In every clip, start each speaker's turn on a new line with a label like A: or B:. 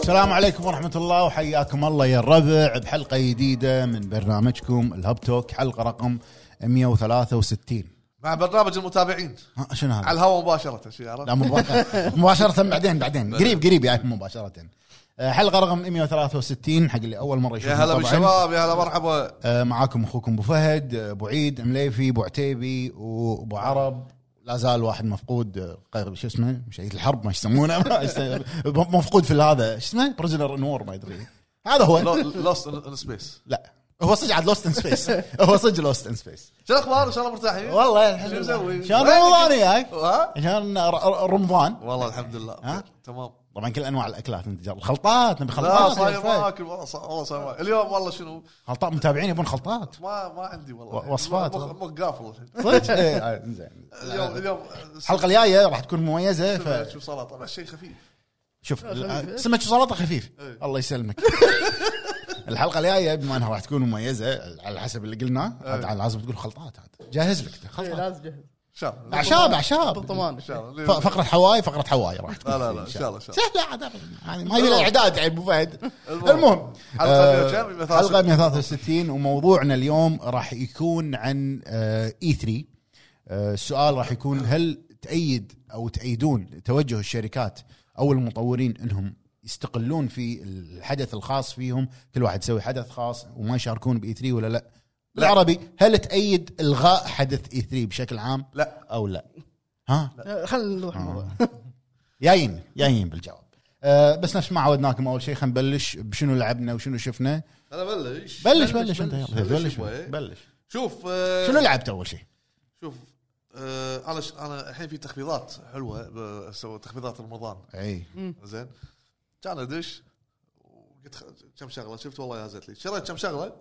A: السلام عليكم ورحمة الله وحياكم الله يا الربع بحلقة جديدة من برنامجكم الهب توك حلقة رقم 163
B: مع برنامج المتابعين
A: ها، شنو هذا؟
B: على الهواء مباشره شي عرفت؟
A: لا مباشرة مباشرة بعدين بعدين قريب قريب يعني مباشرة آه، حلقة رقم 163 حق اللي أول مرة
B: يا
A: يشوفها
B: هلا
A: طبعا
B: بالشباب يا هلا مرحبا
A: آه، معاكم أخوكم أبو فهد آه، أبو عيد مليفي أبو عتيبي وأبو عرب لا زال واحد مفقود آه، قا- شو اسمه شهيد الحرب ما يسمونه ما يسمونه. مفقود في هذا شو اسمه بريزنر نور ما ادري هذا هو
B: لوست ان سبيس
A: لا هو صدق عاد لوست ان سبيس هو صدق لوست ان سبيس
B: شو الاخبار ان شاء الله مرتاحين؟
A: والله يعني الحمد
B: شو
A: لله.
B: مسوي؟
A: شلون
B: وين؟
A: رمضان وياك؟
B: ها؟
A: عشان ر- ر- رمضان
B: والله الحمد لله
A: ها؟
B: بخير. تمام
A: طبعا كل انواع الاكلات انت جر- الخلطات نبي
B: لا
A: خلطات
B: صاير
A: يا فهد.
B: ماكل والله صا- والله صاير ماكل اليوم والله شنو
A: خلطات متابعين يبون خلطات
B: ما ما عندي والله
A: و- وصفات.
B: مخ مخ قافل الحين.
A: صدق إيه، آه، زين
B: اليوم اليوم
A: الحلقه الجايه راح تكون مميزه
B: سمك
A: ف-
B: وسلطه بس شيء خفيف
A: شوف آه، ال- سمك وسلطه خفيف
B: إيه.
A: الله يسلمك الحلقه الجايه بما انها راح تكون مميزه على حسب اللي قلناه
B: إيه.
A: عاد- عاد لازم تقول خلطات عاد جاهز لك
C: إيه،
A: خلطات
C: لازم جهز
B: ان شاء الله
A: اعشاب
C: طب
A: اعشاب
C: طمان
B: ان شاء الله
A: ف- فقره حواي فقره حواي راح تكون
B: لا لا
A: فيه
B: لا ان شاء الله ان شاء الله
A: سهلة عاد يعني ما يبي لها اعداد يعني ابو فهد
B: المهم.
A: المهم
B: حلقة
A: آه،
B: 163.
A: حلقة 163 وموضوعنا اليوم راح يكون عن آه، اي 3 آه، السؤال راح يكون هل تأيد او تأيدون توجه الشركات او المطورين انهم يستقلون في الحدث الخاص فيهم كل واحد يسوي حدث خاص وما يشاركون باي 3 ولا لا؟ بالعربي هل تأيد الغاء حدث اي 3 بشكل عام
B: لا
A: او لا؟ ها؟
C: آه، خلينا نروح الموضوع.
A: جايين جايين بالجواب أه بس نفس ما عودناكم اول شيء خلينا نبلش بشنو لعبنا وشنو شفنا
B: انا بلش
A: بلش بلش انت يلا
B: بلش
A: بلش
B: شوي.
A: بلش
B: شوف آه،
A: شنو لعبت اول شيء؟
B: شوف آه انا ش... انا الحين في تخفيضات حلوه ب- سو تخفيضات رمضان
A: اي
B: زين كان ادش وقلت خ... كم شغله شفت والله يازت لي شريت كم شغله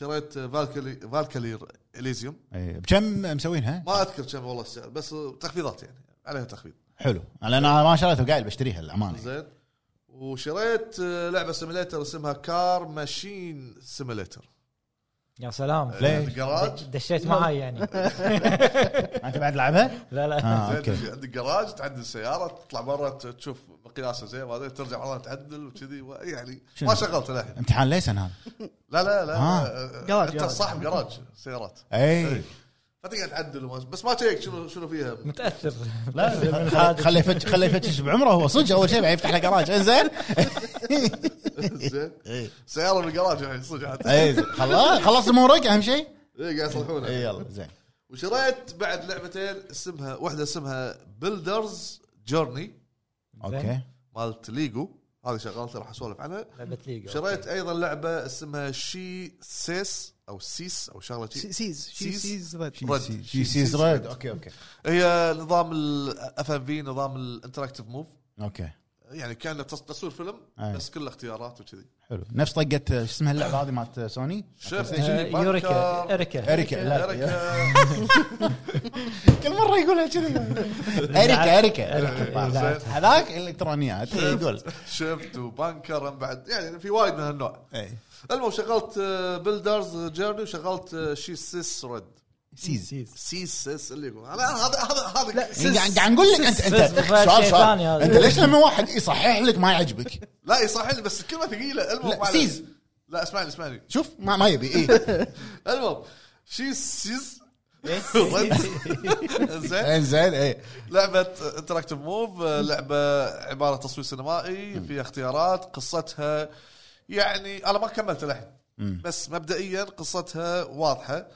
B: شريت فالكلي فالكلير اليزيوم
A: اي بكم مسوينها؟
B: ما اذكر كم والله السعر بس آه، تخفيضات يعني عليها تخفيض
A: حلو انا ما شريته قايل بشتريها للامانه
B: زين وشريت آه، لعبه سيميليتر اسمها كار ماشين سيميليتر
D: يا سلام
B: آه،
A: ليش؟
B: جراج
D: دشيت معاي يعني
A: انت بعد لعبها؟
D: لا لا
A: اه
B: زين
A: اوكي
B: تجي عندك جراج تعدل السياره تطلع برا ت- تشوف مقياسه زين وهذا ترجع ورا تعدل وكذي و- يعني
A: شنو؟
B: ما شغلت الحين
A: امتحان ليسن هذا
B: لا لا لا
A: ها.
B: آه،
C: جراج،
B: انت
C: جراج.
B: صاحب جراج سيارات
A: اي
B: فتقعد تعدل وما- بس ما تشيك شنو شنو فيها
D: متاثر
A: لا خليه يفتش خليه يفتش بعمره هو صدق اول شيء بعدين يفتح له جراج انزين
B: زين
A: إيه.
B: سياره بالجراج الحين صدق عاد.
A: اي زين. خلاص خلص امورك اهم شيء
B: إيه، قاعد
A: اي
B: يصلحونها
A: يلا زين
B: وشريت بعد لعبتين اسمها واحده اسمها بيلدرز جورني
A: اوكي
B: مالت ليجو هذه شغلتها راح اسولف عنها
D: لعبه ليجو آه،
B: شريت ايضا لعبه اسمها شي سيس او سيس او شغله شي
C: سي- سيز شي
B: سيز.
C: سيز ريد.
B: رد.
A: شي سيز ريد اوكي اوكي
B: هي نظام الاف ام في نظام الانتراكتيف موف
A: اوكي
B: يعني كان تص- تصوير فيلم
A: أي.
B: بس كله اختيارات وكذي
A: حلو نفس طقه شو اسمها اللعبه هذه مالت سوني
C: أه،
B: شفت
D: آه، يوريكا اريكا
A: اريكا لا
B: أريكا.
A: كل مره يقولها كذي اريكا
D: أريكا.
A: اريكا
B: زين.
A: هذاك الالكترونيات يقول
B: شفت وبانكر هم بعد يعني في وايد من هالنوع
A: إيه.
B: المهم شغلت آه، بيلدرز جيرني وشغلت آه، شي سيس ريد
A: سيز
B: سي سيس اللي يقول انا هذا هذا هذا
C: لا،
A: يعني قاعد قاعد نقول لك انت انت
D: سيز بفايد
A: سؤال
D: شيء
A: سؤال
D: ثاني هذا.
A: انت ليش لما واحد يصحح لك ما يعجبك؟
B: لا يصح لي بس الكلمه ثقيله المهم
A: لا،
B: معلش.
A: سيس.
B: لا اسمعني اسمعني
A: شوف ما ما يبي إيه. اي
B: المهم شي سيس ريد زين
A: انزين اي
B: لعبه انتراكتيف موف لعبه عباره تصوير سينمائي فيها اختيارات قصتها يعني انا ما كملت الحين بس مبدئيا قصتها واضحه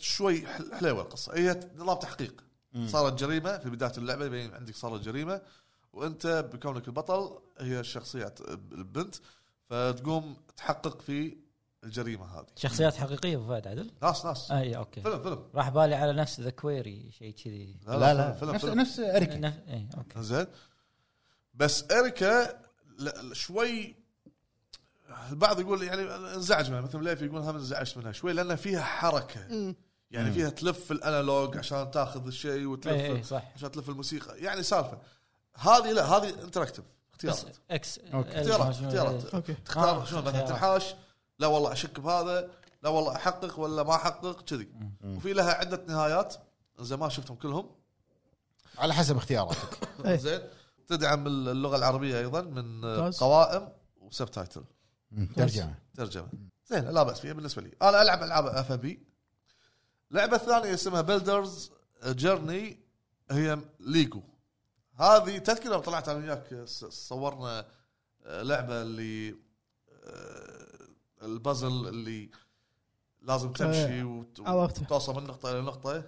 B: شوي حل- حلوه القصه هي نظام تحقيق صارت جريمه في بدايه اللعبه يبين عندك صارت جريمه وانت بكونك البطل هي الشخصيه البنت فتقوم تحقق في الجريمه هذه
D: شخصيات حقيقيه أبو فهد عدل
B: ناس ناس
D: اي اوكي
B: فيلم فيلم
D: راح بالي على نفس ذا كويري شيء كذي إيه،
A: لا لا
B: فيلم-
A: نفس
B: فيلم.
A: نفس اريكا
D: نف- إي، اوكي
B: زين بس اريكا لا- لا، شوي البعض يقول يعني انزعج منها مثل ليفي يقول هم انزعجت منها شوي لان فيها حركه يعني فيها تلف الانالوج عشان تاخذ الشيء
D: اي اي
B: وتلف
D: إيه، صح
B: عشان تلف الموسيقى يعني سالفه هذه لا هذه انتراكتيف
D: بس
B: اختيارات
D: اكس
A: أوكي.
B: اختيارات اختيارات
C: اوكي
B: تختار
D: آه،
B: شلون مثلا
D: خيارات.
B: تنحاش لا والله اشك بهذا لا والله احقق ولا ما احقق كذي وفي لها عده نهايات زين ما شفتهم كلهم
A: على حسب اختياراتك
C: إيه.
B: زين تدعم اللغه العربيه ايضا من
C: ممتاز.
B: قوائم وسبتايتل
A: مم، ترجمه
B: ترجمه زين لا باس فيها بالنسبه لي انا العب العاب اف بي لعبه ثانيه اسمها بيلدرز جيرني هي ليجو هذه تذكر لما طلعت انا وياك س- صورنا آه، لعبه اللي آه، البازل اللي
C: إيه،
B: لازم تمشي وت-
C: عرفته.
B: وتوصل من نقطه الى نقطه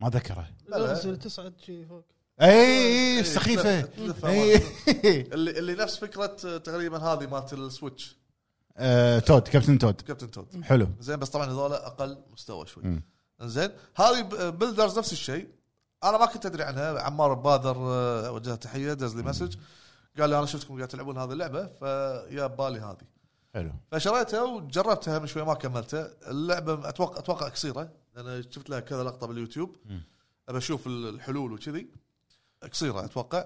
A: ما ذكره
B: لا لا.
C: تنزل تصعد شي فوق
A: اي اي
B: إيه،
A: السخيفه
B: تلف- تلف-
A: اي
B: اللي اللي نفس فكره آه، تقريبا هذه مالت السويتش
A: آه، تود كابتن تود
B: كابتن تود
A: حلو
B: زين بس طبعا هذول اقل مستوى شوي
A: مم.
B: زين هذه ب- بيلدرز نفس الشيء انا ما كنت ادري عنها عمار بادر آه، اوجه له تحيه دز لي مسج قال لي انا شفتكم قاعد تلعبون هذه اللعبه فيا بالي هذه
A: حلو
B: فشريتها وجربتها من شوي ما كملتها اللعبه اتوقع اتوقع قصيره انا شفت لها كذا لقطه باليوتيوب
A: مم.
B: ابى اشوف ال- الحلول وكذي قصيره اتوقع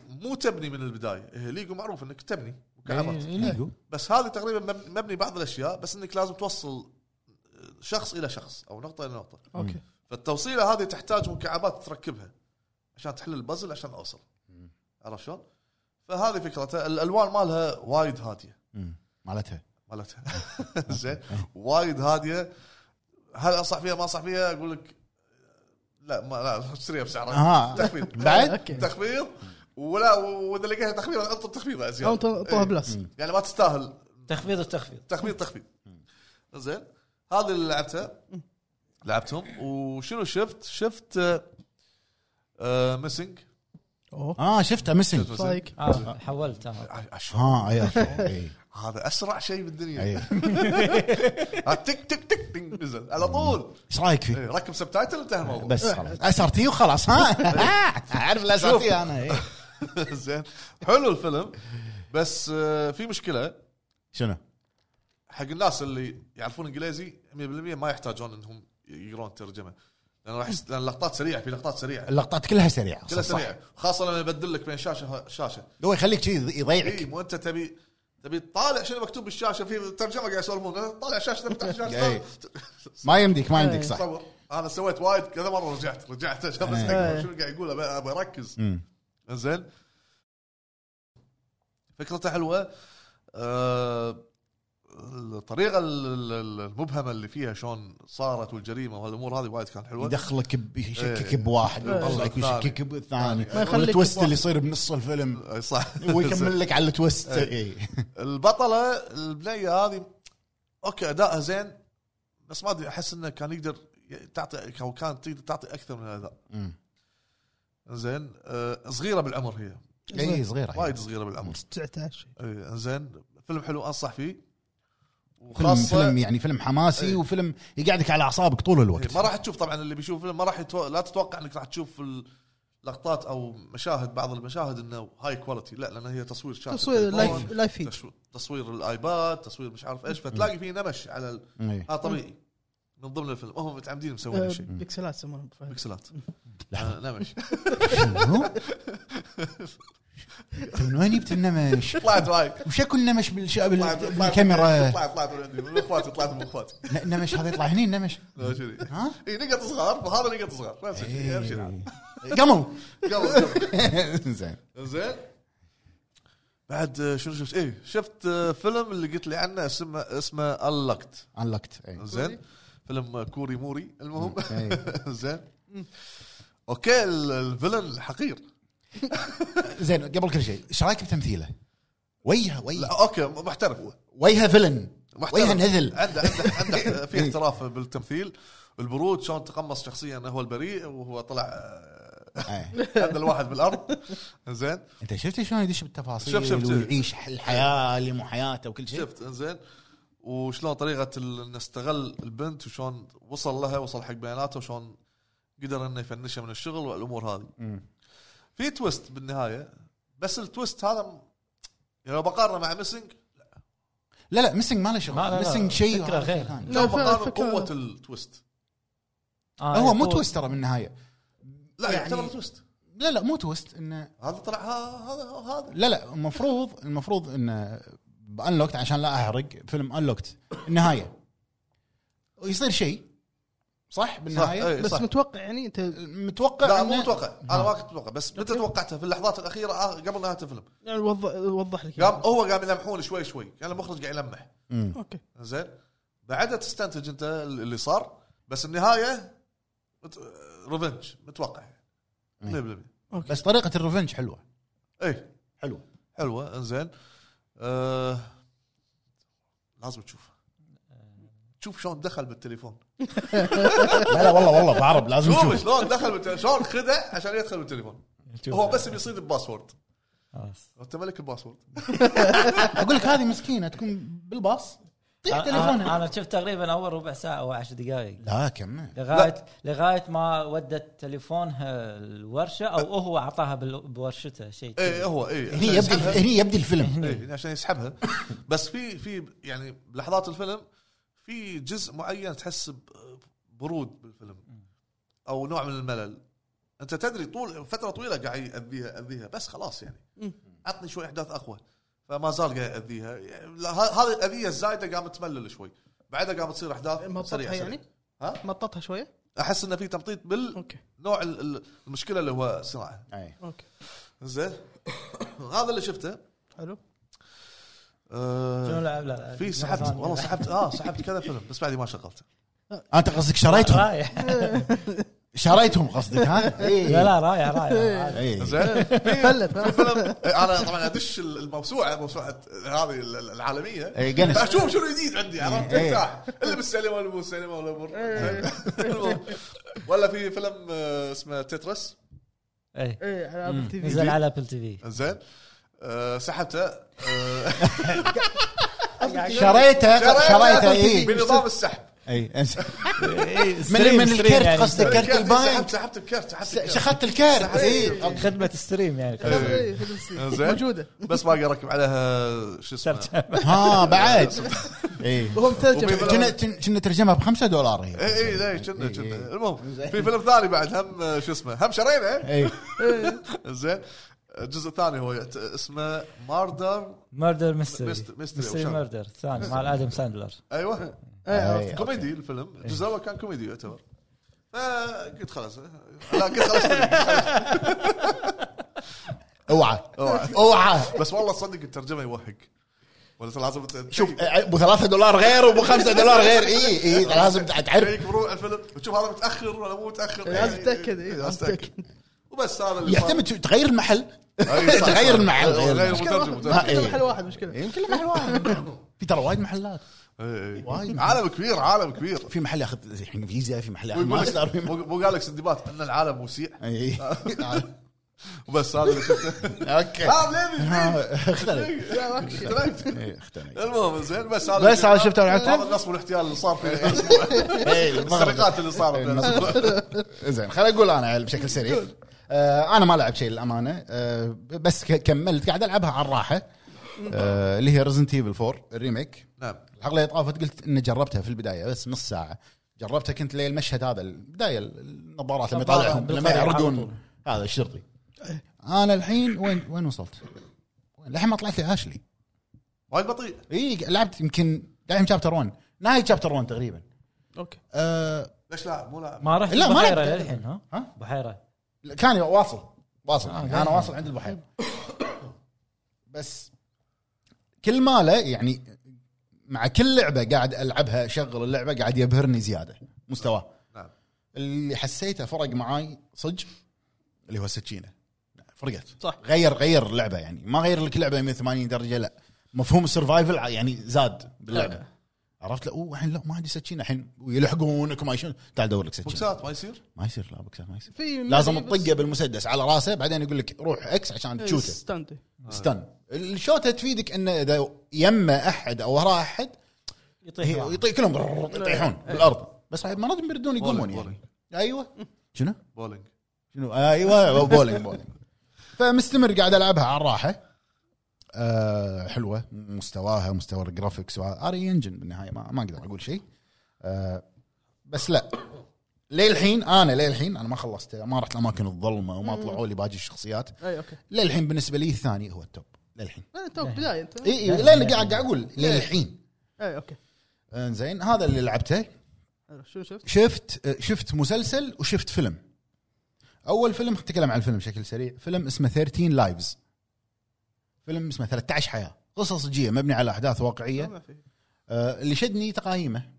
B: مو تبني من البدايه هي ليجو معروف انك تبني مكعبات
A: إيه، ليجو
B: بس هذه تقريبا مب- مبني بعض الاشياء بس انك لازم توصل آه، شخص الى شخص او نقطه الى نقطه
C: اوكي
B: فالتوصيله هذه تحتاج مكعبات تركبها عشان تحل البازل عشان اوصل
A: مم.
B: عرفت شلون؟ فهذه فكرتها الالوان مالها وايد هاديه
A: مم. مالتها
B: مالتها زين وايد هاديه هل انصح فيها ما انصح فيها اقول لك آه، لا ما لا اشتريها بسعرها
A: أها.
B: تخفيض
A: بعد
C: اوكي
B: تخفيض ولا واذا لقيتها تخفيض انطر تخفيض
C: او
B: ازياء
C: تعطوها بلس
B: يعني ما تستاهل
D: تخفيض التخفيض
B: تخفيض تخفيض زين هذه اللي لعبتها لعبتهم وشنو شفت؟ شفت آه، ميسنج
C: اوه
A: اه شفتها مسنج
C: صايق
D: آه حولت آه.
A: ها اي أي.
B: هذا اسرع شيء بالدنيا آه،
A: اي
B: تك تك تك تك، نزل على طول
A: ايش رايك
B: إيه،
A: فيه؟
B: ركب سبتايتل انتهى الموضوع
A: بس خلاص اس ار تي وخلاص ها اعرف الاس ار تي انا إيه.
B: زين حلو الفيلم بس آه، في مشكله
A: شنو؟
B: حق الناس اللي يعرفون انجليزي 100% ما يحتاجون انهم يقرون ترجمه لان راح يس- لان اللقطات سريعه في لقطات سريعه
A: اللقطات كلها سريعه
B: كلها
A: صح.
B: سريعه خاصه لما يبدل لك بين شاشه شاشه
A: هو يخليك شيء
B: اي
A: يضيعك
B: إيه، مو انت تبي تبي تطالع شنو مكتوب بالشاشه في ترجمه قاعد يسولفون طالع شاشه تفتح
A: إيه.
B: الشاشه
A: ما يمديك ما يمديك صح
B: صور انا سويت وايد كذا مره رجعت رجعت عشان بس
C: إيه.
B: أقرأ شنو قاعد يقول أبي- ابي اركز
A: مم.
B: زين فكرته حلوه آه، الطريقه ال- ال- المبهمه اللي فيها شلون صارت والجريمه والامور هذه وايد كانت حلوه
A: يدخلك ب- يشكك
B: إيه.
A: بواحد
C: إيه.
A: ويطلعك ويشكك بالثاني
B: ما
C: يخليك
A: التويست
C: بواحد.
A: اللي يصير بنص الفيلم
B: أي صح
A: ويكمل لك على التويست إيه.
B: البطله البنيه هذه اوكي ادائها زين بس ما ادري احس انه كان يقدر تعطي او كان تقدر تعطي اكثر من الاداء
A: مم.
B: زين آه، صغيره بالعمر هي
C: إيه،
A: اي صغيره
B: وايد صغيره بالعمر
C: 19
B: إيه، زين فيلم حلو انصح فيه
A: فيلم
B: وخاصه
A: فيلم يعني فيلم حماسي
B: إيه.
A: وفيلم يقعدك على اعصابك طول الوقت
B: إيه، ما راح تشوف طبعا اللي بيشوف الفيلم ما راح يتو... لا تتوقع انك راح تشوف اللقطات او مشاهد بعض المشاهد انه هاي كواليتي لا لان هي تصوير شاشه
C: تصوير
B: التليفون،
C: لايف لايف فيد
B: تشو- تصوير الايباد تصوير مش عارف ايش فتلاقي فيه نمش على ال...
A: إيه.
B: هذا آه، طبيعي من ضمن الفيلم هم متعمدين مسوين
C: آه،
B: هالشيء
C: بيكسلات يسمونهم فهد.
B: بكسلات
A: لحظة.
B: آه، نمش
A: شنو؟ أنت طيب، من وين جبت النمش؟
B: طلعت معي
A: وشكو النمش بالش-
B: طلعت
A: بال-
B: طلعت-
A: بالكاميرا
B: طلعت طلعت من عندي من اخواتي طلعت من اخواتي
A: لا، النمش هذا يطلع هني النمش ها؟ إيه.
B: اي إيه، نقط صغار وهذا نقط صغار نفس الشيء نفس الشيء.
A: قمل
B: قبل قبل
A: زين
B: زين بعد آه، شنو شفت؟ ايه شفت آه، فيلم اللي قلت لي عنه اسمه اسمه اللقت
A: انلقت إيه.
B: زين فيلم آه، كوري موري المهم
A: إيه.
B: زين اوكي ال- الفيلن حقير
A: زين قبل كل شيء ايش رايك بتمثيله؟ وجهه وجهه
B: لا اوكي محترف
A: وجهه فيلن
B: محترف
A: وجهه نذل
B: عنده عنده عنده في احتراف بالتمثيل البرود شلون تقمص شخصيا هو البريء وهو طلع آه،
A: إيه.
B: هذا الواحد بالارض زين
A: انت شفت شلون يدش بالتفاصيل
B: شوف- شوف- شوف.
A: ويعيش الحياه اللي مو حياته وكل شيء
B: شفت انزين وشلون طريقه ال- انه استغل البنت وشلون وصل لها وصل حق بياناتها وشلون قدر انه يفنشها من الشغل والامور هذه.
A: مم.
B: في تويست بالنهايه بس التويست هذا م- يعني لو بقارنه مع ميسنج
A: لا لا ميسنج ما له
D: لا، لا،
A: شغل
D: لا.
A: ميسنج شيء
D: فكرة
A: وهذا
D: غير.
A: ثاني.
C: لا،
B: لو
C: فعلا
B: بقارن
C: فكرة-
B: قوه التويست
D: آه
A: هو مو
D: يقول-
A: تويست ترى بالنهايه
B: لا
A: يعني-
B: يعتبر تويست
A: لا لا مو تويست انه
B: هذا طلع ها- هذا هذا
A: لا لا المفروض المفروض انه بانلوكت عشان لا احرق فيلم انلوكت النهايه ويصير شيء صح
B: صح
A: بالنهايه
B: اي
C: بس
B: صح
C: متوقع يعني انت
A: متوقع
B: لا
A: إنه- نعم.
B: مو متوقع انا ما كنت متوقع بس متى توقعتها في اللحظات الاخيره آه، قبل نهايه الفيلم
C: يعني وضح وضح لك
B: قام
C: يعني.
B: هو قام يلمحون شوي شوي كان المخرج قاعد يلمح
A: مم.
C: اوكي
B: زين بعدها تستنتج انت اللي صار بس النهايه مت... ريفنج متوقع
A: إيه.
B: 100%
C: اوكي
A: بس طريقه الريفنج حلوه
B: اي
A: حلوه
B: حلوه انزين إيه. آه... لازم تشوفها شوف شلون دخل بالتليفون
A: لا لا والله والله بعرب لازم
B: شوف
A: تشوف
B: شلون دخل بالتليفون شلون خدع عشان يدخل بالتليفون هو بس بيصيد بباسورد
D: خلاص.
B: انت ملك الباسورد
A: اقول لك هذه مسكينه تكون بالباص طيح
D: آه، أنا-
A: تليفونها
D: انا شفت تقريبا اول ربع ساعه او عشر دقائق
A: لا كمل
D: لغايه لغايه ما ودت تليفونها الورشه او
A: أه.
D: هو اعطاها بال- بورشته شيء
A: إيه،
B: اي إيه، هو اي
A: هني يبدي هني يبدي الفيلم
B: إيه عشان يسحبها بس في في يعني لحظات الفيلم في جزء معين تحس ب- برود بالفيلم او نوع من الملل انت تدري طول فتره طويله قاعد ياذيها اذيها بس خلاص يعني
C: مم.
B: عطني شوي احداث اقوى فما زال قاعد ياذيها يعني لا، ه- هذه الاذيه الزايده قامت تملل شوي بعدها قامت تصير احداث
C: مططها
B: سريعه
C: يعني
B: سريعة. ها؟
C: مططها شويه
B: احس انه في تمطيط بالنوع
C: اوكي
B: ال- ال- المشكله اللي هو صناعه
A: أي.
C: اوكي
B: زين هذا اللي شفته
C: حلو
B: آه،
D: شنو لعب لا، لا
B: في سحبت
D: ثانية.
B: والله سحبت اه سحبت كذا فيلم بس بعدي ما شغلته
A: انت قصدك شريتهم
D: رايح
A: شريتهم قصدك ها؟ إيه.
D: لا لا رايح رايح
A: اي
B: زين في
C: إيه، فلت
B: في فيلم إيه، انا طبعا ادش الموسوعه موسوعه هذه العالميه
A: اي قنص
B: فاشوف شنو جديد عندي عرفت
A: إيه.
B: ارتاح اللي بالسينما واللي مو بالسينما ولا مر
A: إيه.
B: المهم. ولا في فيلم آه، اسمه تترس
D: اي
C: ايه على ابل
A: إيه.
C: تي في
D: إيه. أمم. نزل على ابل تي في
B: زين آه، سحبته آه،
A: شريته شريته إيه. اي
B: بنظام السحب
A: اي من من الكرت
D: يعني
A: قصدك كرت
B: سحبت
A: البنك
B: سحبت الكرت سحبت الكرت.
A: شخذت الكرت
B: إيه.
A: اي
D: خدمه الستريم يعني
C: إيه، في السي.
B: زين.
C: موجوده
B: بس باقي اركب عليها شو اسمه
A: آه. ها بعد
B: إيه.
A: اي
C: وهو مترجم
B: وفي-
A: كنا كنا ترجمها ب 5 دولار هي
B: اي اي اي كنا
A: إي،
B: كنا
A: إي.
B: إيه، المهم في فيلم ثاني بعد هم آه، شو اسمه هم شرينا
A: اي
B: زين الجزء الثاني هو يعت- اسمه ماردر
D: مردر ميستري
B: مست- ميستري
D: ميستري
B: وشنو؟
D: مردر الثاني مع ادم ساندلر
B: ايوه
C: إيه،
A: أي.
B: كوميدي الفيلم الجزء الاول كان كوميدي يعتبر آه، قلت خلاص لا قلت خلاص
A: اوعى
B: أوعى.
A: اوعى
B: بس والله تصدق الترجمه يوهق ولا ترى لازم إيه، ت-
A: شوف ابو 3 دولار غير وابو 5 دولار غير اي اي لازم تعرف
B: إيه، يكبرون على الفيلم وتشوف هذا متاخر ولا مو متاخر
C: لازم
B: إي،
C: تتاكد
B: إي،
C: إيه،
B: لازم
C: لازم
B: تتاكد وبس هذا اللي صار.
A: يعتمد تغير المحل
B: أي، صح، صح.
A: تغير المحل
B: غير
A: غير
B: المترجم مترجم.
A: ما- إيه.
C: محل واحد مشكله
A: يمكن محل واحد في ترى وايد محلات
B: إي، إي.
A: وايد.
B: إيه، عالم كبير عالم كبير
A: في محل ياخذ الحين فيزا في محل ياخذ
B: ويقول لك-
A: ماستر في محل إيه.
B: مو مو قال لك سندباد ان العالم وسيع
A: اي
B: وبس هذا اللي شفته
A: اوكي
C: آه،
B: ها بليبي
A: ها، اختلي
C: لا ما في شيء.
B: اختلقت.
A: إيه، اختلي
B: المهم زين بس هذا
A: بس هذا شفته
B: العتب
A: بالعتب؟
B: هذا النصب والاحتيال اللي صار في الأسبوع.
A: إيه،
B: السرقات اللي صارت
A: إيه،
B: الأسبوع.
A: زين خليني اقول انا بشكل سريع آه انا ما لعب شيء للامانه آه بس ك- كملت قاعد العبها على الراحه آه اللي هي ريزنت ايفل 4 الريميك
B: نعم
A: الحلقه اللي طافت قلت اني جربتها في البدايه بس نص ساعه جربتها كنت لي المشهد هذا البدايه النظارات لما يطالعهم لما
D: بالطريق طيب، على
A: يعرقون
D: طول. إيه.
A: هذا الشرطي انا الحين وين وين وصلت؟ وين- للحين ما طلعت لي اشلي
B: وايد بطيء
A: اي لعبت يمكن دايم شابتر 1 نهايه شابتر 1 تقريبا
C: اوكي
A: آه
B: ليش لاعب مو لاعب
D: ما رحت
A: لا، ما
D: بحيره
A: رحت.
D: للحين ها
A: ها؟
D: بحيره
A: كان واصل واصل
D: آه،
A: يعني
D: دايم.
A: انا واصل عند البحيره بس كل ماله يعني مع كل لعبه قاعد العبها اشغل اللعبه قاعد يبهرني زياده مستواه
B: نعم
A: اللي حسيته فرق معاي صدق اللي هو السكينه فرقت
C: صح.
A: غير غير اللعبه يعني ما غير لك لعبه 180 درجه لا مفهوم السرفايفل ع- يعني زاد باللعبه عرفت لا اوه الحين لا ما عندي سكينه الحين ويلحقونك وما شنو تعال دور لك سكينه
B: بوكسات ما يصير
A: ما يصير لا بوكسات ما يصير
C: في
A: لازم
C: بس-
A: تطقه بالمسدس على راسه بعدين يقول لك روح اكس عشان
C: إيه،
A: تشوته
C: ستاند
A: ستن الشوته تفيدك انه اذا يمه احد او وراه احد
D: يطيح
A: هي-
D: معه.
A: يطيح كلهم بررر، يطيحون بالارض بس هاي مرات بيردون يقومون
B: بولينج
A: يعني
B: بولينج
A: ايوه شنو؟
B: بولينج
A: شنو ايوه بولينج بولينج فمستمر قاعد العبها على الراحه أه حلوه مستواها مستوى آه، الجرافكس اري انجن بالنهايه ما, ما اقدر اقول شيء أه بس لا للحين انا للحين انا ما خلصت ما رحت الاماكن الظلمه وما طلعوا لي باقي الشخصيات
C: اي اوكي
A: للحين بالنسبه لي الثاني هو التوب للحين
C: إيه، توك بدايه انت
A: اي اي لان قاعد قاعد اقول للحين
C: اي اوكي
A: انزين هذا اللي لعبته
C: إيه، حلو شنو شفت؟
A: شفت شفت مسلسل وشفت فيلم اول فيلم اتكلم عن الفيلم بشكل سريع فيلم اسمه 13 لايفز فيلم اسمه 13 حياه قصه صجيه مبني على احداث واقعيه
C: ما في.
A: آه، اللي شدني تقايمه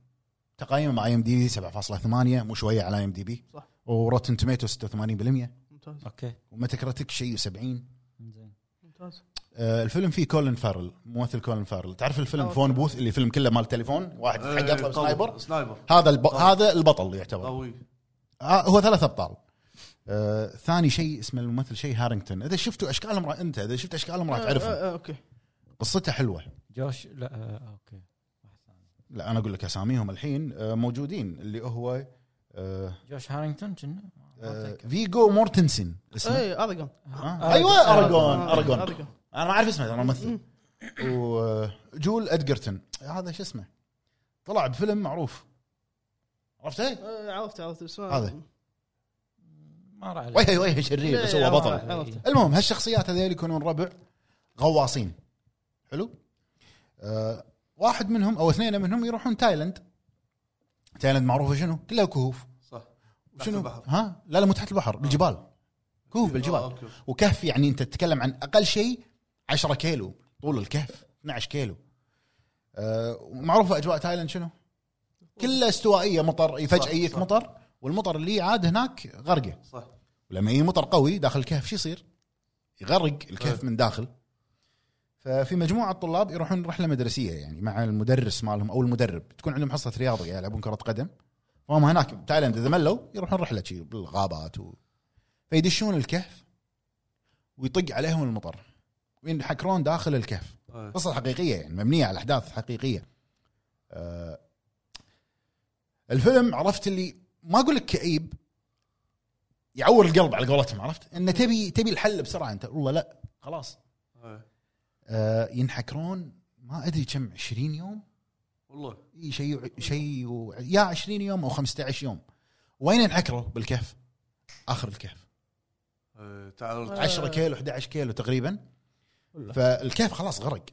A: تقايمه مع ام دي 7.8 مو شويه على ام دي بي
C: صح.
A: وروتن توميتو 86%
C: ممتاز
D: اوكي
A: ومتى كرتك شيء 70
D: زين
C: ممتاز
A: آه، الفيلم فيه كولن فارل ممثل كولن فارل تعرف الفيلم
C: أوكي.
A: فون بوث اللي فيلم كله مال تليفون واحد حق
B: إيه،
A: يطلع
B: قوي.
A: سنايبر
B: سنايبر
A: هذا الب...
B: طبعاً.
A: هذا البطل يعتبر
B: قوي
A: آه هو ثلاث ابطال آه ثاني شيء اسمه الممثل شيء هارينغتون اذا شفتوا اشكالهم راح انت اذا شفت اشكالهم راح
C: آه،
A: تعرفهم
C: آه، آه، اوكي
A: قصته حلوه
D: جوش لا آه، اوكي واحد ثاني.
A: لا انا اقول لك اساميهم الحين آه موجودين اللي هو آه
D: جوش هارينغتون كنا ما
A: آه
D: أتذكر.
A: فيجو مورتنسن اسمه
C: اي اراجون
A: آه. ايوه اراجون اراجون
C: اراجون
A: انا ما اعرف اسمه ترى ممثل وجول ادجرتون هذا شو اسمه طلع بفيلم معروف عرفته؟
C: آه، عرفت عرفت بس ما-
A: هذا.
D: ما راح عليه.
A: وجهه وجهه شرير بس
C: إيه،
A: هو بطل
C: عرفت- عرفت
A: المهم هالشخصيات هذول يكونون ربع غواصين حلو آه واحد منهم او اثنين منهم يروحون تايلند تايلند معروفه شنو؟ كلها كهوف
B: صح تحت
A: شنو؟
B: البحر.
A: ها لا لا مو تحت البحر بالجبال كهوف
B: آه،
A: بالجبال
B: أوكي.
A: وكهف يعني انت تتكلم عن اقل شيء 10 كيلو طول الكهف 12 كيلو آه ومعروفه اجواء تايلند شنو؟ كلها استوائيه مطر
B: صح،
A: فجاه يجيك
B: صح.
A: مطر والمطر اللي عاد هناك غرقه
B: صح
A: ولما يجي مطر قوي داخل الكهف شو يصير؟ يغرق الكهف
B: إيه.
A: من داخل ففي مجموعه طلاب يروحون رحله مدرسيه يعني مع المدرس مالهم او المدرب تكون عندهم حصه رياضه يعني يلعبون كره قدم فهم هناك بتايلاند اذا ملوا يروحون رحله شي بالغابات و... فيدشون الكهف ويطق عليهم المطر وينحكرون داخل الكهف
B: إيه.
A: قصه حقيقيه يعني مبنيه على احداث حقيقيه آه الفيلم عرفت اللي ما اقول لك كئيب يعور القلب على قولتهم عرفت انه تبي تبي الحل بسرعه انت والله لا خلاص
B: إيه.
A: آه ينحكرون ما ادري كم 20 يوم
B: والله
A: إي شيء شيء و- يا 20 يوم او 15 يوم وين ينحكروا بالكهف اخر الكهف
B: إيه، تعالوا
C: آه.
A: 10 كيلو 11 كيلو تقريبا
D: والله.
A: فالكهف خلاص غرق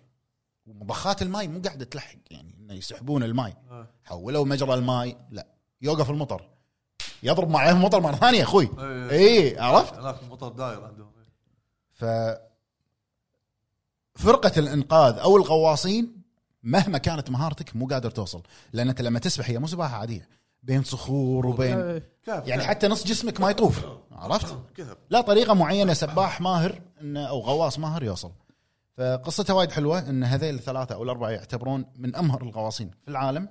A: ومضخات الماي مو قاعده تلحق يعني انه يسحبون الماي
B: إيه.
A: حولوا مجرى الماي لا يوقف المطر يضرب عليهم مطر مره ثانيه اخوي
B: إيه.
A: اي عرفت
B: هناك المطر داير عندهم إيه.
A: ف فرقه الانقاذ او الغواصين مهما كانت مهارتك مو قادر توصل لان انت لما تسبح هي مو سباحه عاديه بين صخور وبين
C: آه،
B: كهف
A: يعني
B: كهف.
A: حتى نص جسمك ما يطوف عرفت
B: كهف
A: لا طريقه معينه سباح ماهر انه او غواص ماهر يوصل فقصتها وايد حلوه ان هذيل الثلاثه او الاربعه يعتبرون من امهر الغواصين في العالم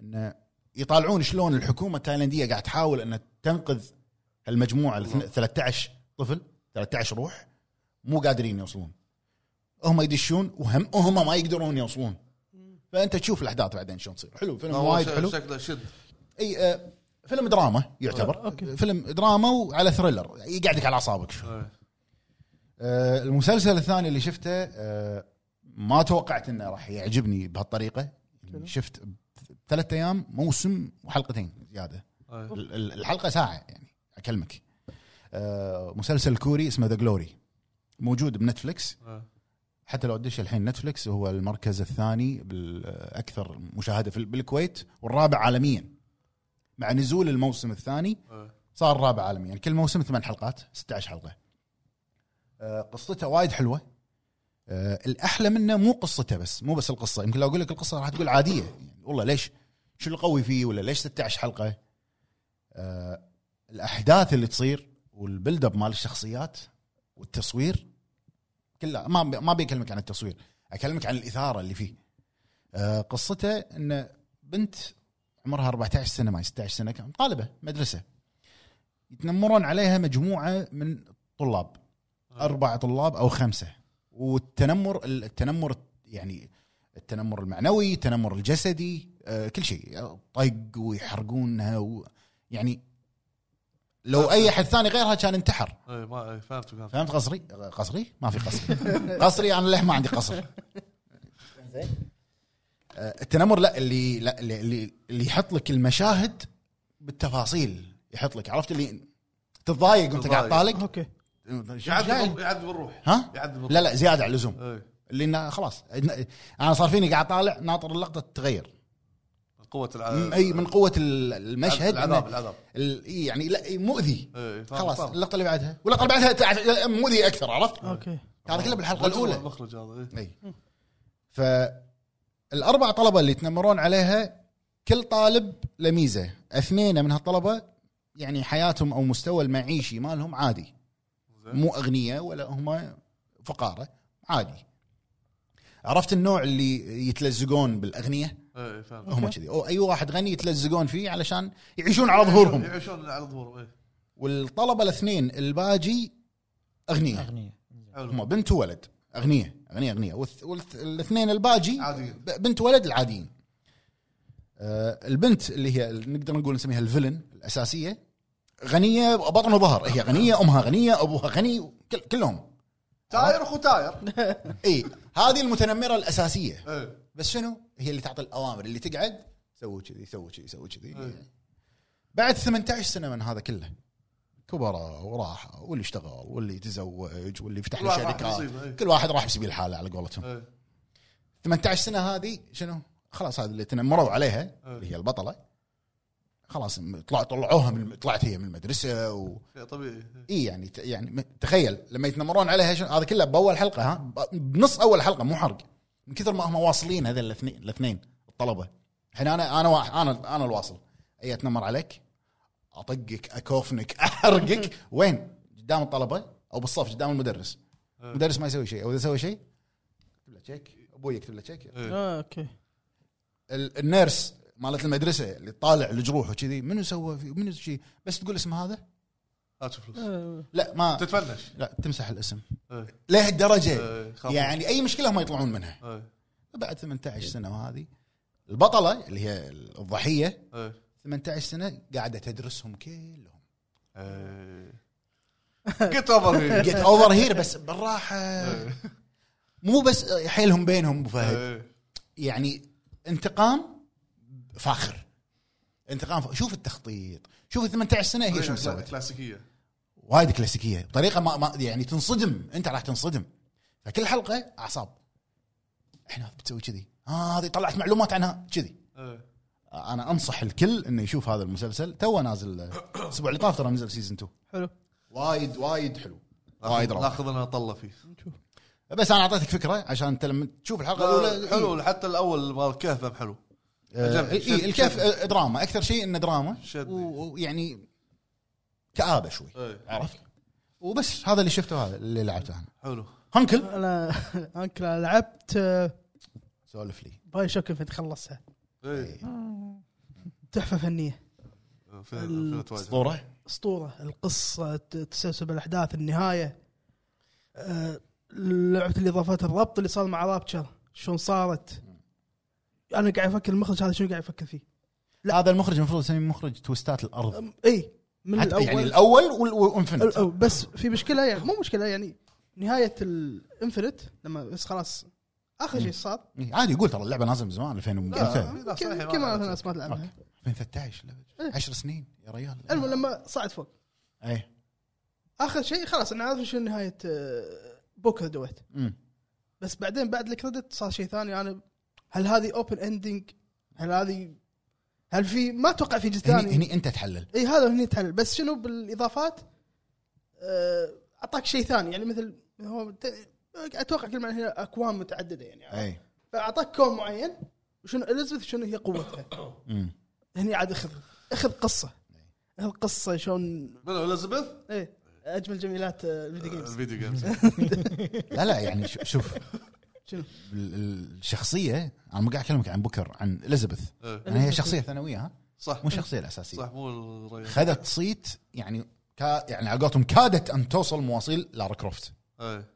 A: ان يطالعون شلون الحكومه التايلنديه قاعد تحاول ان تنقذ المجموعه ال 13 طفل 13 روح مو قادرين يوصلون هم يدشون وهم وهم ما يقدرون يوصلون فانت تشوف الاحداث بعدين شلون تصير حلو فيلم
B: هو
A: وايد
B: ش-
A: حلو
B: شكله شد
A: اي آه، فيلم دراما يعتبر
C: أوكي.
A: فيلم دراما وعلى ثريلر يقعدك على اعصابك
B: إيه.
A: آه، المسلسل الثاني اللي شفته آه، ما توقعت انه راح يعجبني بهالطريقه يعني شفت ثلاث ايام موسم وحلقتين زياده
B: إيه.
A: ال- ال- الحلقه ساعه يعني اكلمك آه، مسلسل كوري اسمه ذا جلوري موجود بنتفلكس
B: إيه.
A: حتى لو ادش الحين نتفلكس هو المركز الثاني بالاكثر مشاهده في- بالكويت والرابع عالميا مع نزول الموسم الثاني
B: إيه.
A: صار رابع عالميا كل موسم ثمان حلقات 16 حلقه آه، قصته وايد حلوه آه، الاحلى منه مو قصته بس مو بس القصه يمكن لو اقول لك القصه راح تقول عاديه يعني والله ليش شو القوي فيه ولا ليش 16 حلقه آه، الاحداث اللي تصير والبيلد اب مال الشخصيات والتصوير كله ما ما بيكلمك عن التصوير اكلمك عن الاثاره اللي فيه آه، قصته ان بنت عمرها 14 سنه ما هي 16 سنه كان طالبه مدرسه يتنمرون عليها مجموعه من الطلاب اربع طلاب او خمسه والتنمر التنمر يعني التنمر المعنوي التنمر الجسدي آه، كل شيء طق ويحرقونها و يعني لو اي احد ثاني غيرها كان انتحر
B: إيه، ما إيه، فهمت فهمت
A: فهمت قصري؟ قصري؟ ما في قصري قصري انا ليه ما عندي قصر زين آه، التنمر لا اللي لا اللي اللي, اللي يحط لك المشاهد بالتفاصيل يحط لك عرفت اللي تتضايق وانت قاعد طالق
C: اوكي
A: شو جاي؟
B: يعذب يعذب الروح
A: ها؟
B: يعذب الروح
A: لا لا زياده على اللزوم
B: إيه.
A: اللي إنه خلاص انا صار فيني قاعد طالع ناطر اللقطه تتغير
B: قوه الع...
A: م- اي من قوه ال- المشهد
B: آه، العذاب
A: إنه
B: العذاب
A: ال- إي يعني لا إي مؤذي
B: إي، فاهم،
A: خلاص
B: فاهم.
A: اللقطه اللي بعدها واللقطه اللي بعدها تع- مؤذي اكثر عرفت؟
C: اوكي
A: هذا كله بالحلقه الاولى
B: المخرج هذا إيه.
A: اي فالاربع طلبه اللي يتنمرون عليها كل طالب له ميزه اثنين من هالطلبه يعني حياتهم او مستوى المعيشي مالهم عادي
B: زين.
A: مو اغنياء ولا هم فقاره عادي عرفت النوع اللي يتلزقون بالاغنياء
B: إيه، فهمت.
A: هم كذي او اي واحد غني يتلزقون فيه علشان يعيشون على ظهورهم
B: يعيشون على ظهورهم إيه. اي
A: والطلبه الاثنين الباجي اغنياء
D: اغنيه
A: هم
B: حلو
A: بنت وولد اغنياء اغنياء اغنياء والث- والث- الاثنين الباجي
B: عاديين.
A: ب- بنت ولد العاديين آه، البنت اللي هي نقدر نقول نسميها الفيلن الاساسيه غنيه بطن وظهر هي غنيه امها غنيه ابوها غني كل كلهم
B: تاير اخو تاير
A: اي هذه المتنمره الاساسيه
B: إيه.
A: بس شنو هي اللي تعطي الاوامر اللي تقعد سووا كذي سووا كذي سووا كذي
B: إيه.
A: بعد 18 سنه من هذا كله كبروا وراح واللي اشتغل واللي تزوج واللي فتح
B: كل
A: له
B: واحد راح
A: شركات
B: نصيبه، إيه.
A: كل واحد راح بسبيل حاله على قولتهم
B: إيه.
A: 18 سنه هذه شنو خلاص هذه اللي تنمروا عليها
B: إيه.
A: اللي هي البطله خلاص م- طلع طلعوها من طلعت هي من المدرسه و...
B: إيه، طبيعي إيه.
A: اي يعني ت... يعني م- تخيل لما يتنمرون عليها شنو هذا كله باول حلقه ها ب- بنص اول حلقه مو حرق من كثر ما هم واصلين هذول الاثنين الاثنين الطلبه الحين انا انا واحد انا انا الواصل اي اتنمر عليك اطقك اكوفنك احرقك وين؟ قدام الطلبه او بالصف قدام المدرس المدرس ما يسوي شيء او اذا سوى شيء يكتب له تشيك ابوي يكتب له تشيك
B: إيه.
C: آه، اوكي
A: ال- النيرس مالت المدرسه اللي طالع الجروح وكذي منو سوى في منو شيء بس تقول اسم هذا
B: لا تشوف فلوس
C: آه،
A: لا ما
B: تتفنش
A: لا تمسح الاسم
B: إيه.
A: لهالدرجه
B: إيه، خاف.
A: يعني اي مشكله هم يطلعون منها
B: إيه.
A: بعد 18 سنه وهذه البطله اللي هي الضحيه
B: إيه.
A: 18 سنه قاعده تدرسهم كلهم
B: إيه. جيت اوفر هير
A: جيت اوفر هير بس بالراحه مو بس حيلهم بينهم ابو فهد
B: إيه.
A: يعني انتقام فاخر انتقام فاخر. شوف التخطيط شوف 18 سنه
B: إيه،
A: هي شو سوت
B: كلاسيكيه
A: وايد كلاسيكيه بطريقه ما, ما يعني تنصدم انت راح تنصدم فكل حلقه اعصاب احنا بتسوي كذي آه هذه طلعت معلومات عنها كذي
B: إيه.
A: آه، انا انصح الكل انه يشوف هذا المسلسل تو نازل آه، الاسبوع اللي طاف ترى نزل سيزون 2
C: حلو
A: وايد وايد حلو وايد روعه
B: ناخذ لنا طله فيه
C: نشوف
A: بس انا اعطيتك فكره عشان انت لما تشوف الحلقه الاولى
B: حلو حتى الاول مال الكهف هم حلو
A: آه
B: عجبني.
A: إيه الكيف آه، دراما اكثر شيء انه دراما
B: شدني.
A: و- ويعني كابه شوي
B: إيه.
A: عرفت وبس هذا اللي شفته هذا اللي لعبته انا
B: حلو
A: هنكل
C: انا انكل أنا لعبت آه،
A: سولف لي إيه.
C: باي شوك انفنت خلصها إيه.
B: ايه
C: تحفه فنيه
B: فين فين تواجه
A: اسطوره
C: اسطوره القصه ت- تسلسل الاحداث النهايه آه، لعبه الاضافات الربط اللي صار مع رابتشر شلون صارت انا قاعد افكر المخرج هذا شنو قاعد يفكر فيه
A: لا هذا المخرج المفروض يسميه مخرج توستات الارض
C: أم، اي من
A: حتى
C: الاول
A: يعني الاول وال- والانفنت
C: أو- أو بس في مشكله يعني مو مشكله يعني نهايه الانفنت لما بس خلاص اخر شيء صار
A: إيه، عادي يقول ترى اللعبه نازله من زمان 2000 2000
B: لا، صحيح، ما
C: كل ما
B: أعرف.
C: الناس ما تلعبها
A: 2013 لا، 10 سنين يا
C: إيه. المهم
A: ريال إيه.
C: لما صعد فوق
A: اي
C: اخر شيء خلاص انا عارف شنو نهايه آه، بوكر دويت
A: أمم.
C: بس بعدين بعد الكريدت صار شيء ثاني انا هل هذه اوبن اندنج؟ هل هذه هل في ما اتوقع في جزء
A: هني
C: ثاني
A: هني انت تحلل
C: اي هذا هني تحلل بس شنو بالاضافات آه، اعطاك شيء ثاني يعني مثل هو ت- اتوقع كل معنى هنا اكوان متعدده يعني
A: اي
C: فاعطاك كون معين وشنو اليزابيث شنو هي قوتها
A: أمم.
C: هني عاد اخذ اخذ قصه اخذ قصه شلون
B: من اليزابيث
C: ايه اجمل جميلات آه، الفيديو جيمز
B: الفيديو جيمز
A: لا لا يعني شو- شوف
C: شنو؟
A: ال- ال- الشخصيه انا مو قاعد اكلمك عن بوكر عن اليزابيث
B: إيه.
A: يعني هي شخصيه ثانويه ها
B: صح
A: مو الشخصيه الاساسيه
B: صح مو الريال
A: خذت صيت يعني كا يعني على قولتهم كادت ان توصل مواصيل لارا كروفت
B: إيه.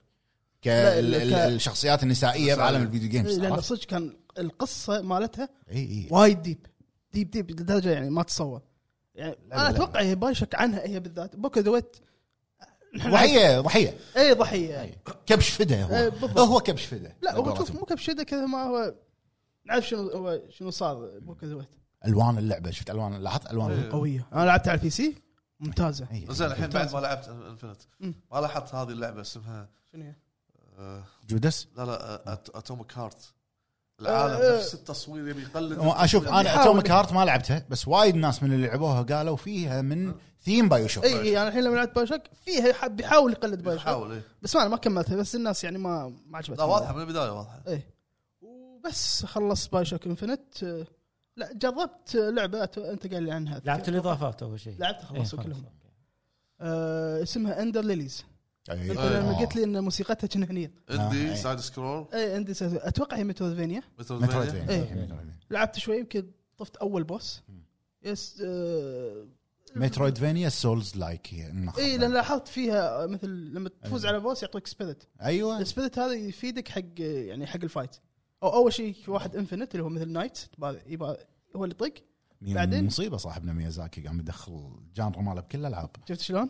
A: كالشخصيات النسائيه بعالم الفيديو
C: إيه،
A: جيمز
C: لان
A: عرفت؟ إيه،
C: صدق كان القصه مالتها
A: اي اي
C: وايد ديب ديب ديب لدرجه يعني ما تصور يعني
A: لا،
C: انا
A: لا.
C: اتوقع هي باي شك عنها هي بالذات بوكو دويت
A: ضحيه ضحيه
C: اي ضحيه يعني.
A: كبش فده
C: إيه،
A: هو
C: بالضبط.
A: هو كبش فده
C: لا هو شوف
A: قولتهم.
C: مو كبشده كذا ما هو نعرف شنو هو شنو صار بوكو دويت
A: الوان اللعبه شفت الوان لاحظت الوان
B: إيه.
C: قويه انا لعبتها على البي سي ممتازه
A: إيه،
B: زين الحين بعد ما لعبت انفنت
C: مم.
B: ما لاحظت هذه اللعبه اسمها
C: شنو هي؟
B: آه،
A: إيه. جودس
C: إيه،
B: لا لا اتوميك هارت العالم نفس التصوير يبي يقلد
A: اشوف انا
C: يحاول.
A: اتوميك هارت ما لعبتها بس وايد ناس من اللي لعبوها قالوا فيها من
C: إيه.
A: ثيم بايو شوك
C: اي اي انا إيه، الحين لما لعبت باي شوك فيها حب يحاول يقلد باي شوك
B: يحاول إيه.
C: بس ما انا ما كملتها بس الناس يعني ما ما
B: لا
C: عجبتها
B: واضحه من البدايه واضحه
C: اي وبس خلص باي شوك انفنت آه، لا جربت آه، لعبه أت- انت قايل لي عنها
D: لعبت الاضافات اول شيء
C: لعبت
D: إيه،
C: خلاص كلهم آه اسمها اندر ليليز
A: أي-
C: انت
B: آه.
C: لما قلت لي ان موسيقتها كنا هني
A: آه،
B: اندي
A: إيه.
B: سايد سكرول
C: اي عندي سايز- اتوقع هي متروفينيا
B: مترويدفينيا
A: مترويدفينيا.
C: إيه. لعبت شوي يمكن طفت اول بوس
A: مم.
C: يس آه
A: مترويدفينيا سولز لايك هي إنه
C: اي لان لاحظت فيها مثل لما تفوز
A: أيوة.
C: على بوس يعطيك سبيريت
A: ايوه
C: السبيريت هذا يفيدك حق يعني حق الفايت او اول شيء واحد انفنت اللي هو مثل نايت تبا- يبا- هو اللي يطق بعدين؟
A: بعدين مصيبه صاحبنا ميازاكي قام يدخل جانر ماله بكل الالعاب
C: شفت شلون؟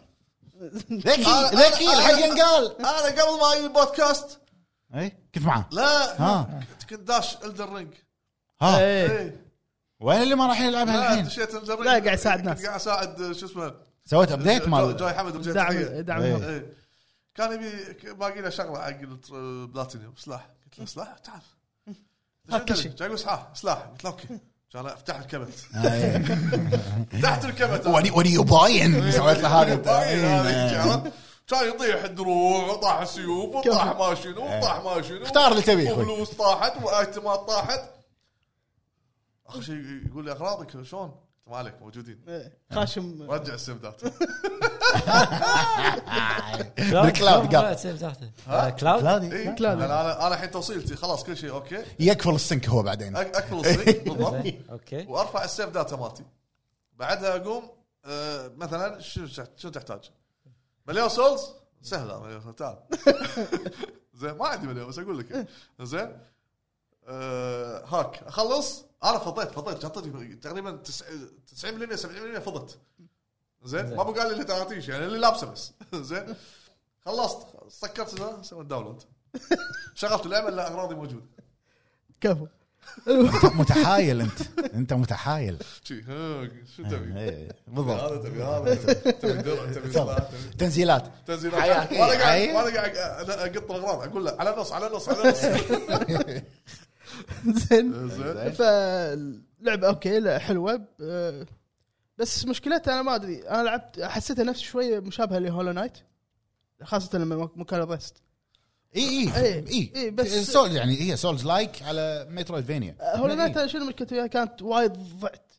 A: ذكي
B: أنا-
A: ذكي
B: أنا-
A: الحق
B: أنا-
A: ينقال
B: انا قبل ما اجي البودكاست
A: اي إيه، كنت معاه
B: لا
A: ها. إيه.
B: كنت- كنت داش الدر رينج
A: ها
C: ايه
B: ايه
A: وين اللي ما راح يلعبها
B: لا
A: الحين
B: دشيت الدر رينج
C: لا، قاعد يساعد ناس.
B: قاعد اساعد شو اسمه
A: سويت ابديت
B: جو-
A: مال
B: جاي حمد وجاي
C: دعم
B: تحية.
C: دعم
A: إيه.
C: الهب.
B: إيه. كان يبي ك- باقي له شغله حق الت- البلاتينيوم سلاح قلت له سلاح تعال
C: هات كل شيء. آه،
B: جاي يقول سلاح سلاح قلت له اوكي كان افتح الكبت
A: إيه.
B: فتحت الكبت
A: وني وني باين سويت له إيه.
B: باين هذه،
A: هذا
B: عرفت؟ طيب، كان يطيح الدروع وطاح السيوف وطاح
C: كفو.
B: ما شنو وطاح ما شنو
A: إيه. اختار اللي تبيه، أخوي.
B: وفلوس طاحت وايتمات طاحت اخر شيء يقول لي اغراضك شلون؟ قلت ما عليك موجودين
C: إيه. خاشم
A: آه.
B: رجع السمدات
D: شلون-
A: بالكلاود
D: شلون
A: قال.
D: سيف تحته؟
B: ها؟
D: آه، كلاود
B: اي
A: إيه.
B: انا انا انا الحين توصيلتي خلاص كل شيء اوكي أك-
A: يكفل السنك هو بعدين
B: اكل الصيد بالضبط
D: زين، اوكي
B: وارفع السيف داتا مالتي بعدها اقوم آه، مثلا شنو شنو تحتاج؟ مليون سولز سهله مليون سولز تعال زين ما عندي مليون بس اقول لك يعني. زين آه، هاك اخلص انا فضيت فضيت شنطتي تقريبا تسع- 90% 70% فضت زين ما بقى لي اللي تعطيش يعني اللي لابسه بس زين خلصت سكرت ذا، سويت داونلود شغلت اللعبه لا اغراضي موجوده
C: كفو
A: متحايل انت انت متحايل
B: شي ها شو تبي؟
A: إيه،
B: هذا
A: بالضبط
B: تبي هذا تبي تبي درع تبي سلاح تبي
A: تنزيلات
B: تنزيل
A: حياة.
B: وانا قاعد
A: حياة.
B: وانا قاعد أنا اقط الاغراض اقول له على نص على نص على نص
C: زين
B: زين
C: فلعبه اوكي لا حلوه ب- بس مشكلتها انا ما ادري انا لعبت حسيتها نفس شويه مشابهه لهولو نايت خاصه لما مكان الرست
A: اي
C: إيه.
A: اي اي
C: إيه،
A: بس
C: بس- آه،
A: سول يعني هي سولز لايك على مترويدفينيا
C: هولو
A: إيه.
C: نايت انا شنو مشكلتي فيها كانت وايد ضعت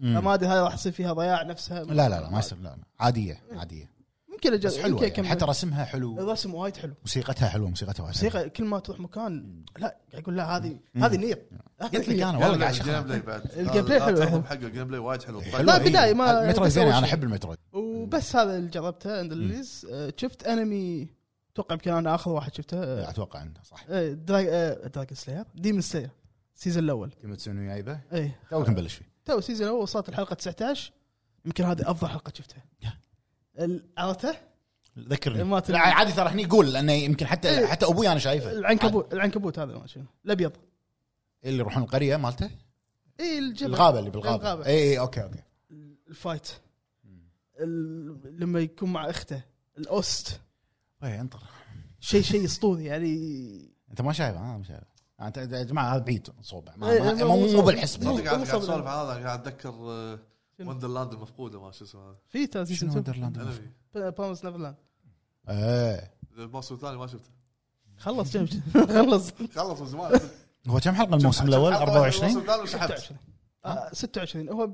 C: ما ادري هذا راح يصير فيها ضياع نفسها
A: لا لا لا ما يصير لا لا عاديه عاديه
C: ممكن
A: بس
C: اجل
A: حلوه
C: يمكن
A: يعني
C: أكمل.
A: حتى رسمها حلو
C: الرسم وايد حلو
A: موسيقتها حلوه موسيقتها وايد حلوة.
C: موسيقى كل ما تروح مكان لا اقول لا هذه هذه نير
A: قلت لك انا والله
B: والله
A: قاعد
B: الجيم
A: شغال
B: بلاي بعد
C: الجيم بلاي
B: لا
C: حلو.
B: تحرم حقه الجيم بلاي وايد حلو طيب،
C: لا، بداية ما-
A: مترويدفينيا
C: ما
A: انا
C: سوى
A: احب المترويد
C: وبس هذا اللي جربته عند الريليز آه، شفت انمي اتوقع يمكن انا اخر واحد شفته آه،
A: اتوقع انه صح
C: آه، دراي آه، دراجون سلاير ديمون سلاير السيزون الاول
A: كيميتسو نو يايبه
C: ايه
A: توك نبلش فيه
C: تو السيزون الاول وصلت الحلقه 19 يمكن هذه افضل حلقه شفتها ال- عرفته؟
A: ذكرني
C: ما تدري.
A: لا، عادي ترى هني قول لانه يمكن حتى
C: إيه.
A: حتى ابوي انا شايفه
C: العنكبوت العنكبوت هذا ما شنو الابيض
A: عادي. اللي يروحون القريه مالته
C: اي إيه، الجبل
A: الغابه اللي إيه، بالغابه
C: الغابة.
A: اي اي اوكي اوكي
C: الفايت ال- لما يكون مع اخته الاوست
A: وي انطر
C: شيء شيء اسطوري يعني
A: انت إيه، ما شايفه ها ما شايفه انت يا جماعه هذا بعيد صوبع ما-
C: إيه،
A: ما-
C: مو-
A: مو
C: مو
A: مو
C: صوبع.
A: بالحسبه
B: صدق قاعد
C: مو
B: قاعد
C: صبر.
B: اسولف عن هذا قاعد اتذكر آه، وندرلاند المفقوده ما شو اسمه
C: في ترى
A: شنو
C: سيزون
A: وندرلاند
B: انمي
C: برومس نيفرلاند
A: ايه
B: الموسم الثاني ما شفته
C: خلص جيم خلص
B: خلص من زمان
A: هو كم حلقه الموسم الاول
B: شفت حلقة
A: 24
B: الموسم الثاني وسحبت
C: 26 آه، 26 هو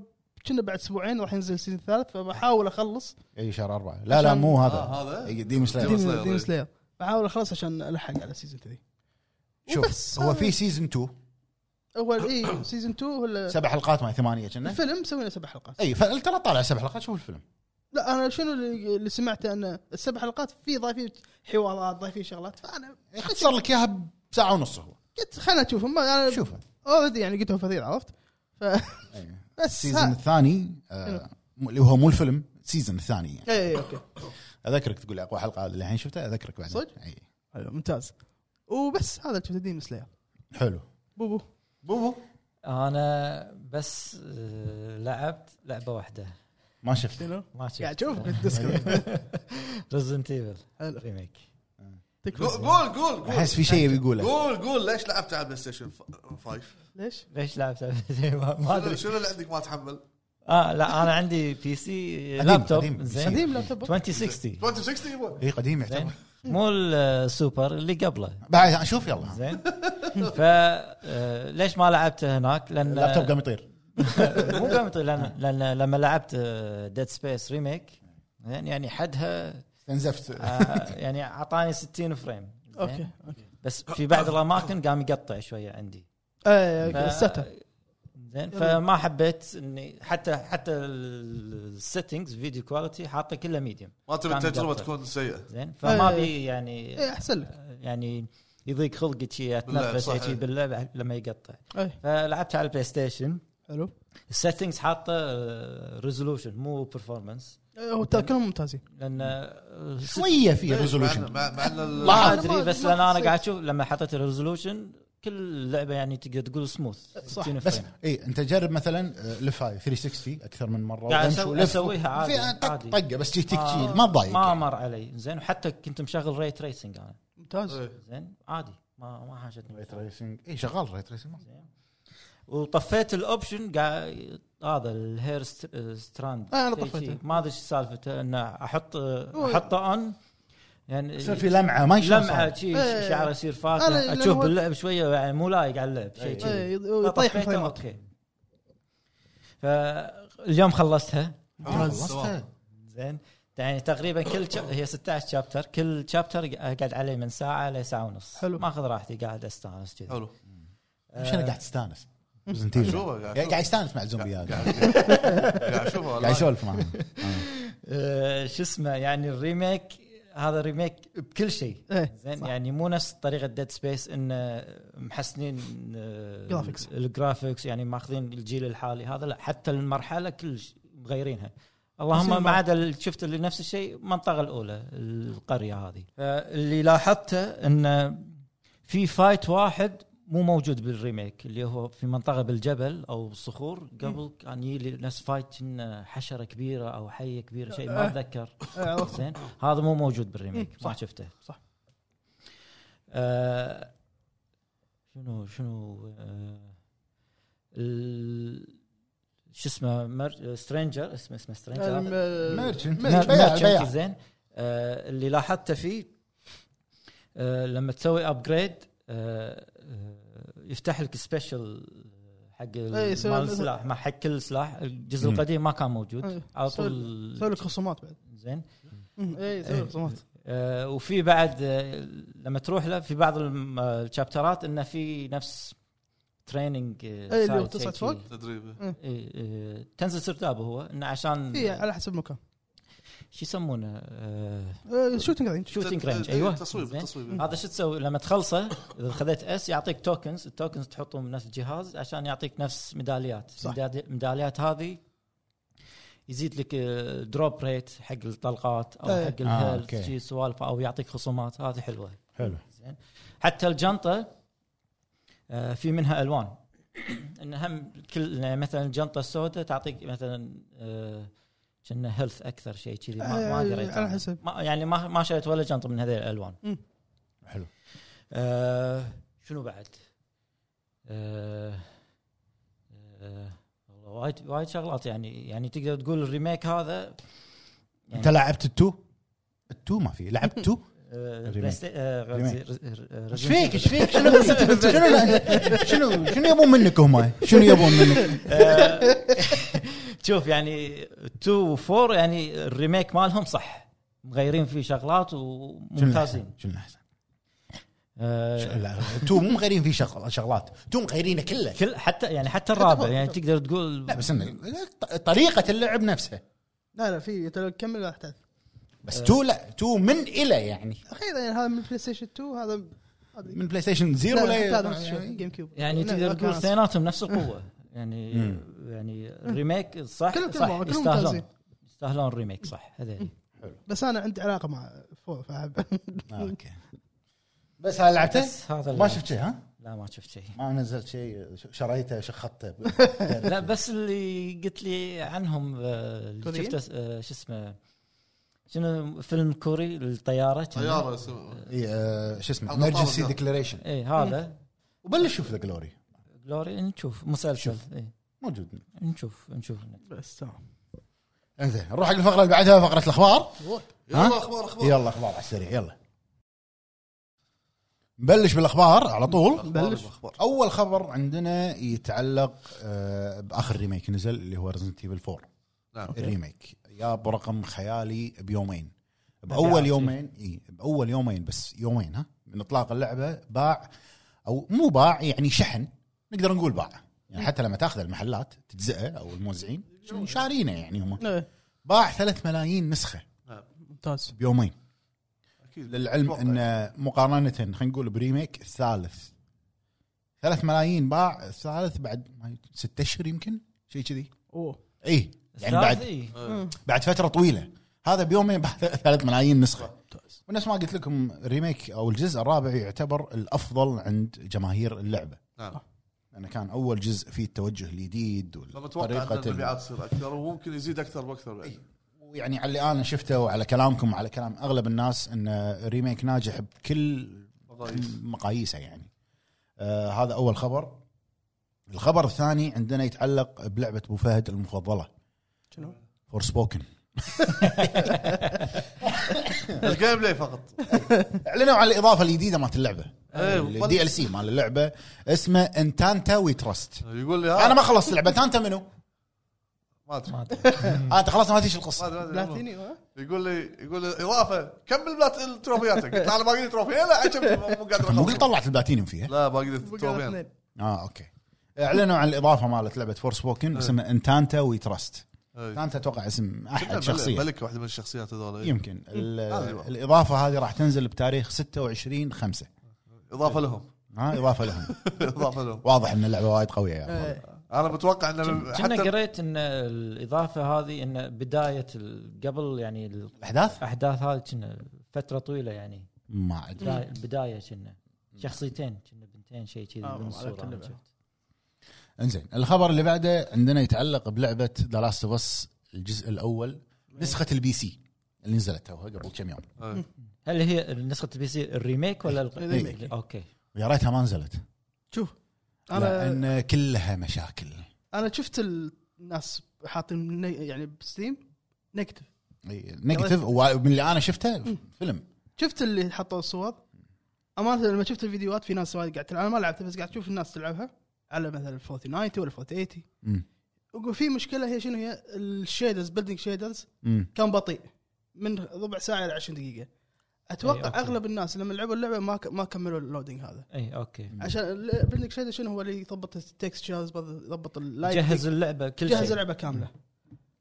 C: كنا بعد اسبوعين راح ينزل السيزون الثالث فبحاول اخلص
A: اي إيه، شهر أربعة لا لا مو
B: آه،
A: هذا
B: هذا
C: إيه،
A: ديم سلاير
B: ديمون سلاير.
C: ديم سلاير بحاول اخلص عشان الحق على سيزون 3 وبس
A: شوف هو
C: هذا.
A: في سيزون 2
C: هو اي سيزون 2 هو ال-
A: سبع حلقات ما ثمانيه كنا
C: الفيلم سوينا سبع حلقات
A: اي فانت لا طالع سبع حلقات شوف الفيلم
C: لا انا شنو اللي اللي سمعته ان السبع حلقات في ضايفين حوارات ضايفين شغلات فانا
A: يختصر لك اياها بساعه ونص هو
C: قلت خلنا نشوفهم ما- انا شوف
A: شوفه
C: اوريدي يعني قلتهم فثير عرفت ف
A: إيه.
C: بس
A: السيزون
C: ها.
A: الثاني آه، م- اللي هو مو الفيلم السيزون الثاني يعني.
C: اي اي اوكي
A: اذكرك تقول لي اقوى حلقه اللي الحين شفتها اذكرك بعدين
C: صدق؟
A: اي
C: حلو ممتاز وبس هذا اللي ديم سلاير
A: حلو
C: بوبو
A: بوبو
D: انا بس آه، لعبت لعبه واحده
A: ما شفت
C: شنو؟
D: ما شفت
C: قاعد اشوف بالديسكورد
D: ريزنت ايفل
C: حلو
D: ريميك
C: تكفى
B: قول قول قول قول
A: احس في شيء يبي يقوله
B: قول قول ليش لعبت على البلاي ستيشن 5
C: ليش؟
D: ليش لعبت ما
B: شنو-
D: ادري
B: شنو اللي عندك ما تحمل
D: اه لا انا عندي بي سي
A: قديم،
D: لابتوب
A: قديم.
D: زين
C: قديم لابتوب
D: 2060
B: 2060 يبا
A: اي قديم يعتبر
D: زين مو السوبر اللي قبله
A: بعد اشوف يلا
D: زين ف آه، ليش ما لعبته هناك؟ لان
A: اللابتوب قام يطير
D: مو قام يطير، لان لان لما لعبت آه، ديد سبيس ريميك زين يعني حدها
A: استنزفت
D: آه، يعني اعطاني 60 فريم زين؟
C: اوكي اوكي
D: بس في بعض الاماكن قام يقطع شويه عندي ف-
C: ايه السيت اب
D: زين فما حبيت اني حتى حتى السيتنجز فيديو كواليتي حاطه كلها ميديوم
B: ما تبي
D: كان
B: التجربه
D: مقطع.
B: تكون سيئه
D: زين فما
C: أي-
D: بي يعني
C: ايه احسن لك
D: يعني يضيق خلقي شي
B: باللعب،
D: اتنفس
B: صح.
D: شي باللعب لما يقطع
C: ايه
D: فلعبت على البلاي ستيشن
C: حلو
D: السيتنجز حاطه ريزولوشن مو برفورمانس
C: إيه، هو تا- كلهم ممتازين
D: لان آه، الست-
A: شويه في
B: إيه، مع-
A: ريزولوشن
B: مع مع ان ال-
D: ما
C: أنا ما-
D: ادري بس
C: ما
D: لان انا
C: حسيت.
D: قاعد اشوف لما حطيت الريزولوشن كل لعبه يعني تقدر تقول سموث
C: صح،
D: 60
A: بس
D: فريم.
A: اي انت جرب مثلا آه، لف هاي 360 اكثر من مره
D: قاعد
A: وامشي
D: أسوي-
A: ولف.
D: أسويها عادي،
A: في- آه، طق-
D: عادي.
A: طقه بس تجي تك
D: آه،
A: تشيل ما تضايق
D: ما مر علي زين وحتى كنت مشغل ري تريسنج انا
C: ممتاز
B: إيه.
D: زين عادي ما ما حاجتني
A: ريت ريسنج اي شغال ريت ريسنج
D: وطفيت الاوبشن قاعد هذا الهير ست- ستراند
C: آه، أنا
D: شي-
C: طفيته.
D: شي. ما ادري ايش سالفته انه احط احطه اون يعني
A: يصير في لمعه ما يشوف
D: لمعه شي
C: إيه.
D: شعره يصير
C: أنا-
D: فاتح
C: لأن
D: اشوف
C: هو-
D: باللعب شويه يعني مو لايق على اللعب شيء
A: إيه.
D: كذي.
C: ايه يطيح
D: فطفيته،
C: الفريمات
D: اوكي فاليوم خلصتها
A: خلصتها
D: زين يعني تقريبا كل شا... هي 16 شابتر كل شابتر قاعد عليه من ساعه لساعه ونص
C: حلو.
D: ماخذ راحتي قاعد استانس كذي
B: حلو
A: مش
D: آه.
A: انا قاعد تستانس
B: شوفه،
A: برزنتيشن
B: قاعد
A: قاعد
B: شوفه.
A: يستانس مع الزومبيات قاعد
B: قاعد اشوفه والله.
A: يسولف معهم
D: آه، شو اسمه يعني الريميك هذا ريميك بكل شيء
C: ايه
D: زين
C: صح.
D: يعني مو نفس طريقه ديد سبيس انه آه، محسنين
C: Graphics.
D: الجرافكس الجرافكس يعني ماخذين الجيل الحالي هذا لا حتى المرحله كل ش- مغيرينها
C: بس
D: اللهم ما
C: المر-
D: عدا ال- شفت اللي نفس الشيء المنطقه الاولى القريه هذه آه، اللي لاحظته انه في فايت واحد مو موجود بالريميك اللي هو في منطقه بالجبل او صخور قبل كان يجي لي نفس فايت إنه حشره كبيره او حيه كبيره شيء ما
C: أه.
D: اتذكر
C: إيه، عرفت.
D: زين هذا مو موجود بالريميك
C: مم،
D: ما
C: إيه، صح.
D: شفته
C: صح.
D: آه شنو شنو آه ال- شو اسمه سترينجر اسمه اسمه
C: إيه،
D: سترينجر
A: ميرشنت بياع
D: ميرشنت
A: بياع
D: زين آه، اللي لاحظته فيه آه، لما تسوي ابجريد يفتح لك سبيشل حق ال-
C: إيه، يسوي
D: مال
C: مثل-
D: السلاح مع حق كل سلاح الجزء
A: مم.
D: القديم ما كان موجود
C: إيه،
D: على
C: يسوي- سوي
D: طول
C: لك خصومات بعد
D: زين
C: اي سوي لك خصومات
D: آه، وفي بعد آه، لما تروح له في بعض الم- آه، الشابترات انه في نفس آه، تريننج
C: إيه، اللي هو تصعد فوق.
B: تدريب
D: إيه، تنزل سرداب هو انه عشان
C: اي على حسب المكان إيه،
D: شو يسمونه آه،
C: شوتنج رينج
D: شوتنج رينج
B: تد-
D: ايوه
B: تصويب
D: زين.
B: تصويب
D: هذا شو تسوي لما تخلصه اذا خذيت اس يعطيك توكنز التوكنز تحطهم بنفس الجهاز عشان يعطيك نفس ميداليات
C: صح.
D: الميدالي- الميداليات هذه يزيد لك دروب ريت حق الطلقات او
C: إيه.
D: حق
A: آه،
D: الهيلث
A: أوكي.
D: شي سوالف او يعطيك خصومات هذه حلوه
A: حلو
D: زين حتى الجنطه آه، في منها الوان ان هم كل يعني مثلا الجنطه السوداء تعطيك مثلا آه، كنا هيلث اكثر شيء كذي ما, ما
C: آه،
D: قريت
C: على
D: عنها.
C: حسب.
D: ما يعني ما ما شريت ولا جنطه من هذه الالوان
A: حلو
D: آه شنو بعد؟ آه آه والله وايد وايد شغلات يعني يعني تقدر تقول الريميك هذا يعني
A: انت لعبت التو؟ التو ما في لعبت تو؟
D: آه،
A: الريميك.
D: بلايست- آه،
A: الريميك.
D: رز- رز-
A: ايش فيك ايش فيك شنو شنو شنو شنو يبون منك هم؟ شنو يبون منك؟
D: آه، شوف يعني 2 و4 يعني الريميك مالهم صح مغيرين فيه شغلات وممتازين
A: شنو احسن؟
D: آه،
A: تو مو مغيرين فيه شغل شغلات تو مغيرينه كله
D: كل حتى يعني حتى الرابع يعني تقدر تقول
A: لا بس إنه طريقه اللعب نفسها
C: لا لا في انت لو تكمل راح تعرف
A: بس تو لا تو من الى يعني
C: اخيرا يعني هذا من بلاي ستيشن 2 هذا
A: من بلاي ستيشن زيرو
C: لا هذا
A: لا
C: نفس الشيء، جيم كيوب
D: يعني
C: لا،
D: تقدر
C: لا،
D: تقول
C: كان-
D: اثنيناتهم نفس القوه يعني
A: مم.
D: يعني الريميك صح
C: كلهم- كلهم-
D: صح
C: كلهم
D: يستاهلون
C: ممتازين.
D: يستاهلون الريميك صح هذا
C: بس انا عندي علاقه مع فور فاحب
A: اوكي آه، بس هاي لعبته؟
D: بس هذا
A: ما
D: اللي-
A: شفت شيء ها؟
D: لا ما شفت شيء
A: ما نزلت شيء شريته شخطته
D: لا بس اللي قلت لي عنهم آه، اللي
C: كوريين؟
D: شفته آه، شو اسمه شنو فيلم كوري الطياره
B: طياره اسمها-
A: إي، آه، شو اسمه
B: على القطار
A: امرجنسي
B: الجو.
A: ديكلاريشن
D: اي إيه، هذا
A: وبلش شوف ذا جلوري
D: جلوري نشوف مسلسل
A: شوف.
D: اي
A: موجود
D: إيه. نشوف نشوف
C: بس تمام
A: انزين نروح حق الفقره اللي بعدها فقره الاخبار ها؟
B: يلا اخبار اخبار
A: يلا اخبار على السريع يلا نبلش بالاخبار على طول
B: أخبار
C: بلش.
B: اخبار
A: اول خبر عندنا يتعلق آه، باخر ريميك نزل اللي هو ريزنت ايفل 4
B: نعم
A: الريميك جاب رقم خيالي بيومين باول يومين اي باول يومين بس يومين ها من اطلاق اللعبه باع او مو باع يعني شحن نقدر نقول باع يعني حتى لما تاخذ المحلات تجزئه او الموزعين شارينه يعني هم
C: إيه،
A: باع 3 ملايين نسخه
C: ممتاز
A: بيومين
B: اكيد
A: للعلم
B: أتوقع. يعني.
A: ان مقارنه خلينا نقول بريميك الثالث 3 ملايين باع الثالث بعد ما يمكن ست اشهر يمكن شيء كذي
C: اوه
A: اي يعني بعد
D: إيه.
B: آه.
A: بعد فتره طويله هذا بيومين بعد 3 ملايين نسخه
C: ممتاز
A: ونفس ما قلت لكم ريميك او الجزء الرابع يعتبر الافضل عند جماهير اللعبه
B: نعم
A: لانه كان اول جزء فيه التوجه الجديد
B: فمتوقع ان
A: والطريقه ال-
B: المبيعات تصير اكثر وممكن يزيد اكثر واكثر بعد
A: ويعني يعني على اللي انا شفته وعلى كلامكم وعلى كلام اغلب الناس ان ريميك ناجح بكل
B: مقاييس.
A: مقاييسه يعني آه هذا اول خبر الخبر الثاني عندنا يتعلق بلعبه ابو فهد المفضله
C: شنو؟
A: فور سبوكن
B: الجيم بلاي فقط
A: اعلنوا عن الاضافه الجديده مالت اللعبه
B: إيه،
A: الدي ال سي مال اللعبه اسمه انتانتا وي تراست
B: يقول لي
A: انا
B: ها
A: ما خلصت اللعبه انتانتا منو؟
B: ما ادري
D: ما أدري.
A: آه، انت خلصت ما تدري شو
B: ما
A: القصه
B: أدري- ما أدري.
C: بلاتيني ها؟
B: يقول لي يقول لي اضافه كمل بلات تروفياتك قلت له انا باقي لي تروفي لا عجب مو قادر
A: مو قلت
B: أخلص.
A: طلعت البلاتينيوم فيها
B: لا باقي لي
C: بقى
B: تروفيات
C: اثنين.
A: اه اوكي اعلنوا عن الاضافه مالت لعبه فور سبوكن اسمها انتانتا وي تراست
B: إيه.
A: انتانتا اتوقع اسم
B: شكلها
A: احد شخصيه
B: ملك واحده من الشخصيات هذول إيه.
A: يمكن ال-
B: هذه
A: الاضافه هذه راح تنزل بتاريخ 26 5
B: اضافه لهم
A: ها اضافه لهم
B: اضافه لهم
A: واضح ان اللعبه وايد قويه يعني
C: إيه.
B: انا متوقع ان
D: كنا كنا
B: حتى
D: قريت ان الاضافه هذه ان بدايه ال- قبل يعني ال-
A: الاحداث
D: الاحداث هذه كنا فتره طويله يعني
A: ما ادري
D: بدا- البدايه كنا شخصيتين كنا بنتين شيء كذي
C: آه،
D: من
C: على
D: الصوره
C: كل
D: أنا
C: بعد.
D: شفت.
A: انزين الخبر اللي بعده عندنا يتعلق بلعبه ذا لاست اوف اس الجزء الاول نسخه البي سي اللي نزلت توها قبل كم يوم
B: إيه.
D: هل هي نسخه البي سي الريميك ولا الق-
C: الريميك.
D: اوكي
A: ويا ريتها ما نزلت
C: شوف انا
A: لان كلها مشاكل
C: انا شت الناس حاطين ني- يعني بستيم نيجاتيف
A: نيجاتيف ومن اللي انا شفته فيلم
C: شفت اللي حطوا الصور امانه لما شفت الفيديوهات في ناس وايد قاعد تلعب انا ما لعبتها بس قاعد اشوف الناس تلعبها على مثلا فوت 90 ولا فوت 80
A: مم.
C: وفي مشكله هي شنو هي الشيدرز بيلدينج شيدرز
A: مم.
C: كان بطيء من ربع ساعه الى 20 دقيقه
D: أي،
C: اتوقع
D: أوكي.
C: اغلب الناس لما لعبوا اللعبه ما ك- ما كملوا اللودينج هذا
D: اي اوكي
C: عشان البيلدينج شيدر شنو هو اللي يضبط التكستشرز يضبط اللايت
D: جهز اللعبه كل شيء
C: جهز اللعبه كامله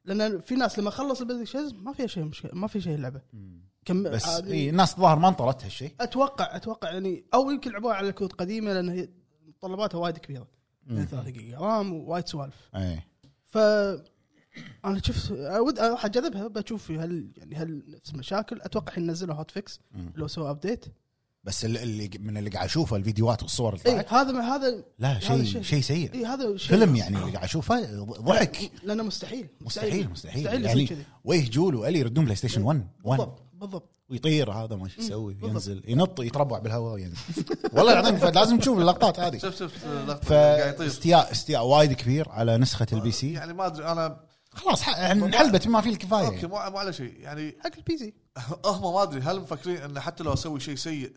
C: لان في ناس لما خلص البيلدينج شيدرز ما فيها شيء مشكله ما في شيء اللعبه كم
A: بس إيه.
C: عادي.
A: اي الناس الظاهر ما انطرت هالشيء
C: اتوقع اتوقع يعني او يمكن لعبوها على كروت قديمه لان هي متطلباتها وايد كبيره
A: مم.
C: 3 جيجا رام ووايد سوالف
A: اي
C: ف انا شفت اود اروح اجربها بشوف هل يعني هل نفس المشاكل اتوقع الحين نزلوا هوت فيكس
A: مم.
C: لو سووا ابديت
A: بس ال- اللي من اللي قاعد اشوفه الفيديوهات والصور اللي
C: اي
A: طلعت
C: إيه، هذا ما هذا
A: لا شيء
C: شيء.
A: شيء سيء
C: اي هذا شيء
A: فيلم يعني اللي قاعد اشوفه ضحك
C: لانه مستحيل
A: مستحيل مستحيل,
C: مستحيل يصير
A: يعني
C: كذي.
A: ويه جول والي يردون بلاي ستيشن 1 1
C: بالضبط بالضبط
A: ويطير هذا ما شو يسوي
C: بالضبط.
A: ينزل ينط يتربع بالهواء وينزل والله العظيم فهد، لازم تشوف اللقطات هذه
B: شفت شفت لقطه قاعد يطير
A: فاستياء استياء وايد كبير على نسخه البي سي
B: يعني ما ادري انا
A: خلاص ح- يعني انحلبت بما فيه الكفايه
B: اوكي
A: يعني.
B: مو مو على شيء يعني
C: حق البي سي
B: هم ما ادري هل مفكرين انه حتى لو اسوي شيء سيء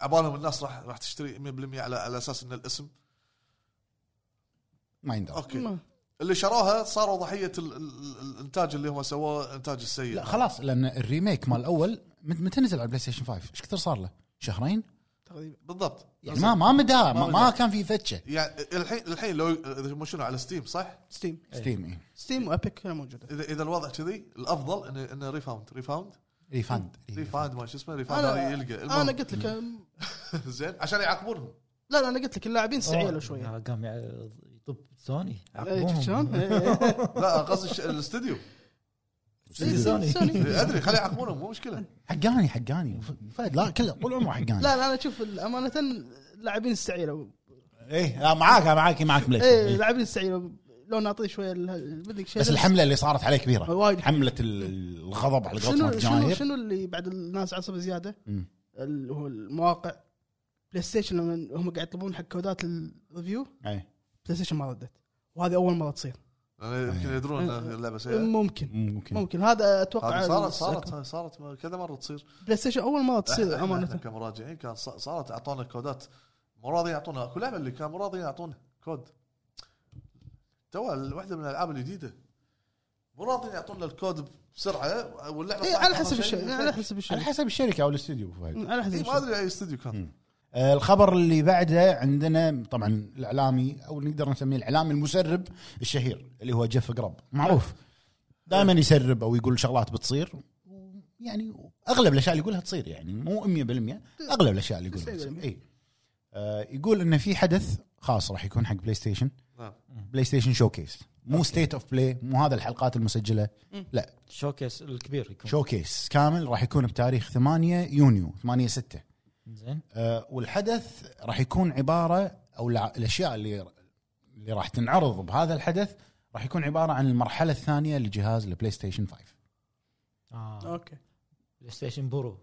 B: عبالهم الناس راح راح تشتري 100% على على اساس ان الاسم
A: ما يندرى
B: اوكي
C: ما-
B: اللي شروها صاروا ضحيه ال- ال- ال- الانتاج اللي هم سووه انتاج السيء
A: لا خلاص لان الريميك مال الاول مت- متى نزل على البلاي ستيشن 5 ايش كثر صار له شهرين
C: تقريبا
B: بالضبط
A: يعني ما ما مدى ما, ما
B: مدى.
A: كان في فتشه
B: يعني الحين الحين لو إذا يمشونه على ستيم صح؟
C: ستيم
B: إيه.
A: ستيم اي
C: ستيم وابيك كلها موجوده
B: اذا اذا الوضع كذي الافضل انه انه ريفاوند ريفاوند
A: إيه، ريفاند
B: ريفاوند ما شو اسمه ريفاوند
C: انا
B: هذا يلقى
C: انا
B: المهم
C: قلت لك أم،
B: زين عشان يعاقبونهم
C: لا لا انا قلت لك اللاعبين
D: أوه.
C: استعيلوا شويه
D: آه، قام يع- يطب سوني
C: إيه،
D: عقبوهم.
C: شفت شلون؟ إيه.
B: لا قصدي الش- الاستديو
D: سوني.
C: سوني.
B: ادري خليه يعاقبونهم مو مشكله
A: حقاني حقاني فهد لا كله طول عمره حقاني
C: لا لا انا اشوف امانه اللاعبين استعيلوا
A: ايه لا معاك معاك معاك بلاي
C: ايه
A: ستيشن.
B: إيه،
C: اللاعبين استعيلوا لو نعطيه شويه بدك شيء
A: بس الحمله اللي صارت عليه كبيره
C: وايد
A: حمله ال- الغضب على قولتهم
C: شنو شنو
A: الجماهير
C: شنو اللي بعد الناس عصب زياده؟
A: مم.
C: اللي هو المواقع بلاي ستيشن لما هم قاعد يطلبون حق كودات الريفيو
A: أي.
C: بلاي ستيشن ما ردت وهذه اول مره تصير
B: يعني يمكن يدرون إن اللعبه سيئه
C: ممكن
A: ممكن
C: ممكن هذا اتوقع
B: إيه. هذه صارت
C: ال-
B: صارت هاي صارت كذا مره تصير
C: بلاي ستيشن اول مره
B: إحنا-
C: تصير
B: إحنا- إحنا
C: امانه
B: كمراجعين كان ص- صارت اعطونا كودات مو راضيين يعطونا كل لعبه اللي كان مو راضيين يعطونا كود تو واحده من الالعاب الجديده مو راضيين يعطونا الكود بسرعه واللعبه
C: إيه،
B: صارت
C: على
B: آخر
C: حسب
B: شيء
C: الشيء على حسب
A: على
C: الشيء
A: حسب الشركه او الاستوديو فهد.
C: على حسب
B: إيه، ما
C: الشيء
B: ادري اي استوديو كان
A: آه، الخبر اللي بعده عندنا طبعا الاعلامي او نقدر نسميه الاعلامي المسرب الشهير اللي هو جيف قرب معروف
C: نعم.
A: دائما يسرب او يقول شغلات بتصير يعني اغلب الاشياء اللي يقولها تصير يعني مو 100% اغلب الاشياء اللي يقولها تصير اي آه، يقول ان في حدث خاص راح يكون حق بلاي ستيشن
B: نعم.
A: بلاي ستيشن شوكيس مو ستيت اوف بلاي مو هذا الحلقات المسجله
D: شوكيس الكبير يكون
A: شوكيس كامل راح يكون بتاريخ 8 يونيو 8 6
D: زين
A: آه، والحدث راح يكون عباره او الع- الاشياء اللي اللي راح تنعرض بهذا الحدث راح يكون عباره عن المرحله الثانيه لجهاز البلاي ستيشن 5
D: اه
C: اوكي
D: بلاي ستيشن برو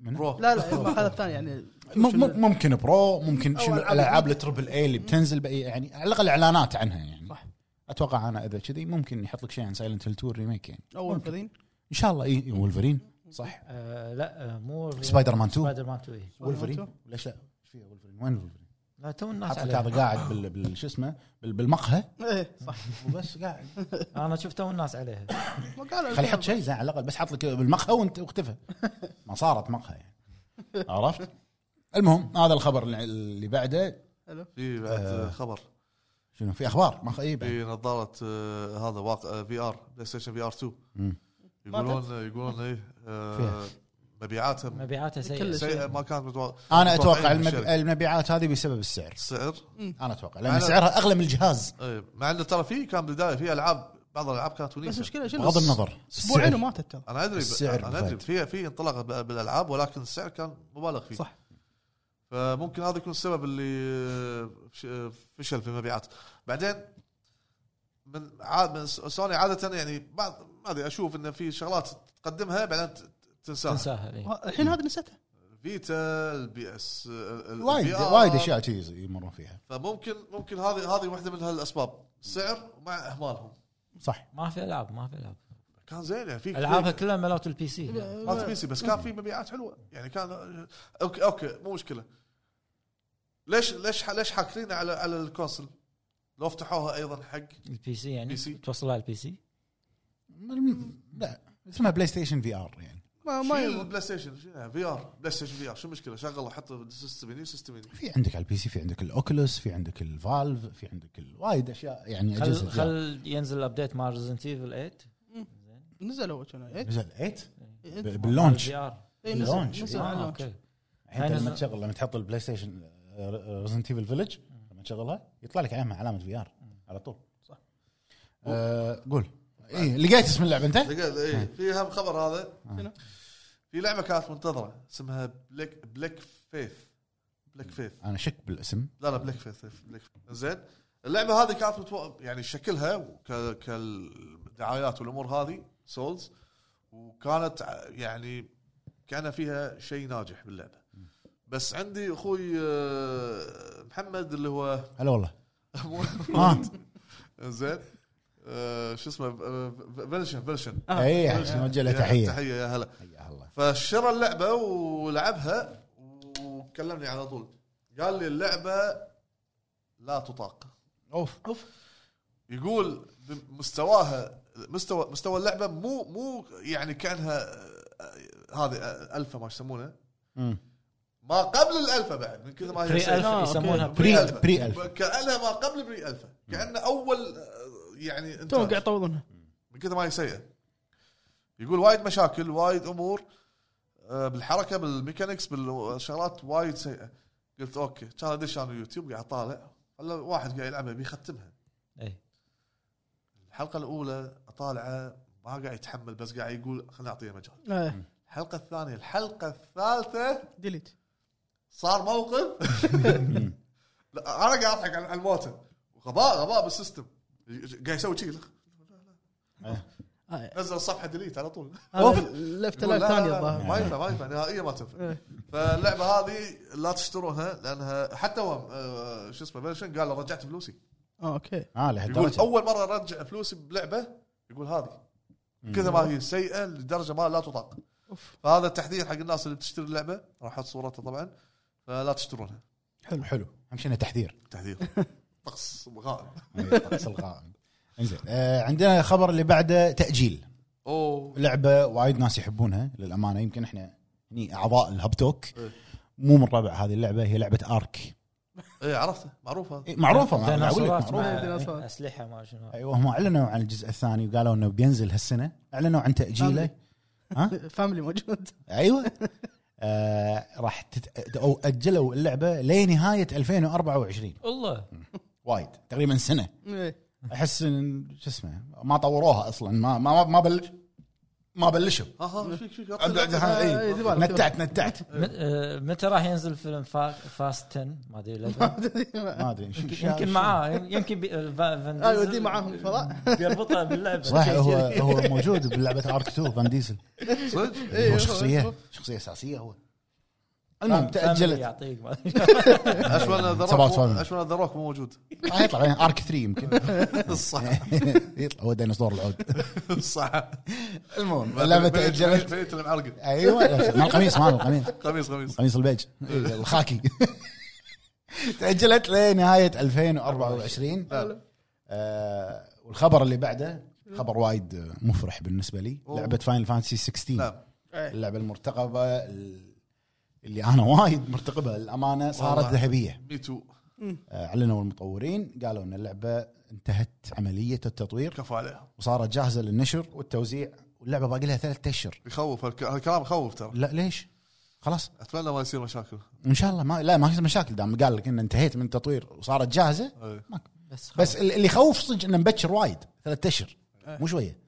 A: من-
B: برو
C: لا لا المرحله الثانيه يعني
A: مم- مم- ممكن برو ممكن
C: أو
A: شنو
C: ألعاب
A: الالعاب التربل اي اللي بتنزل بأي يعني على الاقل اعلانات عنها يعني
C: صح.
A: اتوقع انا اذا كذي ممكن يحط لك شيء عن سايلنت هيل 2 ريميك يعني
C: اول
A: ممكن.
C: فرين
A: ان شاء الله اي وولفرين صح
D: آه لا آه، مو
A: سبايدر مان 2
D: سبايدر مان 2 إيه.
A: وولفرين ليش لا ايش فيها وولفرين وين وولفرين
D: لا تو الناس
A: حاطك
D: عليها
A: هذا قاعد بال- بال شو اسمه بال- بالمقهى
C: ايه صح
A: وبس قاعد
D: انا شفت تو الناس عليها
C: ما قالوا
A: خلي يحط شيء زين على الاقل بس حط لك بالمقهى وانت واختفى ما صارت مقهى يعني عرفت؟ المهم هذا الخبر اللي- اللي بعده
B: في بعد آه، خبر
A: شنو في اخبار ما خ-
B: في نظاره آه، هذا واقع في ار بلاي ستيشن في ار 2
A: مم.
B: يقولون يقولون ايه آه، مبيعاتها
D: مبيعاتها
C: كل
D: سيئه
C: شيء.
B: سيئه ما كانت متوقعه
A: انا اتوقع المب... المبيعات هذه بسبب السعر
B: السعر
A: انا اتوقع لان
B: أنا-
A: سعرها اغلى من الجهاز
B: إيه، مع انه ترى في كان بدايه في العاب بعض الالعاب كانت
C: بس
B: ونيسه
C: مشكله شنو
A: بغض النظر
C: اسبوعين
A: السعر.
C: وماتت ترى
B: انا ادري
A: السعر
B: السعر انا ادري
A: بالفائدة.
B: في في انطلاقه ب- بالالعاب ولكن السعر كان مبالغ فيه
C: صح.
B: فممكن هذا يكون السبب اللي آه، ش- آه، فشل في المبيعات بعدين من عاد من س- سوني عاده يعني بعض ما ادري اشوف انه في شغلات تقدمها بعدين ت- تنساها
D: تنساها إيه.
C: الحين هذا نسيته
B: فيتا البي اس ال- ال-
A: وايد
B: البي آر.
A: وايد اشياء كذي يمرون فيها
B: فممكن ممكن هذه هذه واحده من هالاسباب السعر مع اهمالهم
A: صح
D: ما في العاب ما في العاب
B: كان زين يعني في
D: العابها كلها ملوت البي سي
B: مالت بيسي
C: Mm-hmm.
B: بس كان في مبيعات حلوه يعني كان اوكي اوكي مو مشكله ليش ليش ليش حاكرين على على الكونسل لو فتحوها ايضا حق
D: البي سي يعني
B: بي سي.
D: توصل على البي سي
A: الم- لا اسمها بلاي ستيشن في ار يعني
C: ما ما
B: شيل
C: يبغى
B: البلاي ستيشن يعني؟ في ار بلاي ستيشن في ار شو المشكله شغله حطه سيستم هني سيستم هني
A: في عندك على البي سي في عندك الاوكلس في عندك الفالف في عندك ال- وايد اشياء يعني
D: خل
A: اجهزه خل...
D: خل ينزل الابديت مال ريزنت ايفل 8
C: نزل اول كان إيه،
A: نزل 8
C: إيه،
A: ب-
D: مال
A: باللونش
D: الفي ار
C: إيه، نزل
A: اللونش.
C: نزل على
D: آه،
C: اللونش.
D: اوكي
A: الحين أنت لما
D: نزل-
A: تشغل لما تحط البلاي ستيشن آه، ريزنت ايفل فيلج لما تشغلها يطلع لك علامه علامه في ار على طول
C: صح.
A: آه، قول اي لقيت اسم اللعبه انت؟
B: لقيت
C: آه.
B: اي إيه، في هم خبر هذا
C: شنو؟
B: في لعبه كانت منتظره اسمها بليك بليك فيث بليك فيث
A: انا شك بالاسم
B: لا لا بليك فيث بليك فيث. زين اللعبه هذه كانت متو... يعني شكلها ك... كالدعايات والامور هذه سولز وكانت ع- يعني كان فيها شيء ناجح باللعبه بس عندي اخوي آه، محمد اللي هو
A: هلا والله
B: مو-
A: مات
B: زين آه، شو اسمه آه، فيلشن فيلشن
C: آه.
A: اي عشان نوجه له تحيه
B: تحيه يا هلا
A: حيا الله
B: فشرى اللعبه ولعبها وكلمني على طول قال لي اللعبه لا تطاق
A: اوف
B: يقول مستواها مستوى مستوى اللعبه مو مو يعني كانها آه، هذه آه، الفا ما يسمونها
A: مم.
B: ما قبل الالفا بعد من كثر ما هي
D: بري
B: سيئة.
D: الفا
C: آه، أوكي.
D: يسمونها
A: بري بري الف
B: كانها ما قبل بري الفا كانها اول آه، يعني
C: تو قاعد
B: انتاج.
C: يطولونها
B: من كثر ما هي سيئه يقول وايد مشاكل وايد امور آه، بالحركه بالميكانكس بالشغلات وايد سيئه قلت اوكي كان ادش انا يوتيوب قاعد طالع هلا واحد قاعد يلعبها بيختمها
D: اي
B: الحلقه الاولى اطالعه ما قاعد يتحمل بس قاعد يقول خلينا اعطيه مجال
C: إيه،
B: الحلقه الثانيه الحلقه الثالثه
C: ديليت
B: صار موقف لا انا قاعد اضحك على على الموتى غباء غباء بالسيستم قاعد يسوي شيء
E: آه.
B: نزل الصفحه ديليت على طول
E: هذا لفت
B: لا،
E: لايف
B: لا،
E: ثانيه
B: لا،
E: الظاهر إيه.
B: ما ينفع ما ينفع نهائيا ما تنفع فاللعبه هذه لا تشتروها لانها حتى هو آه، شو اسمه فيرشن قال له رجعت فلوسي
E: آه، اوكي
A: اه
B: يقول
A: لهالدرجه
B: اول مره ارجع فلوسي بلعبه يقول هذه كذا ما هي سيئه لدرجه ما لا تطاق فهذا التحذير حق الناس اللي بتشتري اللعبه راح احط صورتها طبعا فلا تشترونها
A: حلو حلو اهم شيء إنه تحذير
B: تحذير طقس غائب
A: طقس الغائم انزين آه عندنا الخبر اللي بعده تاجيل
B: اوه
A: لعبه وايد ناس يحبونها للامانه يمكن احنا هني اعضاء الهب توك
B: إيه.
A: مو من ربع هذه اللعبه هي لعبه ارك
B: ايه عرفته معروف هذا
A: إيه، معروفه مع- أقول لك
D: ديناصورات
A: معروفه
D: مع
E: ديناصورات.
D: اسلحه ما شنو
A: ايوه هم اعلنوا عن الجزء الثاني وقالوا انه بينزل هالسنه اعلنوا عن تاجيله
E: فاملي موجود
A: ايوه آه راح تت... او اجلوا اللعبه لنهايه 2024
D: والله
A: وايد تقريبا سنه
E: إيه.
A: احس إن- شو اسمه ما طوروها اصلا ما ما ما بلش ما بلشوا
B: اها ايش فيك فيك
A: أبدأ
B: أعطينا-
A: ها، إيه.
E: إيه، زبالة،
A: نتعت نتعت
D: مت- آه، متى راح ينزل فيلم فا- فاست 10 ما ادري
C: آه،
D: 11
E: زبالة.
A: ما ادري شو- شو-
D: يمكن
A: شو- أيوة،
D: معاه يمكن بي... آه، فا- فان
E: آه،
D: ديزل
E: يوديه معاهم فضاء.
D: بيربطها باللعبه
A: صح هو هو موجود بلعبه ارك 2 فان ديزل
B: صدق
A: هو
E: هو
A: شخصيه
E: هو.
A: شخصيه اساسيه هو المهم تاجلت
D: يعطيك
B: اشمعنى
A: إيه. سبعة
B: ذروك
A: وسبعين.
B: اشمعنى ذروك مو موجود
A: راح يطلع بعدين ارك 3 يمكن إيه.
B: صح
A: يطلع هو ديناصور العود
B: صح
A: المهم اللعبه تاجلت
B: بنت المعرقه
A: ايوه مع القميص مال القميص
B: قميص قميص
A: قميص البيج إيه، الخاكي تاجلت لنهايه 2024 آه، والخبر اللي بعده خبر وايد آه، مفرح بالنسبه لي
B: أوه.
A: لعبه فاينل فانتسي 16
B: نعم
A: اللعبه المرتقبه ال- اللي انا وايد مرتقبها للامانه صارت
B: والله.
A: ذهبيه
B: مي تو
A: آه، اعلنوا المطورين قالوا ان اللعبه انتهت عمليه التطوير
B: كفو عليها
A: وصارت جاهزه للنشر والتوزيع واللعبه باقي لها ثلاثة اشهر
B: يخوف هالك- هالكلام يخوف ترى
A: لا ليش؟ خلاص
B: اتمنى ما يصير مشاكل
A: ان شاء الله ما لا ما في مشاكل دام قال لك ان انتهيت من التطوير وصارت جاهزه
B: إيه.
D: بس
A: بس ال- اللي يخوف صدق انه مبكر وايد ثلاثة اشهر مو شويه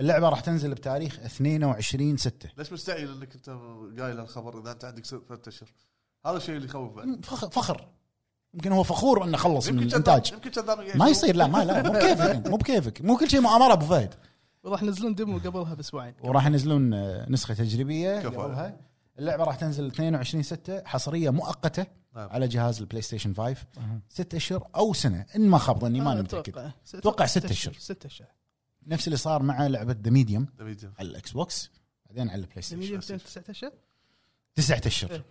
A: اللعبه راح تنزل بتاريخ 22 6
B: ليش مستعجل انك انت قايل الخبر اذا انت عندك ست- ثلاث اشهر هذا الشيء اللي يخوف بعد
A: فخر, فخر يمكن هو فخور انه خلص من
B: يمكن كذاب-
A: الانتاج
B: يمكن كذاب قاعد
A: ما
B: يشوف.
A: يصير لا ما لا مو بكيفك مو بكيفك مو كل شيء مؤامره ابو فهد
E: وراح ينزلون ديمو قبلها باسبوعين
A: وراح ينزلون آه، نسخه تجريبيه
B: كفو.
A: قبلها اللعبه راح تنزل 22 6 حصريه مؤقته
B: نعم.
A: على جهاز البلاي ستيشن 5 ست اشهر او سنه ان ما خاب ظني ماني
E: أنا
A: متاكد
E: آه، أتوقع. ست-
A: أتوقع ست أشهر.
E: ست اشهر
A: نفس اللي صار مع لعبه ذا ميديوم
B: ذا ميديوم.
A: على الاكس بوكس بعدين على البلاي
E: جميل
A: ستيشن
E: يمكن تسعة اشهر
A: تسعة اشهر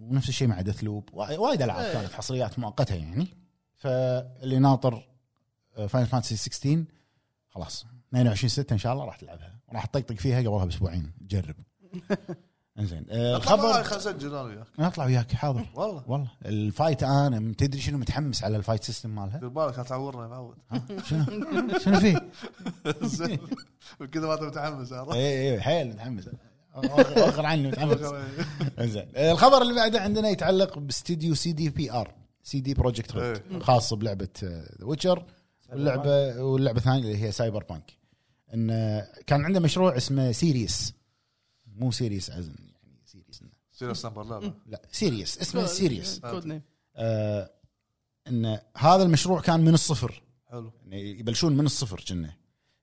A: ونفس الشيء مع ديث لوب وايد العاب كانت حصريات مؤقته يعني فاللي ناطر آه، فاينل فانتسي 16 خلاص 22 6 ان شاء الله راح تلعبها راح تطقطق فيها قبلها باسبوعين جرب انزين آه،
B: أطلع معاي،
A: الخبر
B: خل اسجل انا وياك
A: نطلع وياك حاضر
B: والله
A: والله الفايت انا تدري شنو متحمس على الفايت سيستم مالها
B: دير بالك هتعورنا معود
A: شنو شنو فيه
B: زين. كذا ما انت متحمس عرفت؟
A: اي اي إيه، حيل متحمس وخر عني متحمس زين آه، الخبر اللي بعده عندنا يتعلق باستديو سي دي بي ار سي دي بروجكت ريد
B: إيه.
A: خاصه بلعبه ذا ويتشر واللعبه واللعبه الثانيه اللي هي سايبر بانك ان آه، كان عنده مشروع اسمه سيريس مو سيريس ازن يعني سيريس
B: سيريس نمبر لا لا
A: لا سيريس اسمه سيريس
E: كود نيم
A: آه ان هذا المشروع كان من الصفر
B: حلو
A: يعني يبلشون من الصفر كنا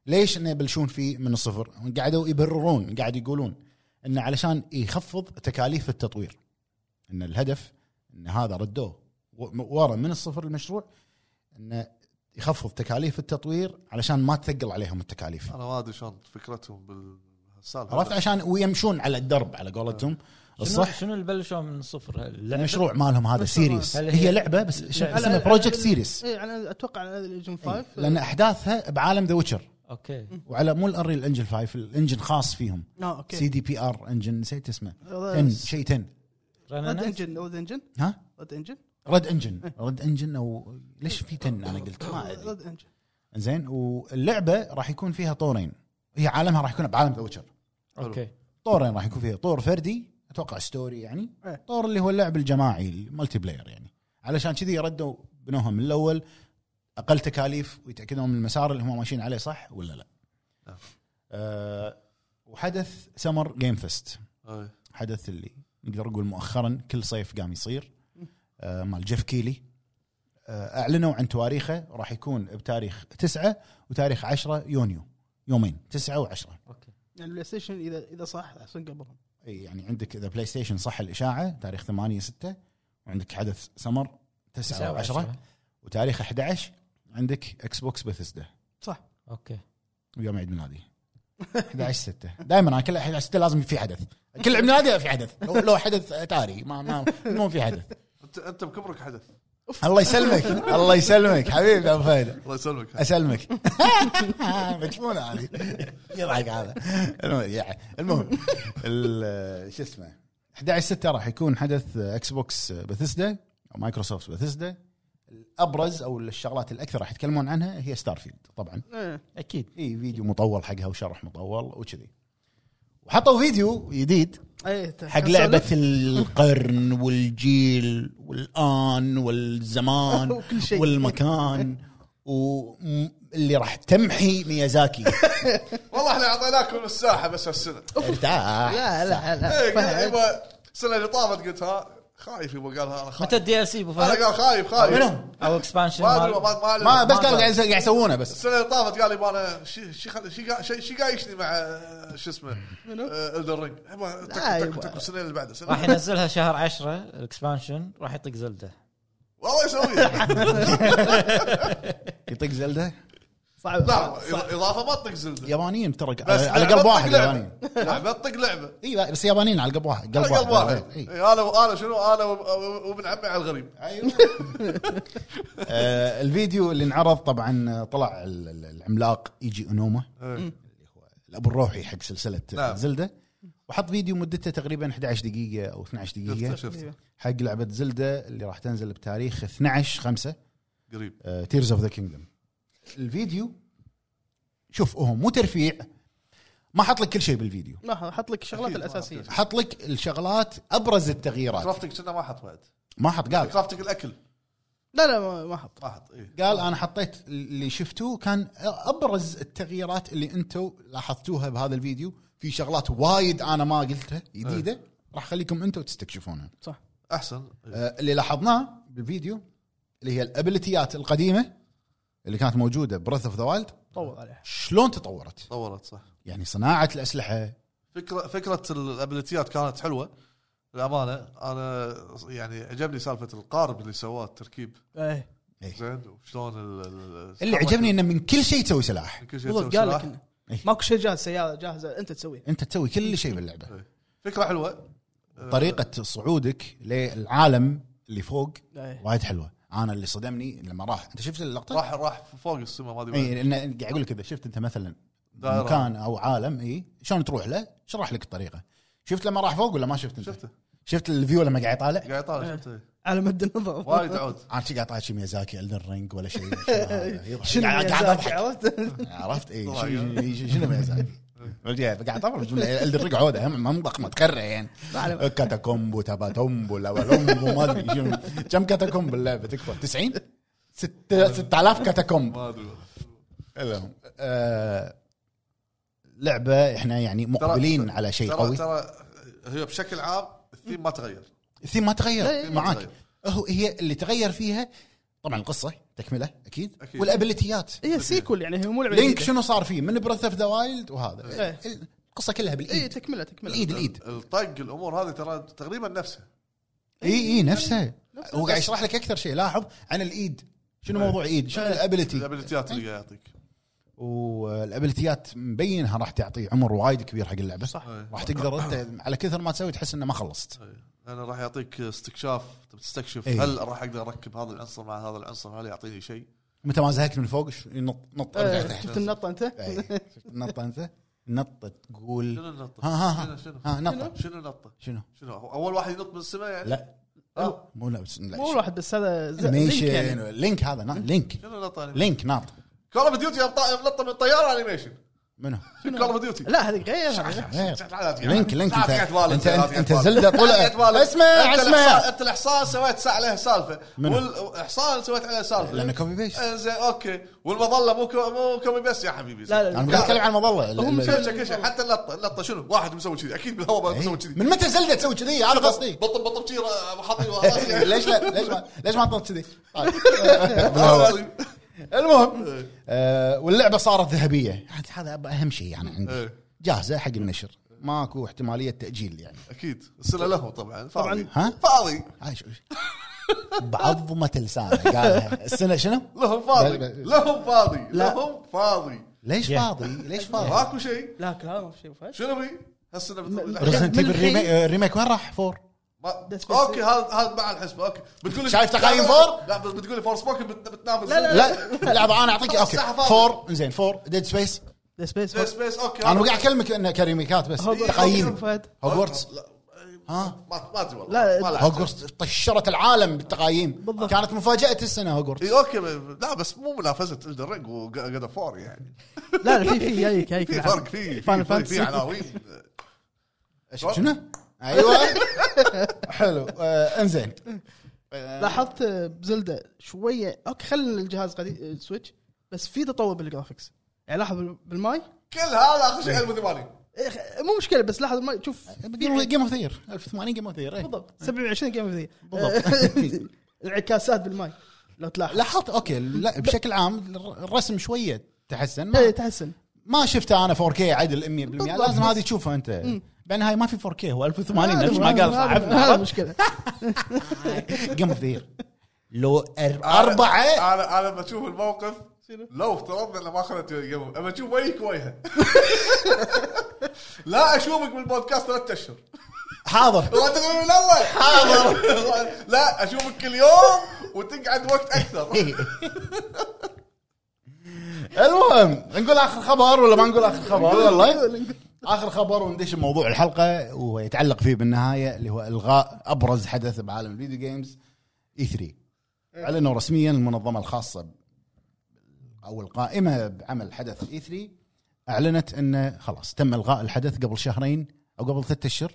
A: ليش انه يبلشون فيه من الصفر؟ قعدوا يبررون قاعد يقولون انه علشان يخفض تكاليف التطوير ان الهدف ان هذا ردوه و- ورا من الصفر المشروع انه يخفض تكاليف التطوير علشان ما تثقل عليهم التكاليف
B: انا ما ادري شلون فكرتهم بالسالفه
A: عرفت عشان ويمشون على الدرب على قولتهم
D: شنو
A: الصح
D: شنو اللي بلشوا من صفر اللعبة؟
A: المشروع مالهم هذا
E: مشروع.
A: سيريس
D: هل
A: هي
D: هي-
A: لعبه بس ش-
D: لعبة.
A: اسمها بروجكت سيريس
E: اي انا اتوقع إيه، على ليجن 5
A: لان احداثها بعالم ذا ويتشر
D: اوكي
A: وعلى مو الانريل انجن 5 الانجن خاص فيهم
E: اه
A: سي
E: اوكي
A: دي بي ار انجن نسيت اسمه
E: رد
A: 10 شيء 10
D: رننت؟
E: انجن رد انجن
A: ها
E: رد انجن
A: رد انجن رد انجن او ليش في 10 انا قلت ما ادري
E: رد انجن
A: زين واللعبه راح يكون فيها طورين هي عالمها راح يكون بعالم ذا ويتشر
D: اوكي
A: طورين راح يكون فيها طور فردي اتوقع ستوري يعني
E: إيه.
A: طور اللي هو اللعب الجماعي المالتي بلاير يعني علشان كذي ردوا بنوها من الاول اقل تكاليف ويتاكدون من المسار اللي هم ماشيين عليه صح ولا لا
B: نعم.
A: أه وحدث سمر جيم فيست
B: إيه.
A: حدث اللي نقدر نقول مؤخرا كل صيف قام يصير آه، مال جيف كيلي آه، اعلنوا عن تواريخه راح يكون بتاريخ 9 وتاريخ 10 يونيو يومين 9 و10
D: اوكي
E: يعني البلاي ستيشن اذا اذا صح احسن قبلهم
A: اي يعني عندك اذا بلاي ستيشن صح الاشاعه تاريخ 8 6 وعندك حدث سمر 9 و10 وتاريخ 11 عندك اكس بوكس بثسدا
E: صح
D: اوكي
A: ويوم عيد ميلادي 11 6 دائما انا كل 11 6 لازم في حدث كل عيد ميلادي في حدث لو, لو حدث اتاري ما ما مو في حدث
B: انت انت بكبرك حدث
A: الله يسلمك الله يسلمك حبيبي ابو فهد
B: الله يسلمك
A: اسلمك مجنونه هذه يضحك هذا المهم يعني- المهم ال- شو اسمه 11 6 راح يكون حدث اكس بوكس بثسدا او مايكروسوفت بثسدا الابرز او الشغلات الاكثر راح يتكلمون عنها هي ستارفيلد طبعا
E: إيه.
D: اكيد
A: اي فيديو مطول حقها وشرح مطول وكذي وحطوا فيديو جديد
E: ايه
A: حق
E: كان
A: لعبه
E: سولف.
A: القرن والجيل والان والزمان
E: وكل شيء.
A: والمكان واللي راح تمحي ميازاكي
B: والله احنا اعطيناكم الساحه بس هالسنه
A: ارتاح
E: لا لا
B: إيه، قلت
E: لا فهد.
B: يبا السنه اللي طافت قلت ها خايف يبا قالها انا
D: متى
B: خايف
D: الدي ال سي ابو
B: انا
D: فهد
B: قال خايف خايف
A: منهم؟
D: او اكسبانشن
B: ما ادري ما
D: مال-
B: ما أدري.
A: ما بس قالوا
B: أدري.
A: قاعد قاعد يسوونه بس
B: السنه اللي طافت قال يبا انا شي شي خل- شي قا- شي- شي قاعد يشني مع آه، شو اسمه آه،
E: منو؟
B: الدر رينج يبا تك-
E: لا،
B: تك
E: يبا.
B: تك السنه اللي بعدها
D: راح
B: سنة.
D: ينزلها شهر 10 الاكسبانشن راح يطق زلده
B: والله يسويها
A: يطق زلده
E: صعب
B: لا اضافه ما تطق زلده
A: يابانيين ترى
B: بس
A: على
B: لعبة
A: قلب
B: تطق
A: واحد
B: لعبة.
A: يابانيين
B: لعبه تطق لعبه
A: اي بس يابانيين على قلب واحد إيه.
B: على
A: قلب
B: قلب واحد
A: إي.
B: إي، انا انا شنو انا وب- وب- وابن عمي على الغريب
A: ايوه آه، الفيديو اللي انعرض طبعا طلع ال- ال- العملاق ايجي اونوما
B: إيه.
A: الاب الروحي حق سلسله
B: نعم.
A: زلده وحط فيديو مدته تقريبا 11 دقيقه او 12
B: شفته
C: إيه.
A: دقيقه
E: إيه.
B: شفته
A: حق لعبه زلده اللي راح تنزل بتاريخ 12 5
B: قريب
A: تيرز اوف ذا كينجدم الفيديو شوف هو مو ترفيع ما حط لك كل شيء بالفيديو
E: ما حط لك الشغلات
B: أكيد ما
E: الاساسيه
A: حط لك الشغلات ابرز التغييرات
B: كرافتك كنا ما حط بعد
A: ما حط قال
B: كرافتك الاكل
E: لا لا ما- ما حط
B: ما حط اي
A: قال انا حطيت اللي شفتوه كان ابرز التغييرات اللي انتم لاحظتوها بهذا الفيديو في شغلات وايد انا ما قلتها جديده راح اخليكم انتم تستكشفونها
B: احسن
A: آه، اللي لاحظناه بالفيديو اللي هي الابيليتيات القديمه اللي كانت موجوده بريث اوف ذا وايلد
E: طول عليها
A: شلون تطورت
B: طورت صح
A: يعني صناعه الاسلحه
B: فكره فكره الابيلتيات كانت حلوه للامانه انا يعني عجبني سالفه القارب اللي سواه التركيب
E: ايه
A: إيه.
B: زين وشلون ال- ال-
A: اللي عجبني انه من كل شيء تسوي سلاح
B: كل شيء
E: بالضبط
B: تسوي
E: قال
B: سلاح.
E: لك إنه
A: إيه.
E: ماكو شيء جاهز سياره جاهزه انت تسويها
A: انت تسوي كل شيء باللعبه
B: إيه. فكره حلوه
A: طريقه صعودك للعالم اللي فوق
E: إيه.
A: وايد حلوه انا اللي صدمني لما راح انت شفت اللقطه
B: راح راح فوق السماء ما ادري وين.
A: اي لان قاعد اقول لك اذا شفت انت مثلا
B: دائرة.
A: مكان او عالم اي شلون تروح له شرح لك الطريقه شفت لما راح فوق ولا ما شفت انت
B: شفته
A: شفت الفيو لما قاعد يطالع
B: قاعد يطالع شفته
E: على مد النظر
B: وايد عود
A: انا شي قاعد طالع شي ميازاكي الدن رينج ولا شيء
E: شنو
A: قاعد يعني قاعد
E: ميازاكي،
A: اضحك
E: عرفت؟
A: عرفت اي
B: طبعاً.
A: شنو- شنو- شنو ميازاكي قاعد طبعا الجمله الدن رينج عوده هم منطق ما تكرر يعني
E: على-
A: كاتاكومبو تاباتومبو لابالومبو ما ادري شنو كم كاتاكومب اللعبه تكفى 90 6 6000 كاتاكومب
B: ما ادري
A: المهم آه، لعبه احنا يعني مقبلين على شيء
B: ترى
A: قوي
B: ترى هي بشكل عام الثيم ما تغير
A: الثيم ما
E: لا، لا،
A: تغير
E: لا.
A: معاك
B: تغير.
A: هو هي اللي تغير فيها طبعا القصه تكمله اكيد,
B: أكيد.
A: والابيلتيات
E: هي سيكول يعني هي مو لعبه
A: لينك
E: جديدة.
A: شنو صار فيه من بريث اوف ذا وايلد وهذا
E: إيه.
A: القصه كلها
E: اي
A: بالايد
E: تكمله تكمله
A: الايد الايد
B: الطق الامور هذه ترى تقريبا نفسها
A: إيه. اي اي نفسها
E: إيه. نفسها. إيه.
A: هو قاعد يشرح لك اكثر شيء لاحظ عن الايد شنو موضوع ايد شنو الابيلتي
B: الابيلتيات
A: إيه.
B: اللي قاعد يعطيك
A: والابيلتيات مبينها راح تعطي عمر وايد كبير حق اللعبه
E: صح.
B: إيه.
A: راح تقدر انت على كثر ما تسوي تحس انه ما خلصت
B: انا إيه. راح يعطيك استكشاف تبي تستكشف
A: إيه.
B: هل راح اقدر اركب هذا العنصر مع هذا العنصر هل يعطيني شيء
A: متى ما زهقت من فوق ش- نط نط ارجع
E: إيه،
A: تحت
E: شفت النطه انت؟
A: أي. شفت النطه انت نطه تقول
B: شنو
A: ها
B: النطه
A: ها
B: شنو-
A: ها ها نطه
B: شنو شنو النطه
A: شنو
B: شنو هو اول واحد ينط من السماء يعني
A: لا
B: آه.
A: مو لا بس لا
E: إيه. مو واحد بس هذا ز- لينك يعني.
A: انيميشن لينك هذا نا- لينك
B: شنو يعني؟ النطه
A: لينك ناط
B: كول اوف ديوتي نطه من طياره انيميشن
A: منو؟
B: كول اوف ديوتي
E: لا هذيك غير هذيك.
A: غير.
B: يعني؟
A: لينك لينك انت انت انت زلده طلعت
B: طلع
A: اسمع اسمع
B: انت الاحصان سويت سا- عليه سالفه
A: منو؟
B: والاحصان سويت إيه، عليه سالفه
A: لانه كوبي بيست
B: انزين اوكي والمظله مو كو- مو كومي بس يا حبيبي
E: لا لا
A: انا قاعد اتكلم عن المظله ال- ال-
B: كل شيء كل شيء حتى اللطه اللطه شنو واحد مسوي كذي اكيد
A: إيه.
B: بالهواء مسوي كذي
A: من متى زلده تسوي كذي انا قصدي
B: بطل بطل كذي حاطي راسي
A: ليش لا ليش ما ليش ما طلبت كذي طيب.
B: بالهواء.
A: المهم
B: إيه.
A: آه، واللعبه صارت ذهبيه هذا اهم شيء يعني عندي
B: إيه.
A: جاهزه حق النشر ماكو احتماليه تاجيل يعني
B: اكيد السله لهم طبعا فاضي
A: ها؟
B: فاضي
A: هاي شو بعظمه لسانه قالها السنه شنو؟
B: لهم فاضي
A: لا، لا.
B: لهم فاضي لهم فاضي
A: ليش فاضي؟ ليش فاضي؟
B: ماكو شيء
E: لا كلام ما في شيء فاهم.
B: شنو بي هالسنه بتقول
A: ريزنت ايفل الريميك الريميك وين راح؟ فور
B: ما... اوكي هذا هذا مع الحسبه اوكي بتقول لي
A: شايف تقييم
B: لا،
A: فور؟
B: لا بس بتقول لي فور سبوكن بت... بتنافس
A: لا لحظه انا اعطيك اوكي
B: صح، فاضي.
A: فور زين فور ديد سبيس
E: ذا سبيس
B: سبيس سبيس اوكي
A: انا قاعد اكلمك انه كريميكات بس تقييم هوجورتس
B: لا
A: ها
B: ما ما ادري والله
E: لا،
B: ما لعبت.
A: هوجورتس طشرت العالم بالتقييم
E: بالضبط.
A: كانت مفاجاه السنه هوجورتس
B: اي اوكي ب- لا بس مو منافسه الدر رينج وجاد فور يعني
E: لا لا في في جايك جايك
B: في فرق في
E: فاينل
B: في- في
E: فانتسي.
B: عناوين
E: أيوة.
A: شنو؟ ايوه حلو آه، انزين
E: لاحظت بزلدة شويه اوكي خلينا الجهاز قديم سويتش بس في تطور بالجرافكس يعني لاحظ بال- بالماي
B: كل هذا اخر شيء 1080
E: إيه، خ- مو مشكله بس لاحظ الماي شوف
A: جيم اوف ثير 1080 جيم اوف ثير
E: بالضبط 27 جيم ذي
A: بالضبط.
E: الانعكاسات آه، بالماي لو تلاحظ
A: لاحظت اوكي لا بشكل عام الرسم شويه تحسن
E: إيه،
A: ما,
E: تحسن
A: ما شفته انا 4K عدل 100% لازم
E: بس.
A: هذه تشوفها انت بعدين هاي ما في 4K هو 1080
E: هذا-
A: ليش ما
E: هذا-
A: قال
E: هذا- هذا
A: صعبنا
E: المشكله
A: جيم اوف ثير لو أر- اربعه
B: انا انا بشوف الموقف لو افترضنا انه ما اخذت قبل ابى اشوف وجهك وجهه لا اشوفك بالبودكاست ثلاث اشهر
A: حاضر
B: والله تقول من الاول حاضر لا اشوفك كل يوم وتقعد وقت اكثر
A: المهم نقول اخر خبر ولا ما نقول اخر خبر والله اخر خبر وندش بموضوع الحلقه ويتعلق فيه بالنهايه اللي هو الغاء ابرز حدث بعالم الفيديو E جيمز اي 3 اعلنوا رسميا المنظمه الخاصه ب- او القائمه بعمل حدث E الاي 3 اعلنت انه خلاص تم الغاء الحدث قبل شهرين او قبل ثلاثة اشهر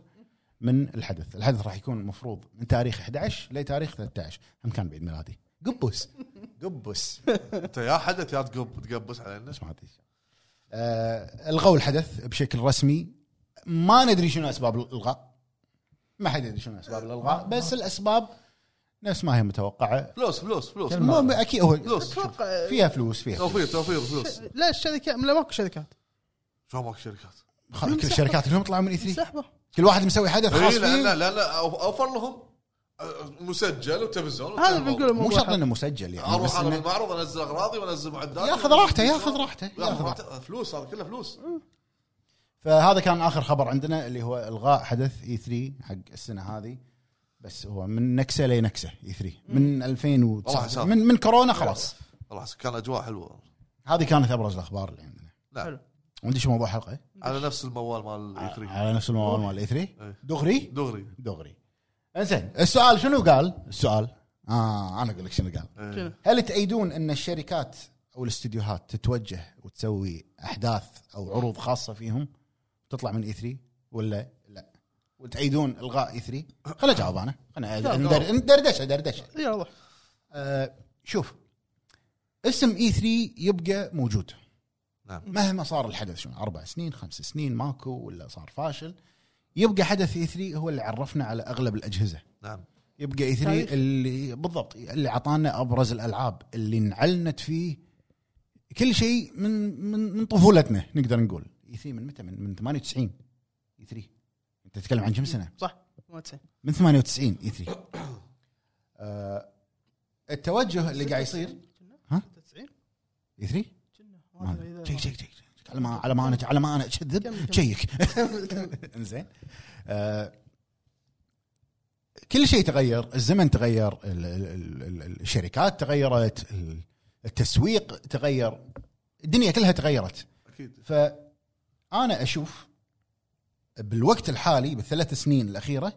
A: من الحدث، الحدث راح يكون المفروض من تاريخ 11 لتاريخ 13 هم كان بعيد ميلادي قبوس قبوس
B: انت يا حدث يا تقب تقبس علينا
A: بس ما أدري. آه، الغوا الحدث بشكل رسمي ما ندري شنو اسباب الالغاء ما حد يدري شنو اسباب الالغاء بس الاسباب نفس ما هي متوقعه
B: فلوس فلوس فلوس
A: المهم اكيد هو
B: فلوس
E: اتوقع
A: فيها فلوس فيها
B: توفير توفير فلوس
E: لا الشركه لا ماكو شركات
B: شو ماكو شركات
A: خلاص كل الشركات اليوم طلعوا من اي 3
E: سحبه
A: كل واحد مسوي حدث خاص
B: إيه، لا لا
A: فيه
B: لا لا أو- اوفر لهم آه، مسجل وتلفزيون
E: هذا اللي بنقوله
A: مو
E: موضوع
A: شرط انه مسجل يعني
B: اروح
A: بس
B: انا
A: إنه
B: بالمعرض انزل اغراضي وانزل معدات
A: ياخذ راحته ياخذ راحته ياخذ
B: ياخذ
A: راحته
B: راحته فلوس هذا كله فلوس
A: فهذا كان اخر خبر عندنا اللي هو الغاء حدث اي 3 حق السنه هذه بس هو من نكسه لنكسه اي 3 من 2009
B: حساب.
A: من من كورونا خلاص
B: والله حس- كان اجواء حلوه
A: هذه كانت ابرز الاخبار اللي عندنا
B: نعم
A: وعندي شو موضوع حلقه
B: على نفس الموال مال E الاي 3
A: على نفس الموضوع مال الاي 3
B: إيه.
A: دغري
B: دغري
A: دغري انزين السؤال شنو قال السؤال اه انا اقول لك شنو قال
B: إيه.
A: هل تأيدون ان الشركات او الاستديوهات تتوجه وتسوي احداث او عروض خاصه فيهم تطلع من اي 3 ولا لا وتأيدون الغاء اي 3 خل اجاوب انا خلنا ندر- ندردشه دردشه
E: يلا روح
A: آه، شوف اسم اي 3 يبقى موجود
B: نعم.
A: مهما صار الحدث شنو اربع سنين خمس سنين ماكو ولا صار فاشل يبقى حدث اي 3 هو اللي عرفنا على اغلب الاجهزه
B: نعم
A: يبقى اي 3
E: تاريخ.
A: اللي بالضبط اللي عطانا ابرز الالعاب اللي انعلنت فيه كل شيء من من من طفولتنا نقدر نقول اي 3 من متى من, من 98 اي 3 انت تتكلم عن كم سنه
E: صح ما تسين
A: من 98 اي 3 آه، التوجه اللي قاعد يصير ها؟
E: 90
A: اي 3
E: كنا ما أدري إذا-
A: شيك شيك شيك على ما على ما انا على ما انا اكذب شيك انزين آه، كل شيء تغير الزمن تغير ال- ال- ال- ال- الشركات تغيرت ال- التسويق تغير الدنيا كلها تغيرت
B: اكيد
A: فانا اشوف بالوقت الحالي بالثلاث سنين الاخيره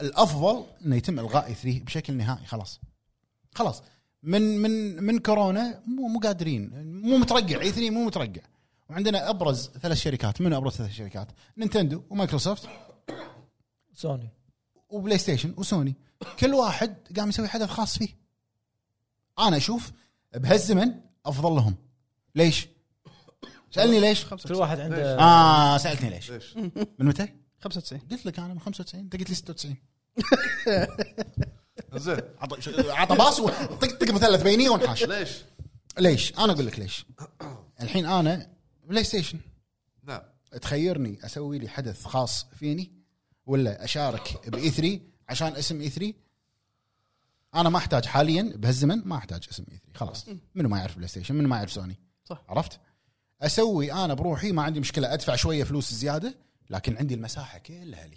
A: الافضل انه يتم الغاء إي 3 بشكل نهائي خلاص خلاص من من من كورونا E مو مو قادرين مو مترقع اي 3 مو مترقع وعندنا ابرز ثلاث شركات منو ابرز ثلاث شركات نينتندو ومايكروسوفت
F: سوني
A: وبلاي ستيشن وسوني كل واحد قام يسوي حدث خاص فيه انا اشوف بهالزمن افضل لهم ليش سالني ليش
D: كل واحد عنده
A: اه سالتني ليش
B: ليش؟
A: من متى
E: 95
A: قلت لك انا من 95 انت قلت لي 96
B: زين
A: عطى ش- عطى باص وطق طق مثلث بيني وانحاش
B: ليش؟
A: ليش انا اقول لك ليش الحين انا بلاي ستيشن
B: نعم
A: تخيرني اسوي لي حدث خاص فيني ولا اشارك باي 3 عشان اسم اي 3 انا ما احتاج حاليا بهالزمن ما احتاج اسم اي 3 خلاص منو ما يعرف بلاي ستيشن منو ما يعرف سوني
E: صح.
A: عرفت اسوي انا بروحي ما عندي مشكله ادفع شويه فلوس زياده لكن عندي المساحه كلها لي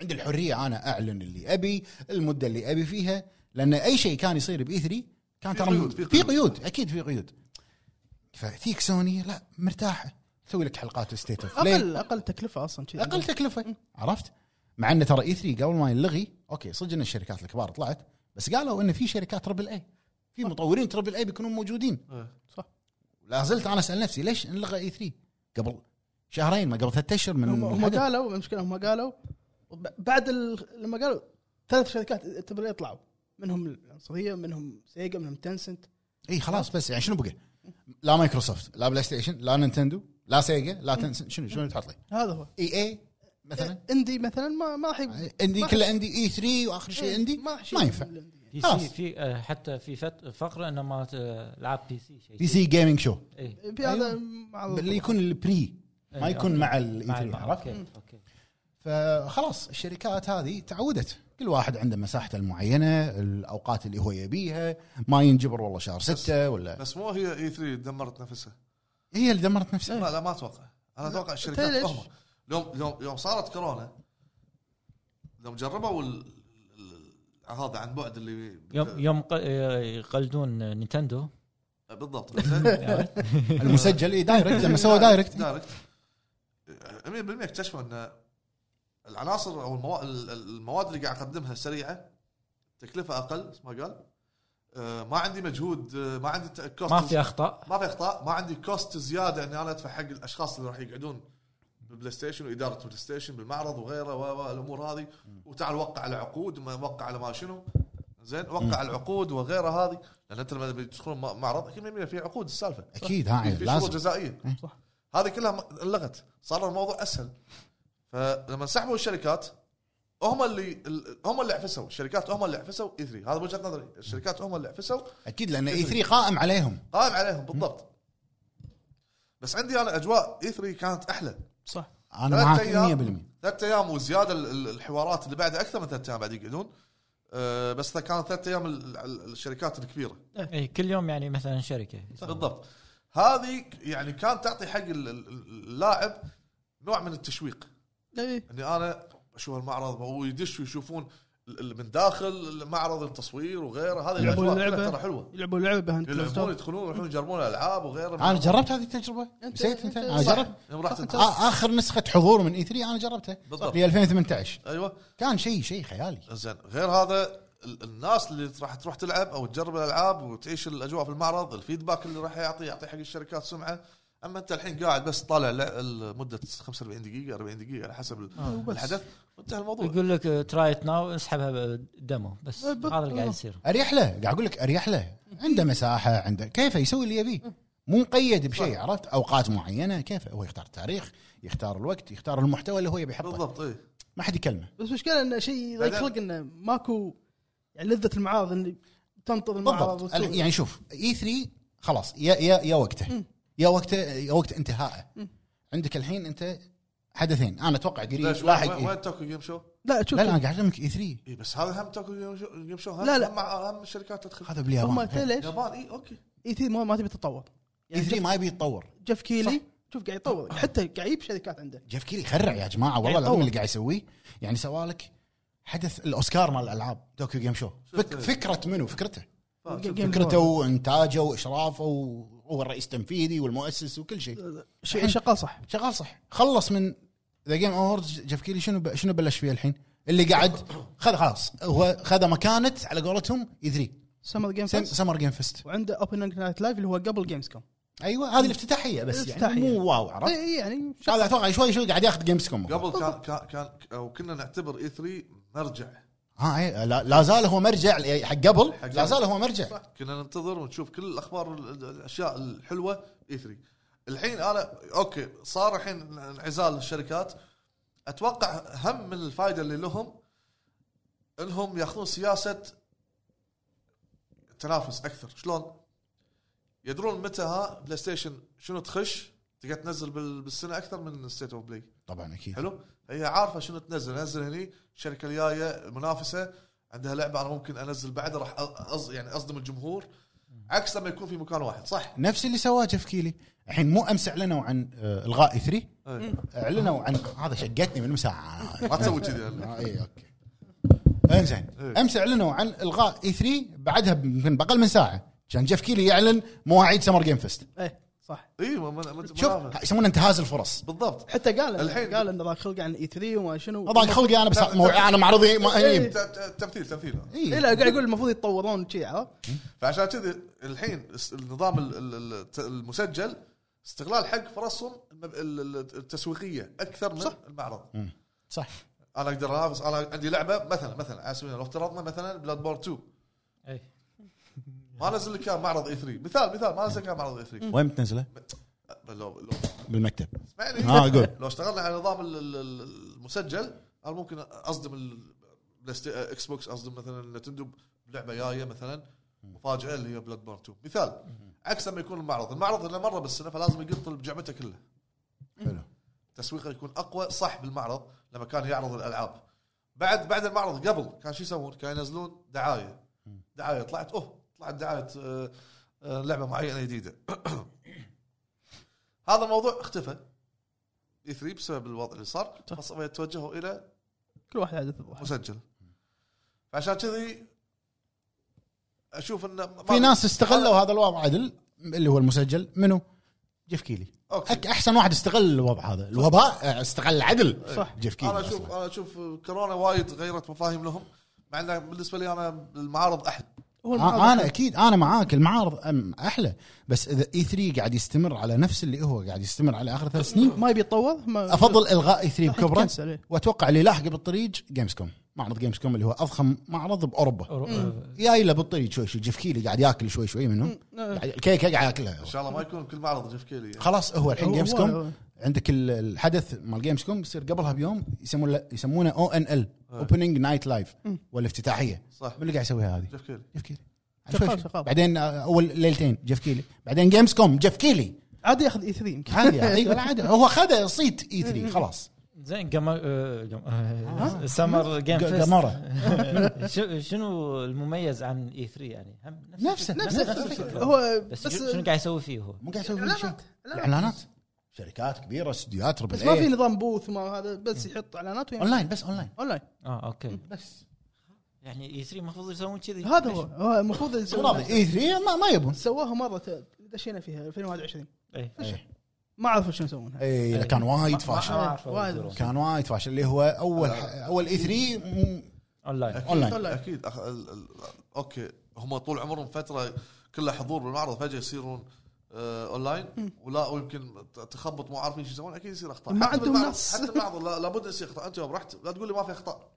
A: عندي الحريه انا اعلن اللي ابي المده اللي ابي فيها لان اي شيء كان يصير باي 3 كان
B: في
A: ترى
B: قيود،
A: في
B: في
A: قيود. قيود اكيد في قيود فتيك سوني لا مرتاحه تسوي لك حلقات الستيت اوف بلاي.
E: اقل اقل تكلفه اصلا شي.
A: اقل تكلفه عرفت؟ مع ان ترى اي 3 قبل ما ينلغي اوكي صدق ان الشركات الكبار طلعت بس قالوا ان في شركات تربل اي في مطورين تربل اي بيكونون موجودين
B: إيه.
E: صح.
A: لا زلت انا اسال نفسي ليش انلغى اي 3 قبل شهرين ما قبل ثلاثة اشهر من
E: هم هم
A: الحدث.
E: قالوا المشكله هم قالوا ب- بعد ال... لما قالوا ثلاث شركات تبغى يطلعوا منهم العنصريه منهم سيجا منهم تنسنت
A: اي خلاص بس يعني شنو بقى؟ لا مايكروسوفت لا بلاي ستيشن لا نينتندو لا سيجا لا تنسن شنو شنو تحط لي؟
E: هذا هو
A: اي اي مثلا
E: اندي مثلا ما ما راح يب-
A: عندي
E: إيه. ما- إيه،
A: كله عندي اي 3 واخر شيء عندي
E: ما راح
A: ما ينفع
D: في
A: خلاص.
D: سي في آه، حتى في فت- فقره انه ما ت- العاب بي سي شيء
A: بي سي جيمنج شو
D: إيه.
E: في
A: أيوه.
E: هذا مع
A: اللي يكون البري ما
D: إيه،
A: يكون
D: أوكي.
A: مع الاي
D: مع
A: 3
D: الم-
A: عرفت؟
D: اوكي اوكي
A: فخلاص الشركات هذه تعودت كل واحد عنده مساحته المعينه الاوقات اللي هو يبيها ما ينجبر والله شهر ستة ولا
B: بس مو هي اي 3 دمرت نفسها
A: هي اللي دمرت نفسها
B: لا لا ما اتوقع انا اتوقع الشركات
E: تدري ليش؟
B: فاهمه يوم يوم يوم صارت كورونا يوم جربوا ال- ال- هذا عن بعد اللي
D: يوم يوم ق- آه، يقلدون نينتندو
B: بالضبط زين؟
A: المسجل اي دايركت لما سوى دايركت
B: دايركت 100% اكتشفوا ان العناصر او الموا- ال- ال- المواد اللي قاعد اقدمها سريعه تكلفه اقل مثل ما قال آه، ما عندي مجهود آه، ما عندي ت-
D: ما
B: cost-
D: في اخطاء
B: ما في اخطاء ما عندي كوست زياده اني انا ادفع حق الاشخاص اللي راح يقعدون بالبلاي ستيشن واداره البلاي ستيشن بالمعرض وغيره و- والامور هذه وتعال وقع على عقود ما وقع على ما شنو زين وقع على العقود وغيره هذه لان انت لما بتدخلون م- معرض اكيد 100% في عقود السالفه
A: اكيد ها عيل
B: في شروط
A: لازم
B: جزائيه
E: صح.
B: هذه كلها م- انلغت صار الموضوع اسهل فلما انسحبوا الشركات هم اللي ال- هم اللي عفسوا الشركات هم اللي عفسوا اي 3 هذا وجهه نظري الشركات هم اللي عفسوا
A: اكيد لان اي 3 قائم عليهم
B: قائم عليهم بالضبط بس عندي انا اجواء اي 3 كانت احلى
E: صح
A: انا
B: ثلاث
A: معك
B: أيام.
A: 100%
B: ثلاث ايام وزياده ال- ال- الحوارات اللي بعدها اكثر من ثلاث ايام بعد يقعدون أه بس كانت ثلاث ايام ال- ال- الشركات الكبيره
D: اي كل يوم يعني مثلا شركه
B: بالضبط هذه يعني كانت تعطي حق ال- ال- اللاعب نوع من التشويق
E: إيه.
B: اني انا اشوف المعرض ويدش ويشوفون ال- ال- من داخل المعرض التصوير وغيره هذه
E: يلعبون
B: الأجواء كلها
E: اللعبة.
B: ترى حلوه
E: يلعبوا لعبه بهاند
B: يلعبون
E: كلوستر.
B: يدخلون يروحون يجربون العاب وغيره
A: انا جربت هذه التجربه نسيت انت انا
E: صح.
A: جربت
B: يوم رحت
A: آ- اخر نسخه حضور من اي 3 انا جربتها
B: بالضبط.
A: في 2018
B: ايوه
A: كان شيء شيء خيالي
B: زين غير هذا ال- الناس اللي راح تروح تلعب او تجرب الالعاب وتعيش الاجواء في المعرض الفيدباك اللي راح يعطي يعطي حق الشركات سمعه اما انت الحين قاعد بس طالع لع- ال- مده 45 دقيقه 40 دقيقه على حسب ال- الحدث وانتهى الموضوع
D: يقول لك ترايت ناو اسحبها دمو بس
E: بالضبط.
D: هذا اللي قاعد يصير
A: اريح له قاعد اقول لك اريح له عنده مساحه عنده كيفه يسوي اللي يبيه مو مقيد بشيء عرفت اوقات معينه كيفه هو يختار التاريخ يختار الوقت يختار المحتوى اللي هو يبي يحطه
B: بالضبط إيه. اي
A: ما حد يكلمه
E: بس مشكله انه شيء لا
B: بعدين-
E: يخلق انه ماكو يعني لذه المعارض اللي تنتظر المعارض
A: بالضبط
E: وتسوي.
A: الحين يعني شوف اي 3 خلاص يا يا يا وقته يا وقته يا وقت انتهائه عندك الحين انت حدثين انا اتوقع قريب
B: ليش
A: لاحق
B: وين, وين
A: إيه.
B: توكو جيم شو؟
E: لا شوف
A: لا لا انا قاعد E اكلمك اي 3
B: اي بس هذا هم توكو جيم شو, جيم شو هم
E: لا، لا.
B: هم مع اهم الشركات تدخل إيه،
A: هذا
E: هم
A: باليابان
E: تدري ليش؟
B: اليابان اي اوكي
E: اي 3 ما- ما تبي تتطور
A: اي 3 E ما يبي يتطور
E: جيف كيلي شوف قاعد يطور حتى قاعد يجيب شركات عنده
A: جيف كيلي يخرع يا جماعه والله العظيم اللي قاعد يسويه يعني سوالك حدث الاوسكار مال الالعاب طوكيو جيم شو فك فكره منو فكرته
E: جيم
A: فكرته وانتاجه واشرافه وهو الرئيس التنفيذي والمؤسس وكل شيء
E: ش- شغال صح
A: شغال صح خلص من ذا جيم اووردز جيف كيلي شنو ب... شنو بلش فيه الحين اللي قاعد خذ خلاص هو خذ مكانه على قولتهم E اي 3
E: سمر جيم فاست
A: سمر جيم فيست
E: وعنده اوبن نايت لايف اللي هو قبل جيمز كوم
A: ايوه هذه الافتتاحيه بس يعني
C: الافتتاحية.
A: مو واو
E: إيه،
A: عرفت
C: إي يعني شا-
A: هذا اتوقع شوي شوي قاعد ياخذ جيمز كوم
B: قبل كان كان كان او كنا نعتبر اي 3 مرجع
A: ها إي، لا, لا زال هو مرجع ل- حق
B: حق
A: قبل لا
B: قبل.
A: زال هو مرجع
B: كنا ننتظر ونشوف كل الاخبار ال- ال- الاشياء الحلوه اي 3 الحين انا اوكي صار الحين انعزال الشركات اتوقع هم من الفائده اللي لهم انهم ياخذون سياسه تنافس اكثر شلون؟ يدرون متى ها بلاي ستيشن شنو تخش تقدر تنزل بال- بالسنه اكثر من ستيت اوف بلاي
A: طبعا اكيد
B: حلو هي عارفه شنو تنزل انزل هني الشركه الجايه منافسه عندها لعبه انا ممكن انزل بعد راح أز يعني اصدم الجمهور عكس لما يكون في مكان واحد صح
A: نفس اللي سواه جيف كيلي الحين مو امس اعلنوا عن آه، الغاء 3
B: إيه.
A: اعلنوا عن هذا شقتني من آه، إيه، مساعة
B: ما تسوي كذي يعني.
A: اي اوكي انزين
B: إيه.
A: امس اعلنوا عن الغاء اي 3 بعدها يمكن باقل من ساعه كان جيف كيلي يعلن مواعيد سمر جيم فيست
E: ايه صح
B: اي إيه، ما- ما- ما-
A: شوف
B: منافسة.
A: يسمونه انتهاز الفرص
B: بالضبط
E: حتى قال
B: الحين-
E: الحين قال انه ضاق خلق عن اي 3 وما شنو
A: اضاق خلقي انا بس مو- انا معرضي ما
B: ت-
A: إيه.
B: ت- تمثيل تمثيل
A: إيه.
E: إيه لا قاعد يقول المفروض يتطورون شي عرفت؟
B: فعشان كذي الحين الس- النظام ال- ال- الت- المسجل استغلال حق فرصهم الم- ال- ال- التسويقيه اكثر من صح. المعرض
A: صح
B: انا اقدر انافس انا عندي لعبه مثلا مثلا على سبيل المثال، لو افترضنا مثلا بلاد بور 2
D: أي.
B: ما نزل لك إياه معرض اي 3 مثال مثال ما نزل لك إياه معرض اي 3
A: وين بتنزله؟
B: لو لو
A: بالمكتب
B: اسمعني
A: آه، قول.
B: لو اشتغلنا على نظام ال- ال- ال- المسجل انا ممكن اصدم البلاي ستي- آه، اكس بوكس اصدم مثلا نتندو بلعبه جايه مثلا مفاجاه اللي هي بلاد بور 2 مثال عكس لما يكون المعرض المعرض الا مره بالسنه فلازم يقط بجعبته كلها
A: حلو
B: تسويقه يكون اقوى صح بالمعرض لما كان يعرض الالعاب بعد بعد المعرض قبل كان شو يسوون؟ كانوا ينزلون دعايه دعايه طلعت اوه طلعت دعايه آه، آه، لعبه معينه جديده هذا الموضوع اختفى اي 3 بسبب الوضع اللي صار
A: طيب.
B: فص- فيتوجهوا الى
E: كل واحد عاد يتطور.
B: مسجل فعشان كذي اشوف ان ما-
A: في ناس استغلوا هذا الوضع عدل اللي هو المسجل منو؟ جيف كيلي
B: اوكي
A: أك- احسن واحد استغل الوضع هذا الوباء آه، استغل عدل
B: صح.
A: جيف كيلي
B: انا اشوف
A: أصلاً.
B: انا اشوف كورونا وايد غيرت مفاهيم لهم مع انه بالنسبه لي انا المعارض احلى
E: هو المعرض
A: آه، انا اكيد انا معاك المعارض أم- احلى بس اذا اي 3 قاعد يستمر على نفس اللي هو قاعد يستمر على اخر ثلاث سنين
E: ما يبي يتطور ما
A: افضل الغاء اي 3
E: راح
A: بكبره
E: يتكنسل، إيه.
A: واتوقع اللي لاحقه بالطريق جيمز كوم معرض جيمز كوم اللي هو اضخم معرض باوروبا
D: آه،
A: جاي له بالطريق شوي شوي جيف كيلي قاعد ياكل شوي شوي منهم
E: آه.
A: قاعد- الكيكه قاعد ياكلها
B: ان شاء الله ما يكون كل معرض جيف كيلي يعني.
A: خلاص هو الحين
E: هو-
A: جيمز
E: هو-
A: كوم
E: هو.
A: عندك ال- الحدث مال جيمز كوم يصير قبلها بيوم يسمون له- يسمونه او ان ال
D: آه.
A: اوبننج نايت لايف ولا افتتاحيه
B: صح
A: من اللي قاعد يسويها هذه؟
B: جيف كيلي
A: جيف كيلي
E: شغال-
A: شوي شوي.
E: شغال.
A: بعدين آه، اول ليلتين جيف كيلي بعدين جيمز كوم جيف كيلي
E: عادي ياخذ اي 3 يمكن
A: عادي عادي ولا عادي هو خذ صيت اي 3 خلاص
D: زين قمر آه، قم- آه، سمر جيم
A: ق-
D: فيست.
A: قمرة.
D: شو- شنو المميز عن اي 3 يعني؟ هم
A: نفسه
D: الفكرة.
A: نفسه
D: الفكرة.
E: هو
D: بس,
E: بس-
D: شو- شنو قاعد يسوي فيه هو؟
A: مو قاعد يسوي فيه شيء
E: اعلانات
A: الاعلانات شركات كبيره استديوهات ربع
E: بس ما في نظام بوث ما هذا بس يحط اعلانات ويعمل.
A: اونلاين بس اونلاين
E: اونلاين
D: اه اوكي
A: بس
D: يعني اي 3 المفروض يسوون كذي
E: هذا هو هو المفروض يسوونه.
A: اي 3 E ما ما يبون
E: سواها مره ت- دشينا فيها 2021
D: إيه.
E: ما اعرف شلون يسوونها
A: اي لا، إيه، كان وايد فاشل
D: ما أعرف
E: وايد.
D: أقول.
A: كان وايد فاشل اللي هو E اول اول اي 3
D: اونلاين
A: اونلاين
E: أونلاين.
B: اكيد أخ... ال... ال... اوكي هم طول عمرهم فتره كلها حضور بالمعرض فجاه يصيرون آه اونلاين ولا ويمكن ت- تخبط مو عارفين شو يسوون اكيد يصير اخطاء
E: ما
B: حتى
E: عندهم
B: بالمعرض-
E: نص.
B: حتى المعرض لا- لابد يصير اخطاء انت يوم رحت لا تقول لي ما في اخطاء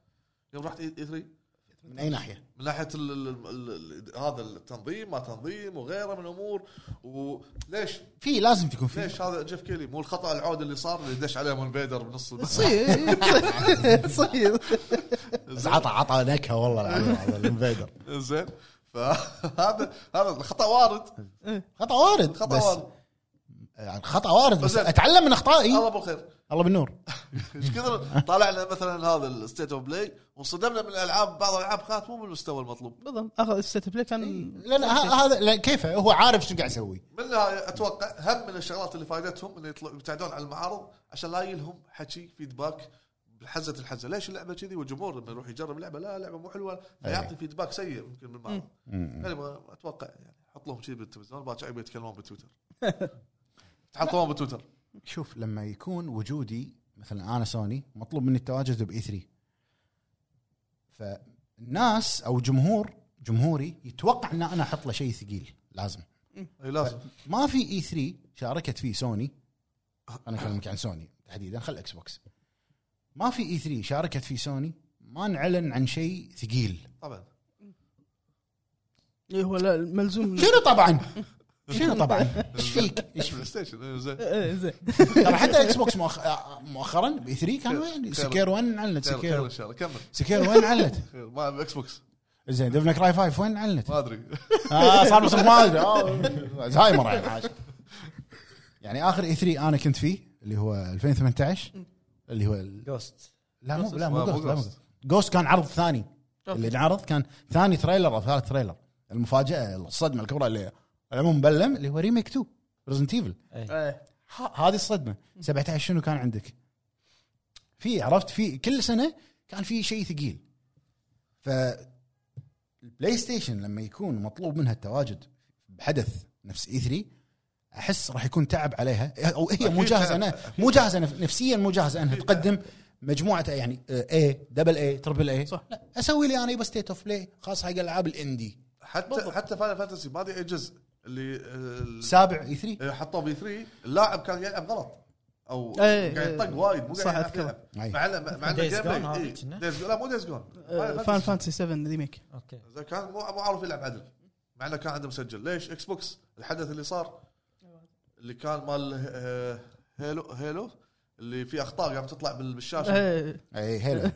B: يوم رحت اي 3
A: من اي ناحيه؟
B: من ناحيه ال ال ال ال هذا التنظيم ما تنظيم وغيره من الامور وليش
A: في لازم تكون في
B: ليش هذا جيف كيلي مو الخطا العود اللي صار اللي دش عليه مون بيدر بنص البث.
E: تصير تصير
A: بس عطى عطى نكهه والله العظيم هذا الانفيدر
B: زين فهذا هذا الخطا وارد
A: خطا وارد
B: الخطا
A: بس
B: وارد
A: يعني خطا وارد بس
B: بس-
A: اتعلم من
B: الله
A: اخطائي
B: بالخير
A: الله بالنور
B: ايش كثر طالعنا مثلا هذا الستيت اوف بلاي وانصدمنا من الالعاب بعض الالعاب كانت مو بالمستوى المطلوب
E: بالضبط اخذ السيت بلاي كان
A: لان ه- هذا لأن أه، كيفه هو عارف شو قاعد يسوي
B: منها اتوقع هم من الشغلات اللي فائدتهم انه يطلع- يبتعدون عن المعارض عشان لا يلهم حكي فيدباك بحزه الحزه ليش اللعبه كذي والجمهور لما يروح يجرب لعبه لا لعبه مو حلوه فيعطي فيدباك سيء ممكن من المعارض يعني ما- اتوقع يعني حط لهم شيء بالتلفزيون باكر عيب يتكلمون بتويتر تحطوهم بتويتر
A: شوف لما يكون وجودي مثلا انا سوني مطلوب مني التواجد E باي 3 فالناس او جمهور جمهوري يتوقع ان انا احط له شيء ثقيل لازم
B: اي إيه، لازم
A: ما في اي 3 شاركت فيه سوني انا اكلمك عن سوني تحديدا خل اكس بوكس ما في اي 3 شاركت فيه سوني ما انعلن عن شيء ثقيل
B: طبعا
E: إيه هو لا ملزوم
A: شنو طبعا شنو طبعا ايش فيك ايش
B: بلاي ستيشن إيه، زين
E: إيه، زين
A: ترى حتى اكس بوكس مؤخ- آه، مؤخرا باي 3 كانوا يعني
B: خير.
A: سكير 1 علنت
B: خير خير
A: سكير
B: ان شاء الله كمل
A: سكير وين علنت
B: خير ما اكس بوكس
A: زين ديفل كراي 5 وين علنت
B: ما ادري
A: اه صار بس ما ادري آه، الزهايمر يعني عاش. يعني اخر اي 3 انا كنت فيه اللي هو 2018 اللي هو ال-
D: جوست
A: لا مو لا مو
B: آه، مو
A: جوست لا مو
B: Ghost.
A: Ghost. جوست كان عرض ثاني اللي انعرض كان ثاني تريلر او ثالث تريلر المفاجاه الصدمه الكبرى اللي العموم بلم اللي هو ريميك 2 ريزنت ايفل
E: إيه.
A: هذه الصدمه 17 شنو كان عندك؟ في عرفت في كل سنه كان في شيء ثقيل ف البلاي ستيشن لما يكون مطلوب منها التواجد بحدث نفس اي 3 احس راح يكون تعب عليها او هي مو
B: أكيد
A: جاهزه
B: تعب.
A: أنا مو جاهزه نف- نفسيا مو جاهزه انها تقدم مجموعه يعني اي دبل اي تربل اي صح لا اسوي لي انا يبا ستيت اوف بلاي خاص حق العاب الاندي
B: حتى حتى فاينل فانتسي ما ادري اي جزء اللي ال-
A: سابع اي 3
B: إيه، حطوه بي 3 اللاعب كان يلعب غلط او
E: إيه،
B: قاعد
E: إيه.
B: يطق وايد مو
E: صح،
B: قاعد يعرف
E: أذكر.
B: يلعب
A: أي.
B: مع إنه- مع انه
D: Days
B: جيم
D: Gone
B: بلاي
D: هذا
B: إيه،
D: كنا.
B: Days Gone- لا مو دايز جون
E: آه،
C: إيه،
E: فان فانتسي 7 ريميك
D: اوكي
B: كان مو مو عارف يلعب عدل مع انه كان عنده مسجل ليش اكس بوكس الحدث اللي صار اللي كان مال آه، هيلو هيلو اللي فيه اخطاء قام تطلع بال- بالشاشه
E: إيه،
A: اي هلا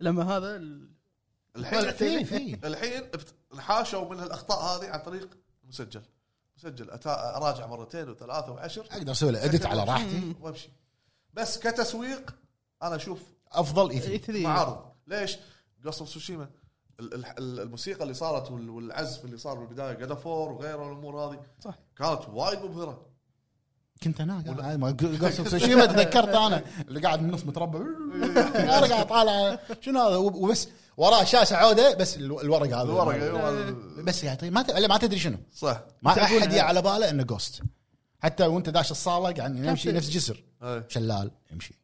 E: لما هذا ال-
B: الحين
A: في في
B: الحين بت- انحاشوا من الاخطاء هذه عن طريق المسجل مسجل أتا- اراجع مرتين وثلاثه وعشر
A: اقدر اسوي له ادت على راحتي
B: وامشي بس كتسويق انا اشوف
A: افضل اي 3
E: إيه، ثري.
B: معارض ليش؟ قصه سوشيما ال- ال- ال- الموسيقى اللي صارت وال- والعزف اللي صار بالبدايه جادا فور وغيره والامور هذه
E: صح.
B: كانت وايد مبهره
A: كنت هناك أنا ما قصة سوشيما تذكرت انا اللي قاعد بالنص متربع انا قاعد طالع شنو هذا وب- وبس وراه شاشه عوده بس الو- الورق هذا
B: الورق
E: إيه.
B: أيوة،
A: بس يعني ما ت- ما تدري شنو
B: صح
A: ما احد يا على باله انه جوست حتى وانت داش الصاله قاعد يمشي نفس جسر
B: إيه،
A: شلال يمشي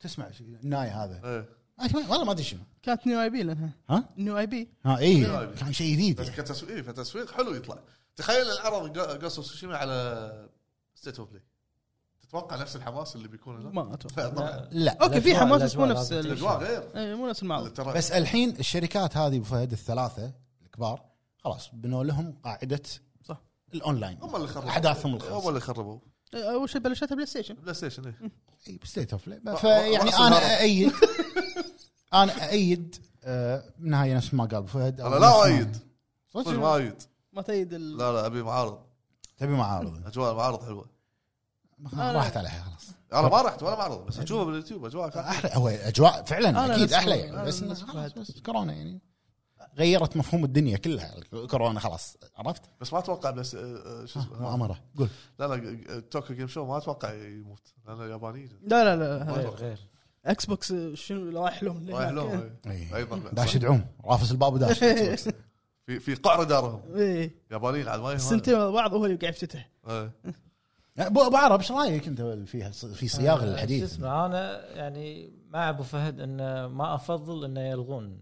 A: تسمع شي- الناي هذا
B: إيه.
A: أنا ما- والله ما ادري شنو
E: كانت نيو اي بي لانها
A: ها؟
E: نيو اي بي
A: ها اي كان شيء
B: بس
A: جديد
B: كتسويق إيه، فتسويق حلو يطلع تخيل العرض قصه سوشيما على ستيت اوف بلاي تتوقع نفس الحماس اللي بيكون هناك؟
E: ما اتوقع
B: لا طبعا
A: لا
E: اوكي في
D: الأجواء-
E: حماس بس مو
D: الأجواء
E: نفس
D: لازم
E: ال-
B: الاجواء غير
E: إيه، مو نفس المعرض
B: ترى
A: بس الحين الشركات هذه ابو فهد الثلاثه الكبار خلاص بنوا لهم قاعده
E: صح.
A: الاونلاين
B: هم اللي خربوا
A: احداثهم
B: هم
A: الخاصة
B: اللي خربوا
E: إيه، اول شيء بلشتها بلاي ستيشن
B: بلاي ستيشن إيه.
A: اي ستيت اوف
B: و-
A: فيعني
B: وأصل هرب.
A: انا ايد انا ايد آه، بالنهايه نفس ما قال ابو فهد
B: انا لا اؤيد
A: صدق
B: ما اؤيد
E: ما تايد ال-
B: لا لا ابي معارض
A: تبي معارض
B: اجواء المعارض حلوه
A: راحت عليها خلاص
B: انا ما رحت ولا معرض بس اشوفه باليوتيوب اجواء كان
A: احلى هو اجواء فعلا
E: أنا
A: اكيد
E: نفس
A: احلى
E: فهد.
A: يعني
E: أنا
A: بس
E: نفس
A: خلاص،
E: فهد.
A: بس كورونا يعني غيرت مفهوم الدنيا كلها كورونا خلاص عرفت
B: بس ما اتوقع بس آه، آه، شو اسمه
A: مؤامره قول
B: لا لا توكيو جيم شو ما اتوقع يموت لان اليابانيين
E: لا لا لا
D: غير غير
E: اكس بوكس شنو رايح لهم
B: رايح لهم
A: إيه.
B: إيه. ايضا
A: داش يدعوم رافس الباب وداش
B: في في قعر دارهم
E: ايه
B: يابانيين على ما يهم.
E: سنتين ورا بعض هو اللي قاعد يفتتح
B: إيه.
A: ابو أبو عرب ايش رايك انت فيها في صياغ
D: آه، شو
A: الحديث؟
D: اسمه انا يعني مع ابو فهد انه ما افضل انه يلغون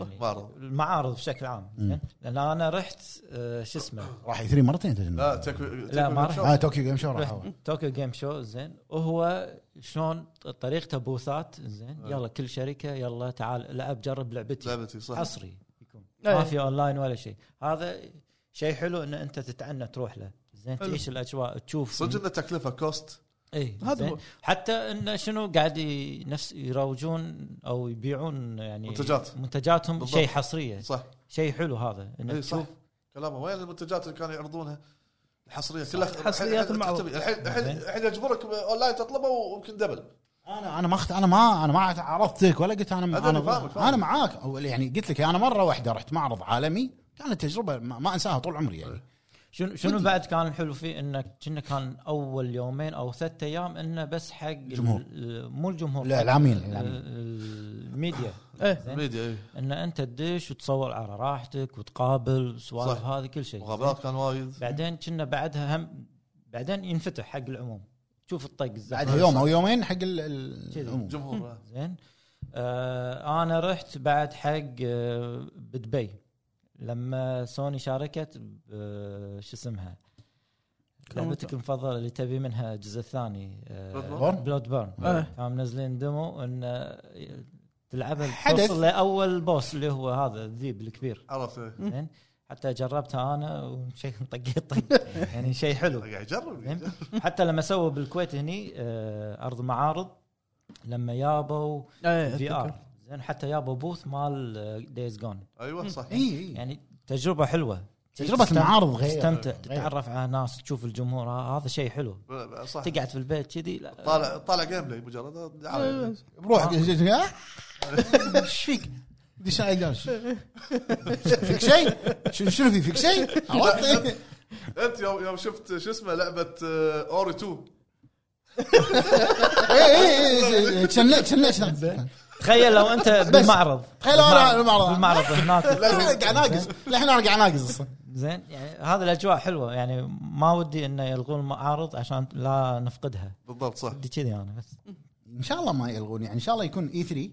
D: يعني
B: معرض.
D: المعارض بشكل عام زين؟ لان انا رحت آه، شو اسمه
A: راح يثري مرتين تجنن
B: لا توكيو
D: لا، ما رحت.
A: اه توكيو جيم شو راح
D: رحت طوكيو جيم شو زين وهو شلون طريقته بوثات زين
B: آه.
D: يلا كل شركه يلا تعال العب جرب لعبتي
B: لعبتي صح
D: حصري يكون ما
C: إيه.
E: أي.
D: في اونلاين ولا شيء هذا شيء حلو ان انت تتعنى تروح له زين
E: حلو.
D: تعيش الاجواء تشوف
B: صدق انه تكلفه كوست
D: إيه. اي
E: هذا
D: زين.
E: هو.
D: حتى انه شنو قاعد ي- نفس يروجون او يبيعون يعني
B: منتجات.
D: منتجاتهم
B: بالضبط.
D: شيء حصريه
B: صح
D: شيء حلو هذا انك
B: اي إيه، صح
D: تشوف
B: كلامه وين المنتجات اللي كانوا يعرضونها الحصريه كلها
E: حصريات
B: الحين-
E: المعرض.
B: الحين- الحين الحين الحين يجبرك اونلاين تطلبه ويمكن دبل
A: انا انا ما أخت... انا ما انا ما عرضتك ولا قلت انا
B: أدري،
A: انا
B: فاهمك، فاهمك.
A: انا معاك أو يعني قلت لك انا مره واحده رحت معرض عالمي كانت تجربه ما, ما انساها طول عمري يعني
D: شنو شنو بعد كان الحلو فيه انك كنا كان اول يومين او ثلاثة ايام انه بس حق
A: الجمهور.
D: ال- مو الجمهور
A: الاعلاميين
D: حق
A: الإعلاميين.
D: ال- الميديا
E: ايه
D: زين؟
B: ميديا إيه. اي
D: ان انت تدش وتصور على راحتك وتقابل سوالف
B: صح.
D: هذه كل شيء
B: مقابلات كان وايد
D: بعدين كنا بعدها هم بعدين ينفتح حق العموم تشوف الطق
A: بعد
D: الزحمه
A: يوم او يومين حق ال- ال-
D: كذي.
A: العموم
B: جمهور
D: زين آه انا رحت بعد حق آه بدبي لما سوني شاركت ب- آه شو اسمها لعبتك المفضله اللي تبي منها الجزء الثاني
B: Bloodborne؟
D: بلود بيرن
C: إيه.
D: كانوا منزلين ديمو ان آه، تلعبها
A: حدث.
D: توصل لاول بوس اللي هو هذا الذيب الكبير
B: عرفت إيه.
D: زين حتى جربتها انا وشيء طقيت طق يعني شيء حلو
B: قاعد يجرب
D: زين حتى لما سووا بالكويت هني آه، ارض معارض لما يابوا
E: إيه،
D: في ار زين حتى يابوا بوث مال دايز جون
A: إيه.
B: ايوه صح
A: اي
D: يعني تجربه حلوه
A: تجربه
D: تستمتع-
A: المعارض غير
D: تستمتع
A: غير.
D: تتعرف على ناس تشوف الجمهور ها- هذا شيء حلو
A: آه.
B: صح
D: تقعد في البيت كذي لا
A: طيب.
B: طالع طالع جيم بلاي مجرد
D: إيه.
B: عارف.
D: آه.
A: بروحك ايش فيك؟ ليش أنا أقدر؟ فيك شيء؟ شنو شنو في فيك شيء؟ عرفت؟
B: انت يوم يوم شفت شو اسمه لعبه آه، اوري 2
A: اي اي اي شنو شنو إيه، شنو
D: تخيل لو انت بالمعرض
A: تخيل لو أنا بالمعرض.
D: بالمعرض هناك
A: لا قاعد ناقص الحين انا قاعد ناقص اصلا
D: زين يعني هذه الاجواء حلوه يعني ما ودي انه يلغون المعارض عشان لا نفقدها
B: بالضبط صح
D: ودي كذي انا بس
A: ان شاء الله ما يلغون يعني ان شاء الله يكون اي 3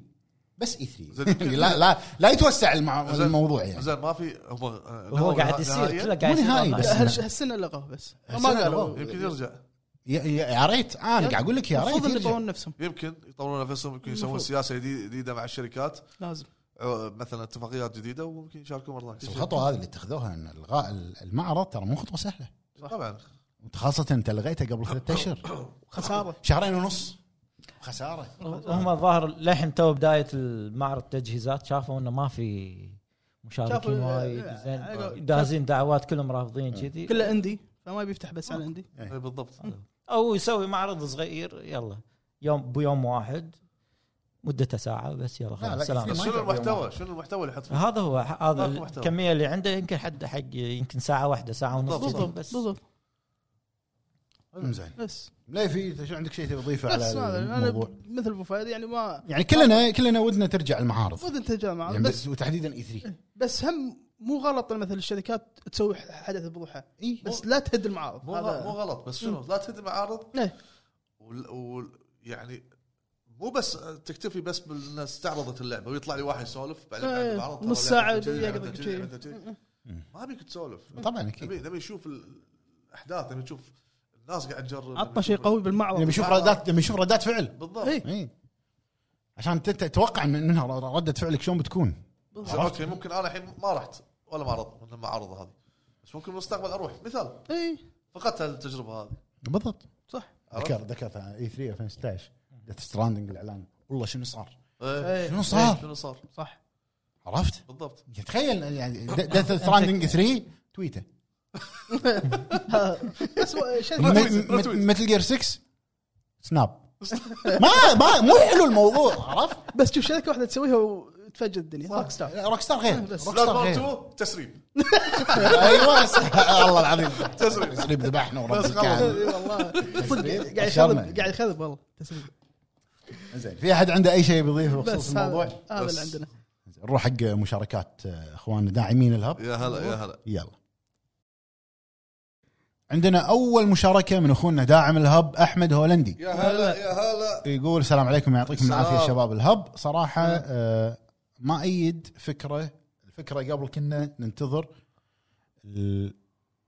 A: بس اي 3
B: زين، يمكن-
A: يعني لا لا لا يتوسع المع-
B: زين.
A: الموضوع يعني
B: زين ما في هم آه،
D: هو
B: نهاية-
D: قاعد يصير
B: نهاية.
D: كله قاعد
A: مو
D: يصير
A: نهائي،
D: online.
A: بس-
E: هالسنه لغوه بس ما
A: هالسنة
E: قالوا
A: لغوه.
B: يمكن يرجع
A: يا- يا يا ريت انا قاعد اقول لك يا ريت
E: المفروض ان
A: يرجع.
E: يطورون نفسهم
B: يمكن يطورون نفسهم يمكن يسوون
E: المفروض.
B: سياسه جديد- جديده مع الشركات
E: لازم
B: آه، مثلا اتفاقيات جديده وممكن يشاركون مره
A: بس
B: ثانيه
A: الخطوه هذه اللي اتخذوها ان الغاء المعرض ترى مو خطوه سهله
B: طبعا
A: وخاصه انت لغيته قبل ثلاثة اشهر
E: خساره
A: شهرين ونص خساره
D: آه. هم الظاهر للحين تو بدايه المعرض تجهيزات شافوا انه ما في مشاركين
E: شافوا-
D: وايد
E: آه، آه،
D: زين دازين دعوات كلهم رافضين كذي
E: كله اندي فما بيفتح بس على اندي
B: إيه، بالضبط
D: او يسوي معرض صغير يلا يوم بيوم واحد مدته ساعه بس يلا
A: لا،
D: خلاص سلام
A: يصير.
B: بس
A: ما
B: شنو
A: يقدر
B: المحتوى شنو المحتوى اللي يحط
D: هذا هو ح- هذا
B: ماكو محتوى.
D: الكميه اللي عنده يمكن حد حق يمكن ساعه واحده ساعه ونص
B: بالضبط.
D: كذي بس
E: بالضبط
A: زين
E: بس
A: لا في انت شو عندك شيء تبي تضيفه على
E: بس ما انا
A: الموضوع
E: مثل ابو فهد يعني ما
A: يعني كلنا كلنا ودنا ترجع المعارض
E: المفروض انت جامعه
A: يعني
E: بس
A: بس وتحديدا اي 3
E: بس هم مو غلط إن مثلا الشركات تسوي حدث بروحها
A: اي
E: بس لا تهد المعارض
B: مو غ- مو
E: هذا
B: غلط بس شنو لا تهد معارض
E: إيه.
B: وال- وال- يعني مو بس تكتفي بس بالناس تعرضت اللعبه ويطلع لي واحد يسولف بعدين
E: إيه،
B: بعد المعرض، ترى
E: نص
B: لعبة
E: ساعة
B: كذي، لعبة
E: يقعد
B: كذي،
E: كذي.
B: لعبة كذي. ما بيك تسولف
A: طبعا
B: نبي
A: اكيد
B: نبي نشوف ال- الاحداث نبي نشوف الناس قاعد تجرب
E: عطنا
B: نبي
E: شيء
B: نشوف-
E: قوي بالمعرض
A: لما نشوف ردات لما نشوف ردات فعل
B: بالضبط
E: إيه.
A: اي عشان تت- تتوقع من- منها ر- رده فعلك شلون بتكون
B: زين، اوكي ممكن انا الحين ما رحت ولا معرض من المعارض هذه بس ممكن بالمستقبل اروح مثال
E: اي
B: فقدت التجربه هذه
A: بالضبط
E: صح
B: عرفت؟
A: ذكر ذكرت إيه، اي 3 2016 ديث ستراندنج الاعلان والله شنو صار
B: إيه.
E: إيه.
A: شنو صار
B: شنو صار
E: صح
A: عرفت
B: بالضبط
A: تخيل يعني ديث ستراندنج 3 تويته
E: بس و- شركه
A: م- مثل جير 6 سناب ما ما مو حلو الموضوع عرفت
E: بس شوف شركه واحده تسويها وتفجر الدنيا روك ستار
A: روك ستار غير روك
E: بس.
A: ستار
B: بلاد
A: غير
B: 2 تسريب
A: ايوه صح. الله العظيم
B: تسريب
A: تسريب ذبحنا
B: بس
A: وربك
B: خلاص.
A: يعني.
E: والله صدق قاعد
A: أشرنا.
E: يخرب قاعد يخرب والله تسليم
A: زين في احد عنده اي شيء بيضيفه بخصوص
E: بس
A: الموضوع؟
E: هذا هذا
B: بس.
E: اللي عندنا
A: نروح حق مشاركات آه، اخواننا داعمين الهب
B: يا هلا يا هلا
A: يلا عندنا اول مشاركه من اخونا داعم الهب احمد هولندي
B: يا هلا يا هلا
A: يقول السلام عليكم يعطيكم
B: السلام. نعم.
A: العافيه شباب الهب صراحه آه، ما ايد فكره الفكره قبل كنا ننتظر ال-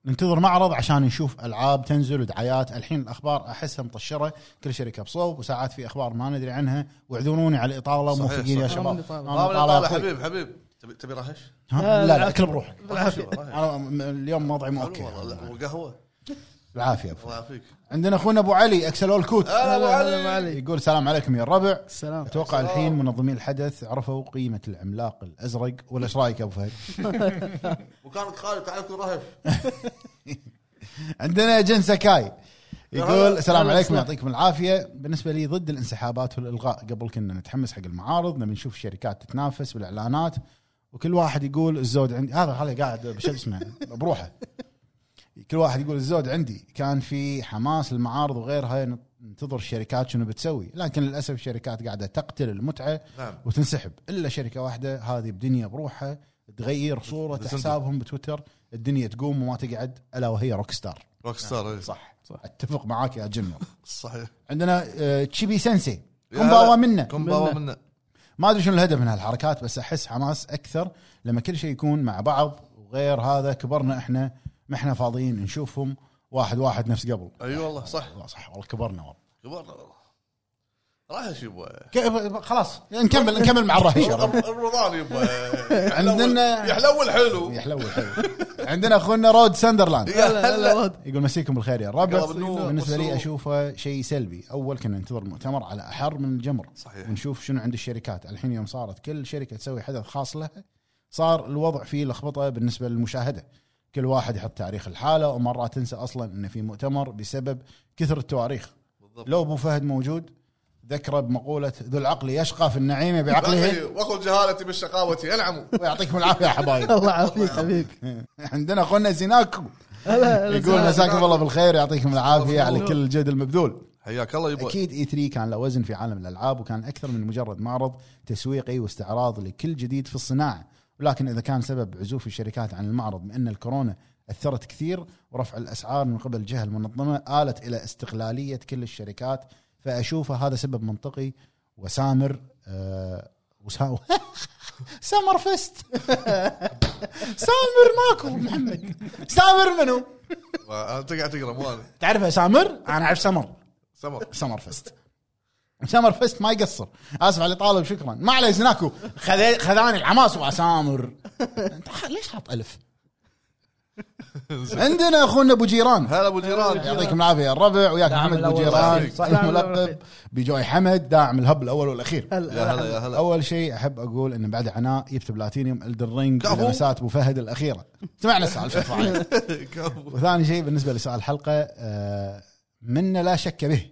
A: ننتظر معرض عشان نشوف العاب تنزل ودعايات الحين الاخبار احسها مطشره كل شركه بصوب وساعات في اخبار ما ندري عنها واعذروني على الاطاله
B: صحيح،
A: موفقين يا
B: صحيح.
A: شباب
E: من طالع.
A: أنا
B: ما
A: مطالع
B: طالع
A: أخوي.
B: حبيب حبيب تبي تبي رهش؟
A: ها؟ لا لا اكل بروحك
B: بالعافيه رهش.
A: انا م- اليوم وضعي
B: حلو
A: اوكي
B: والله، لا، وقهوه
A: العافيه أبو.
B: الله يعافيك
A: عندنا اخونا ابو علي اكسلول كوت
B: هلا أبو علي.
A: يقول السلام عليكم يا الربع
E: السلام
A: اتوقع الحين منظمين الحدث عرفوا قيمه العملاق الازرق ولا ايش رايك يا ابو فهد؟
B: وكانت خالد تعال كل رهش
A: عندنا جن سكاي يقول
B: هلا.
A: السلام
E: هلا
A: عليكم
E: وسهلا.
A: يعطيكم العافيه بالنسبه لي ضد الانسحابات والالغاء قبل كنا نتحمس حق المعارض نبي نشوف الشركات تتنافس بالاعلانات وكل واحد يقول الزود عندي هذا هذا قاعد بشو اسمه بروحه كل واحد يقول الزود عندي كان في حماس المعارض وغيرها ننتظر الشركات شنو بتسوي لكن للاسف الشركات قاعده تقتل المتعه
B: نعم
A: وتنسحب الا شركه واحده هذه بدنيا بروحها تغير صوره
B: بزندر.
A: حسابهم بتويتر الدنيا تقوم وما تقعد الا وهي روك ستار
B: روك ستار
A: صح اتفق معاك يا جنو
B: إيه. صحيح
A: عندنا آه، تشيبي سensei
B: يا
A: كومباوا
B: هلا.
A: منا
B: كومباوا منا
A: ما ادري شنو الهدف من هالحركات بس احس حماس اكثر لما كل شيء يكون مع بعض وغير هذا كبرنا احنا ما احنا فاضيين نشوفهم واحد واحد نفس قبل
B: اي والله صح
A: والله صح والله كبرنا والله
B: كبرنا والله راح يبا
A: ك- خلاص نكمل نكمل مع الرهيشه
B: رمضان يبا
A: عندنا-
B: يحلو الحلو
A: يا حلو عندنا اخونا رود ساندرلاند
B: يا هلا.
E: لا
A: يقول مسيكم بالخير يا الربع
B: يلا بالنور.
A: بالنسبه لي
B: بالنور.
A: اشوفه شيء سلبي اول كنا ننتظر المؤتمر على احر من الجمر
B: صحيح.
A: ونشوف شنو عند الشركات الحين يوم صارت كل شركه تسوي حدث خاص لها صار الوضع فيه لخبطه بالنسبه للمشاهده كل واحد يحط تاريخ الحاله ومرات تنسى اصلا ان في مؤتمر بسبب كثر التواريخ
B: بالضبط.
A: لو ابو فهد موجود ذكره بمقوله ذو العقل يشقى في النعيم بعقله
B: بعقله واخذ جهالتي بالشقاوة ينعموا
A: ويعطيكم العافيه يا حبايب
E: الله يعافيك حبيبي
A: عندنا اخونا زيناكو
E: هلا هلا
A: يقول مساكم الله بالخير يعطيكم العافيه على كل الجهد المبذول
B: حياك الله يبا
A: اكيد اي 3 كان له وزن في عالم الالعاب وكان اكثر من مجرد معرض تسويقي واستعراض لكل جديد في الصناعه ولكن اذا كان سبب عزوف الشركات عن المعرض بان الكورونا اثرت كثير ورفع الاسعار من قبل الجهه المنظمه الت الى استقلاليه كل الشركات فاشوفه هذا سبب منطقي وسامر آه وسا- سامر فيست سامر ماكو محمد سامر منو؟
B: انت قاعد تقرا مو انا
A: تعرفه سامر؟ انا اعرف سمر
B: سمر
A: سمر فيست سمر فيست ما يقصر اسف على الاطاله وشكرا ما عليه زناكو خذ- خذاني الحماس واسامر انت خ- ليش حاط الف؟ عندنا اخونا ابو جيران
B: هلا ابو جيران
A: يعطيكم العافيه يا الربع وياك
D: داعم
A: محمد ابو
D: الأول
A: جيران
B: والأخير.
E: داعم الأول
A: الملقب
E: والأخير.
A: بجوي حمد داعم الهب الاول والاخير
B: يا هلا يا هلا
A: اول شيء احب اقول ان بعد عناء جبت بلاتينيوم الدر رينج
B: كفو.
A: لمسات ابو فهد الاخيره سمعنا السالفه عفوا عليك.
B: كفو.
A: وثاني شيء بالنسبه لسؤال الحلقه آه، منا لا شك به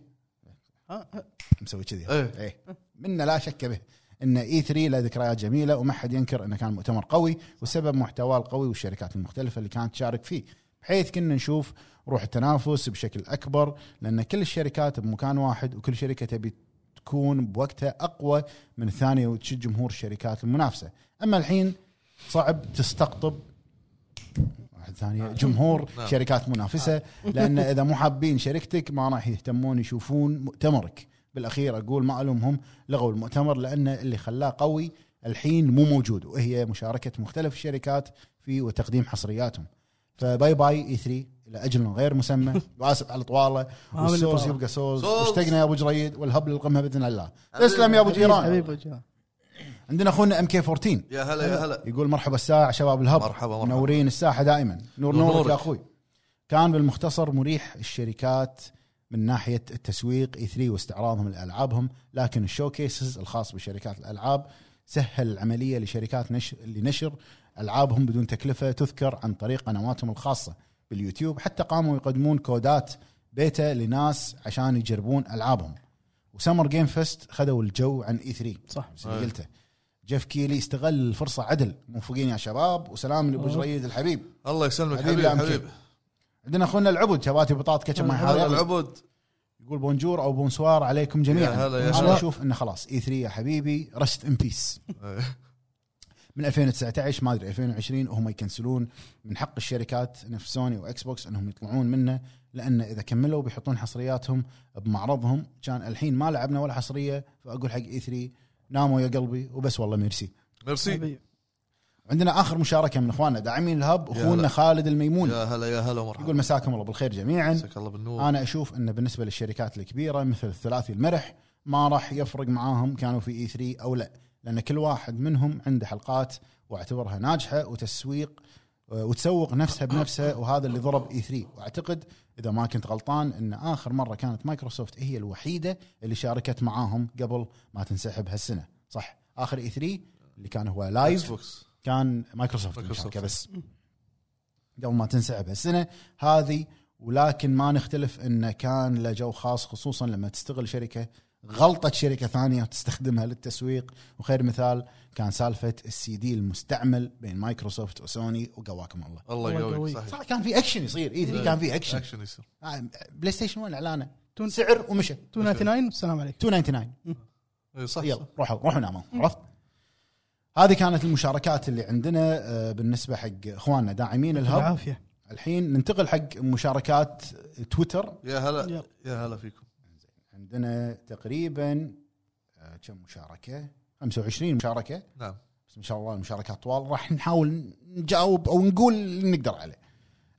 A: مسوي كذي
B: إيه.
A: ايه منا لا شك به ان اي 3 له ذكريات جميله وما حد ينكر انه كان مؤتمر قوي والسبب محتواه القوي والشركات المختلفه اللي كانت تشارك فيه بحيث كنا نشوف روح التنافس بشكل اكبر لان كل الشركات بمكان واحد وكل شركه تبي تكون بوقتها اقوى من الثانيه وتشد جمهور الشركات المنافسه اما الحين صعب تستقطب واحد ثاني جمهور
B: نعم. آه.
A: شركات منافسه لان اذا مو حابين شركتك ما راح يهتمون يشوفون مؤتمرك بالاخير اقول ما الومهم لغوا المؤتمر لان اللي خلاه قوي الحين مو موجود وهي مشاركه مختلف الشركات في وتقديم حصرياتهم فباي باي E اي 3 الى اجل غير مسمى واسف على طواله
E: عامل
A: والسوز
E: طوال.
A: يبقى سوز
B: سوز.
A: واشتقنا يا ابو جريد والهب للقمه باذن الله اسلم يا ابو جيران
E: حبيبي أبو جيران.
A: عندنا اخونا ام كي 14
B: يا هلا يا هلا
A: يقول مرحبا الساعة شباب الهب
B: مرحبا، مرحبا.
A: منورين الساحة دائما نور
B: نور
A: نورك يا
B: نورك.
A: أخوي كان بالمختصر مريح الشركات من ناحية التسويق اي 3 واستعراضهم لألعابهم لكن الشوكيسز الخاص بشركات الألعاب سهل العملية لشركات نشر لنشر ألعابهم بدون تكلفة تذكر عن طريق قنواتهم الخاصة باليوتيوب حتى قاموا يقدمون كودات بيتا لناس عشان يجربون ألعابهم وسمر جيم فيست خذوا الجو عن اي 3
E: صح.
A: بس اللي قلته جيف كيلي استغل الفرصه عدل موفقين يا شباب وسلام لابو جريد الحبيب
B: الله يسلمك
A: حبيبي
B: حبيبي
A: يا أم كي.
B: حبيبي
A: عندنا اخونا العبد شباتي بطاط كتشب مع
B: هلا
A: حالي.
B: العبد
A: يقول بونجور او بونسوار عليكم جميعا
B: يا هلا يا
A: انا
B: هلا.
A: اشوف انه خلاص اي 3 يا حبيبي رست ان بيس من 2019 ما ادري 2020 وهم يكنسلون من حق الشركات نفس سوني واكس بوكس انهم يطلعون منه لان اذا كملوا بيحطون حصرياتهم بمعرضهم كان الحين ما لعبنا ولا حصريه فاقول حق اي 3 ناموا يا قلبي وبس والله ميرسي
B: ميرسي
E: حبيبي.
A: عندنا اخر مشاركه من اخواننا داعمين الهب اخونا
B: هلا.
A: خالد الميمون
B: يا هلا يا هلا
A: يقول
B: ومرحبا
A: مساكم الله بالخير جميعا
B: مساك الله بالنور
A: انا اشوف انه بالنسبه للشركات الكبيره مثل الثلاثي المرح ما راح يفرق معاهم كانوا في اي 3 او لا لان كل واحد منهم عنده حلقات واعتبرها ناجحه وتسويق آه، وتسوق نفسها بنفسها وهذا اللي ضرب E اي 3 واعتقد اذا ما كنت غلطان ان اخر مره كانت مايكروسوفت هي الوحيده اللي شاركت معاهم قبل ما تنسحب هالسنه صح اخر اي 3 اللي كان هو
B: اكس
A: لايف
B: بوكس
A: كان مايكروسوفت
B: مايكروسوفت.
A: مشاركه بس قبل ما تنسحب هالسنه هذه ولكن ما نختلف انه كان له جو خاص خصوصا لما تستغل شركه غلطه شركه ثانيه وتستخدمها للتسويق وخير مثال كان سالفه السي دي المستعمل بين مايكروسوفت وسوني وقواكم الله
B: الله يقويك صحيح
A: صح كان في اكشن يصير اي 3 كان في اكشن
B: اكشن يصير
A: آه، بلاي ستيشن 1 اعلانه
E: تون-
A: سعر ومشى
E: 299 والسلام عليكم
A: 299
B: إي إيه، صح
A: يلا
B: صح.
A: طيب، روحوا روحوا ناموا عرفت؟ هذه كانت المشاركات اللي عندنا آه، بالنسبه حق اخواننا داعمين الهب
E: بالعافيه
A: الحين ننتقل حق مشاركات تويتر
B: يا هلا
E: يلا.
B: يا هلا فيكم
A: عندنا تقريبا آه، كم مشاركه 25 مشاركه
B: نعم
A: بس ان شاء الله المشاركات طوال راح نحاول نجاوب او نقول اللي نقدر عليه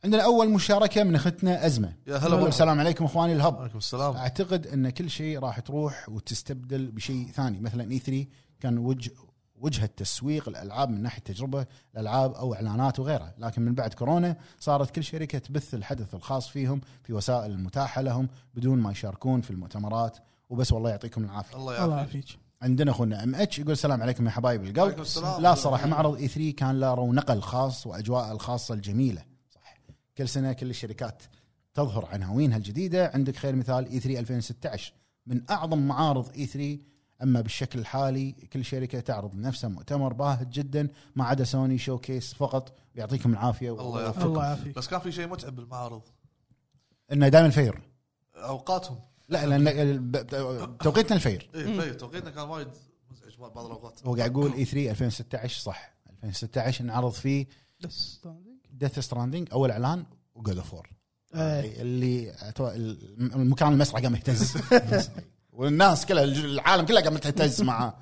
A: عندنا اول مشاركه من اختنا ازمه
B: يا هلا
A: هلا
B: والله.
A: السلام عليكم اخواني الهب
B: عليكم السلام
A: اعتقد ان كل شيء راح تروح وتستبدل بشيء ثاني مثلا اي 3 كان وجه وجهه تسويق الالعاب من ناحيه تجربه الالعاب او اعلانات وغيرها، لكن من بعد كورونا صارت كل شركه تبث الحدث الخاص فيهم في وسائل المتاحه لهم بدون ما يشاركون في المؤتمرات وبس والله يعطيكم العافيه.
B: الله
C: الله
B: يعافيك
C: يعافيك
A: عندنا اخونا ام اتش يقول السلام عليكم يا حبايب القلب.
B: عليكم السلام.
A: لا صراحه معرض اي 3 كان له رونقه الخاص واجواءه الخاصه الجميله صح كل سنه كل الشركات تظهر عناوينها الجديده عندك خير مثال اي 3 2016 من اعظم معارض اي 3 اما بالشكل الحالي كل شركه تعرض لنفسها مؤتمر باهت جدا ما عدا سوني شو كيس فقط يعطيكم العافيه
B: الله يعافيك.
A: ويوفقكم.
C: الله يعافيك
B: بس كان في شيء متعب بالمعارض
A: انه دائما فير
B: اوقاتهم
A: لا لان ب- توقيتنا الفير
B: اي طيب توقيتنا كان وايد مزعج بعض الاوقات
A: هو قاعد يقول اي 3 2016 صح 2016 انعرض فيه
C: بس
A: ديث ستراندنج اول اعلان وجود اوف وور
C: إيه.
A: اللي أتو- الم- المكان المسرح قام يهتز والناس كلها الج- العالم كلها قامت تهتز معاه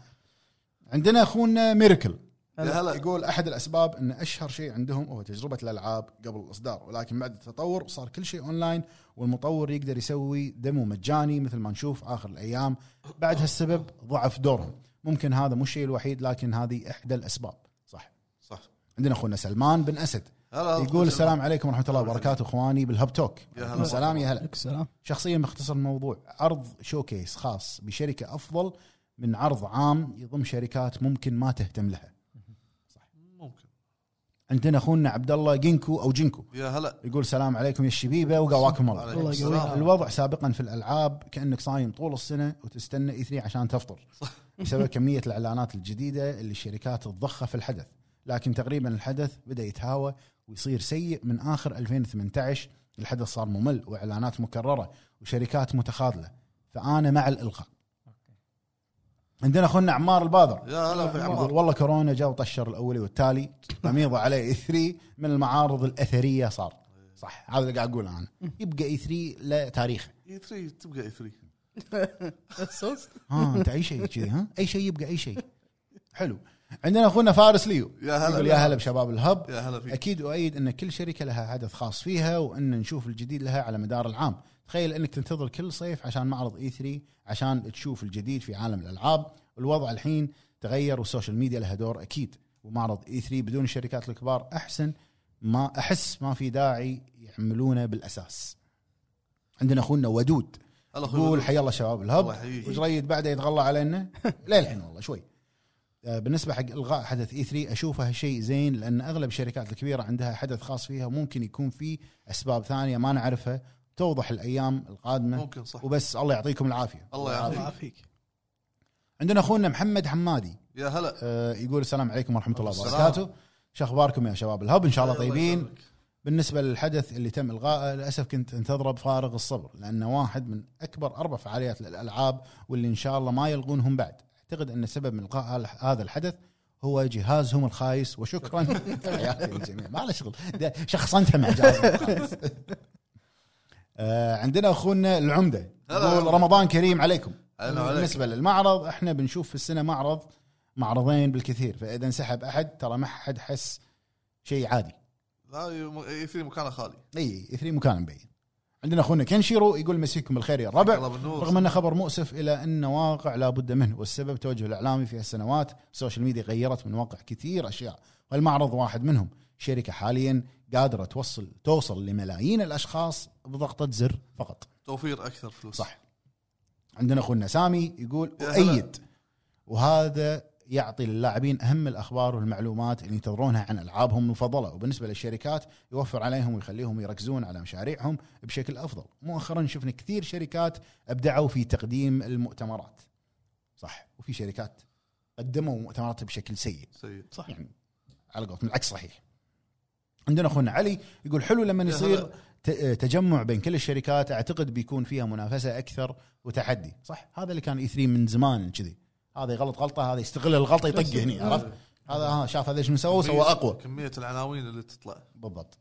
A: عندنا اخونا ميركل
B: يا هلا
A: يقول احد الاسباب ان اشهر شيء عندهم هو تجربه الالعاب قبل الاصدار ولكن بعد التطور صار كل شيء اونلاين والمطور يقدر يسوي دمو مجاني مثل ما نشوف اخر الايام بعد هالسبب ضعف دورهم ممكن هذا مو الشيء الوحيد لكن هذه احدى الاسباب صح
B: صح
A: عندنا اخونا سلمان بن اسد
B: هلا
A: يقول السلام عليكم ورحمه الله وبركاته اخواني بالهب توك
B: يا هلا.
A: سلام يا هلا
C: السلام
A: شخصيا مختصر الموضوع عرض شوكيس خاص بشركه افضل من عرض عام يضم شركات ممكن ما تهتم لها
B: ممكن
A: عندنا اخونا عبد الله جينكو او جينكو
B: يا هلا
A: يقول سلام عليكم يا الشبيبه وقواكم الله
B: عليكم السلام
A: الوضع سابقا في الالعاب كانك صايم طول السنه وتستنى اي 3 عشان تفطر بسبب كميه الاعلانات الجديده اللي الشركات تضخها في الحدث لكن تقريبا الحدث بدا يتهاوى ويصير سيء من اخر 2018 الحدث صار ممل واعلانات مكرره وشركات متخاذله فانا مع الالغاء عندنا اخونا عمار البادر
B: يا هلا في
A: يقول
B: عمار
A: والله كورونا جاء وطشر الاولي والتالي غميضه عليه اي 3 من المعارض الاثريه صار صح هذا اللي قاعد اقوله انا يبقى اي 3 له تاريخه
B: اي 3 إيه، تبقى اي 3
A: ها انت اي شيء كذي ها اي شيء يبقى اي شيء حلو عندنا اخونا فارس ليو
B: يا هلا.
A: يقول يا هلا بشباب الهب
B: يا هلا فيك
A: اكيد اؤيد ان كل شركه لها حدث خاص فيها وان نشوف الجديد لها على مدار العام تخيل انك تنتظر كل صيف عشان معرض اي 3 عشان تشوف الجديد في عالم الالعاب الوضع الحين تغير والسوشيال ميديا لها دور اكيد ومعرض اي 3 بدون الشركات الكبار احسن ما احس ما في داعي يعملونه بالاساس عندنا اخونا ودود
B: هلا أخوي
A: يقول
B: بدر.
A: حي الله شباب
B: الله
A: الهب
B: يحييك.
A: وجريد بعده يتغلى علينا للحين والله شوي آه، بالنسبه حق الغاء حدث E اي 3 اشوفه شيء زين لان اغلب الشركات الكبيره عندها حدث خاص فيها وممكن يكون في اسباب ثانيه ما نعرفها توضح الايام القادمه
B: ممكن صح
A: وبس الله يعطيكم العافيه
B: الله
C: الله
B: يعافيك
C: يعافيك
A: عندنا اخونا محمد حمادي
B: يا هلا
A: آه، يقول السلام عليكم ورحمه الله
B: السلام.
A: وبركاته شو اخباركم يا شباب الهب ان شاء الله طيبين
B: يسلمك.
A: بالنسبة للحدث اللي تم إلغائه للأسف كنت أنتظره بفارغ الصبر لأنه واحد من أكبر أربع فعاليات للألعاب واللي إن شاء الله ما يلغونهم بعد أعتقد أن سبب من إلغاء هال- هذا الحدث هو جهازهم الخايس وشكرا تحياتي للجميع ما له شغل ده شخصنتها مع جهازهم الخايس آه، عندنا اخونا العمده
B: هلا.
A: يقول رمضان كريم عليكم
B: أهلا وعليك.
A: بالنسبه للمعرض احنا بنشوف في السنه معرض معرضين بالكثير فاذا انسحب احد ترى ما حد حس شيء عادي
B: لا اي 3 مكانه خالي
A: اي اي 3 مكان مبين عندنا اخونا كنشيرو يقول مسيكم بالخير يا الربع
B: الله بالنور
A: رغم انه خبر مؤسف الا انه واقع لابد منه والسبب توجه الاعلامي في هالسنوات السوشيال ميديا غيرت من واقع كثير اشياء والمعرض واحد منهم شركه حاليا قادره توصل توصل لملايين الاشخاص بضغطه زر فقط
B: توفير اكثر فلوس
A: صح عندنا اخونا سامي يقول
B: يا هلا.
A: اؤيد وهذا يعطي للاعبين اهم الاخبار والمعلومات اللي ينتظرونها عن العابهم المفضله وبالنسبه للشركات يوفر عليهم ويخليهم يركزون على مشاريعهم بشكل افضل مؤخرا شفنا كثير شركات ابدعوا في تقديم المؤتمرات صح وفي شركات قدموا مؤتمراتها بشكل سيء
B: سيء
A: صح يعني على قولتهم العكس صحيح عندنا اخونا علي يقول حلو لما
B: يا
A: يصير
B: هلا.
A: ت- تجمع بين كل الشركات اعتقد بيكون فيها منافسه اكثر وتحدي صح هذا اللي كان اي 3 من زمان كذي هذا يغلط غلطه هذا يستغل الغلطه يطق هني عرفت
B: إيه.
A: هذا ها شاف هذا شنو سوى سوى
B: كمية-
A: اقوى
B: كميه العناوين اللي تطلع
A: بالضبط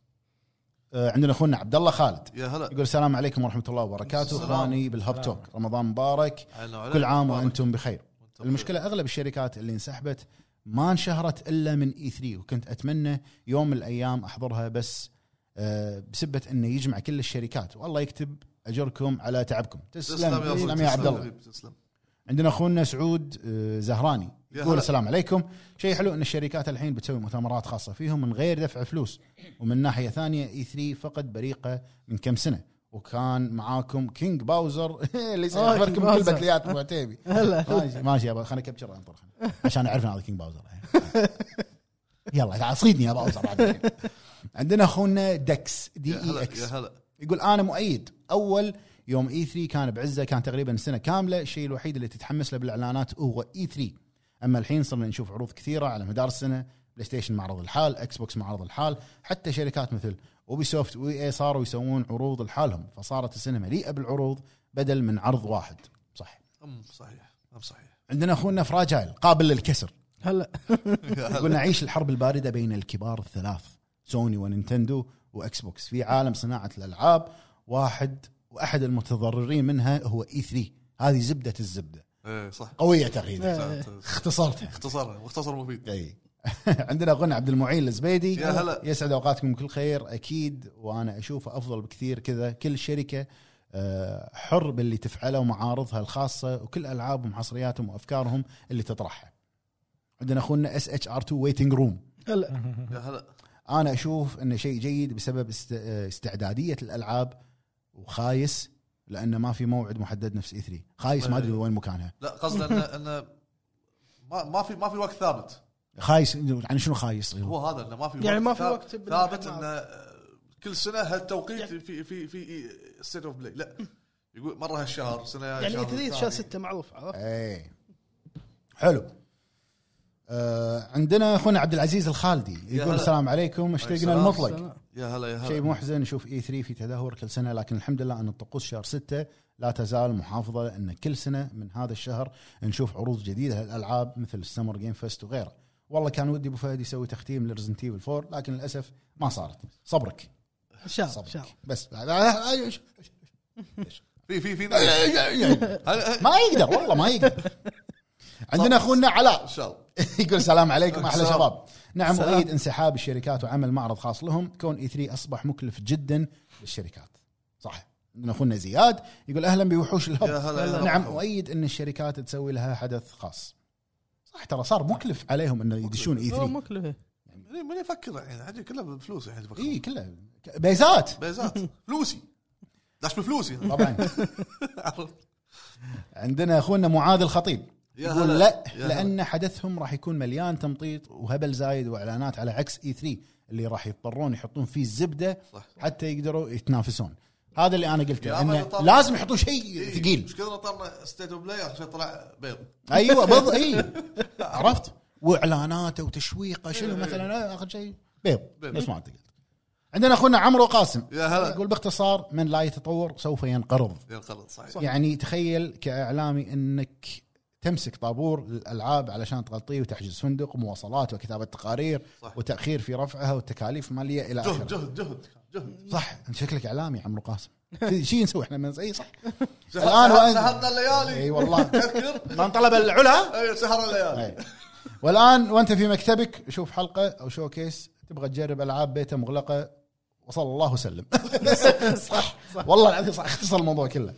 A: آه، عندنا اخونا عبد الله خالد
B: يا هلا
A: يقول السلام عليكم ورحمه الله وبركاته
B: السلام.
A: اخواني بالهب
D: السلام.
A: توك رمضان مبارك
B: أهلا وعليك.
A: كل عام
B: مبارك.
A: وانتم بخير
B: وأنت بخير.
A: المشكله اغلب الشركات اللي انسحبت E ما انشهرت الا من اي 3 وكنت اتمنى يوم من الايام احضرها بس آه، بسبه انه يجمع كل الشركات والله يكتب اجركم على تعبكم تسلم
B: تسلم
A: تسلم
B: يا صديقي، تسلم
A: يا عبد الله
B: حبيبي، تسلم
A: عندنا اخونا سعود آه، زهراني
B: يا
A: يقول
B: هلا.
A: السلام عليكم شيء حلو ان الشركات الحين بتسوي مؤتمرات خاصه فيهم من غير دفع فلوس ومن ناحيه ثانيه اي 3 فقد بريقه من كم سنه وكان معاكم كينج باوزر اللي
E: آه، كينج
A: يخبركم
E: باوزر.
A: بالبتليات ابو عتيبي
E: هلا
A: ماشي ماشي يابا خليني كابتشر انطر خليني. عشان اعرف إن هذا كينج باوزر يلا تعال صيدني يا باوزر بعد الحين. عندنا اخونا دكس دي
B: يا هلا
A: اي
B: يا
A: اكس
B: هلا
A: يقول انا مؤيد اول يوم اي 3 كان بعزه كان تقريبا سنه كامله الشيء الوحيد اللي تتحمس له بالاعلانات هو اي 3 اما الحين صرنا نشوف عروض كثيره على مدار السنه بلاي ستيشن معرض الحال اكس بوكس معرض الحال حتى شركات مثل اوبي سوفت واي اي صاروا يسوون عروض لحالهم فصارت السنه مليئه بالعروض بدل من عرض واحد صح
B: ام صحيح ام صحيح
A: عندنا اخونا فراجايل قابل للكسر
E: هلا
B: يا هلا.
A: يقول نعيش الحرب البارده بين الكبار الثلاث سوني ونينتندو واكس بوكس في عالم صناعه الالعاب واحد واحد المتضررين منها هو اي 3 هذه زبده الزبده
B: ايه صح
A: قويه تغيير
E: إيه.
A: اختصرتها
B: اختصار مختصر مفيد
A: اي عندنا اخونا عبد المعين الزبيدي
B: يا هلا.
A: يسعد اوقاتكم بكل خير اكيد وانا اشوفه افضل بكثير كذا كل شركه آه، حر باللي تفعله ومعارضها الخاصه وكل العابهم وحصرياتهم وافكارهم اللي تطرحها عندنا اخونا اس اتش ار 2 ويتنج روم
E: هلا
B: يا هلا
A: انا اشوف انه شيء جيد بسبب است- استعداديه الالعاب وخايس لانه ما في موعد محدد نفس اي 3 خايس ما ادري وين مكانها
B: لا قصدي انه انه ما ما في ما في وقت ثابت
A: خايس يعني شنو خايس
B: هو هذا انه ما في
E: يعني ما في
B: ثاب-
E: وقت يعني بال-
B: ثابت
E: بالألعاب.
B: انه آه، كل سنه هالتوقيت في في في ستيت اوف بلاي لا يقول مره هالشهر سنه
E: يعني
B: شهر
E: اي 3 شهر
B: ثاني.
E: 6 معروف عرفت؟
A: اي إيه. حلو آه عندنا اخونا عبد العزيز الخالدي يقول
B: هلا.
A: السلام عليكم اشتقنا المطلق
B: يا هلا يا هلا
A: شيء محزن نشوف اي 3 في تدهور كل سنه لكن الحمد لله ان الطقوس شهر 6 لا تزال محافظه لان كل سنه من هذا الشهر نشوف عروض جديده للالعاب مثل السمر جيم فيست وغيره والله كان ودي ابو فهد يسوي تختيم لريزنت ايفل 4 لكن للاسف ما صارت صبرك
E: ان شاء الله ان آه، شاء
A: صبرك
E: الله
A: بس
B: في في في ناس. هلا- هلا.
A: ما يقدر والله ما يقدر عندنا اخونا علاء
B: ان شاء الله
A: يقول السلام عليكم احلى
B: السلام.
A: شباب نعم مؤيد انسحاب الشركات وعمل معرض خاص لهم كون اي 3 اصبح مكلف جدا للشركات صح عندنا اخونا زياد يقول اهلا بوحوش
B: يا
A: الهب
B: هلا يا هلا.
A: نعم اؤيد ان الشركات تسوي لها حدث خاص صح ترى صار مكلف عليهم انه يدشون اي
E: هو
A: 3
E: مكلفه
B: من من يفكر الحين يعني عندي كله بفلوس الحين يفكر
A: اي كله بيزات
B: بيزات فلوسي داش بفلوسي
A: طبعا عندنا اخونا معاذ الخطيب
B: يا
A: يقول
B: هلا.
A: لا
B: يا هلا.
A: لان حدثهم راح يكون مليان تمطيط وهبل زايد واعلانات على عكس اي 3 اللي راح يضطرون يحطون فيه الزبده
B: صح.
A: حتى يقدروا يتنافسون هذا اللي انا قلته
B: يا إيه.
A: انه
B: رجل طبعا.
A: لازم يحطوا شيء ثقيل
B: ايش كثر طلع ستيت اوف بلاي عشان طلع بيض
A: ايوه بض اي عرفت واعلاناته وتشويقه شنو مثلا اخر شيء بيض
B: إيه. بيض.
A: نفس ما انت قلت عندنا اخونا عمرو قاسم
B: يا هلا.
A: يقول باختصار من لا يتطور سوف ينقرض
B: ينقلط صحيح
A: يعني تخيل كاعلامي انك تمسك طابور الالعاب علشان تغطيه وتحجز فندق ومواصلات وكتابه تقارير
B: صح.
A: وتاخير في رفعها والتكاليف ماليه الى
B: جهد
A: اخره
B: جهد جهد جهد
A: صح انت شكلك اعلامي يا عمرو قاسم شي نسوي احنا من اي صح الان
B: الان
A: وانت
B: سهرنا الليالي
A: اي والله
B: تذكر
A: من طلب إيه. العلا إيه.
B: اي سهر الليالي
A: أي. والان وانت في مكتبك شوف حلقه او شوكيس تبغى تجرب العاب بيته مغلقه وصلى الله وسلم صح والله العظيم صح اختصر الموضوع كله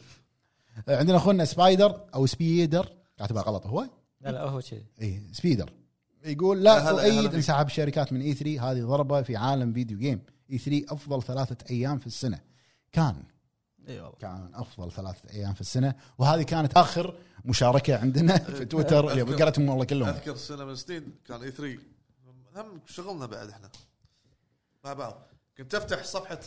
A: عندنا اخونا سبايدر او سبيدر كاتبها غلط هو
D: لا لا هو كذي
A: اي إيه، سبيدر يقول
B: يا
A: لا
B: هلا- يا هلا
A: اؤيد
B: بك.
A: انسحاب الشركات من اي 3 هذه ضربه في عالم فيديو جيم اي 3 افضل ثلاثه ايام في السنه كان
E: اي والله
A: كان افضل ثلاثه ايام في السنه وهذه كانت اخر مشاركه عندنا في تويتر اللي
B: أذكر.
A: قرأتهم والله كلهم
B: اذكر سنه من سنين كان اي 3 هم شغلنا بعد احنا مع بعض كنت افتح صفحه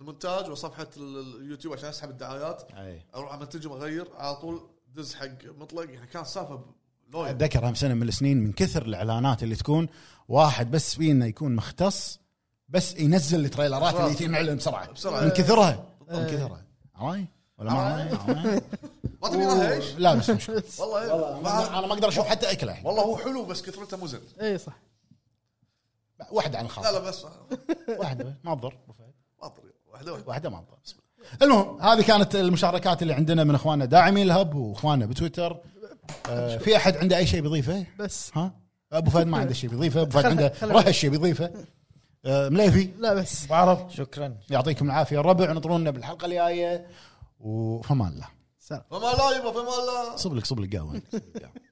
B: المونتاج وصفحه ال- اليوتيوب عشان اسحب الدعايات
A: أي.
B: اروح على منتج اغير على طول دز حق مطلق يعني كان سالفه لويا
A: اتذكر هم سنه من السنين من كثر الاعلانات اللي تكون واحد بس فينا يكون مختص بس ينزل التريلرات اللي يتي معلن بسرعه
B: بسرعة.
A: من كثرها من كثرها عراي ولا ما عراي؟ عراي؟
B: ما تبي لها ايش؟
A: لا بس مش مشكلة.
B: والله إيه. ما-
A: انا أنا ما اقدر اشوف حتى يعني. اكله الحين
B: والله هو حلو بس كثرته مزن
E: اي صح
A: واحده عن
B: لا
A: الخاص
B: لا بس ما
A: واحده ما تضر
B: ادري واحده واحده
A: واحده ما تضر المهم هذه كانت المشاركات اللي عندنا من اخواننا داعمين الهب واخواننا بتويتر آه في احد عنده اي شيء بيضيفه
E: بس
A: ها ابو فهد ما عنده شيء بيضيفه ابو فهد عنده رهش شيء بيضيفه آه، مليفي
E: لا بس
F: وعرب شكرا
A: يعطيكم العافيه الربع انطرونا بالحلقه الجايه وفمان الله
B: فما لا يبا فما لا
A: صب لك صب لك قهوه صب لك قهوة.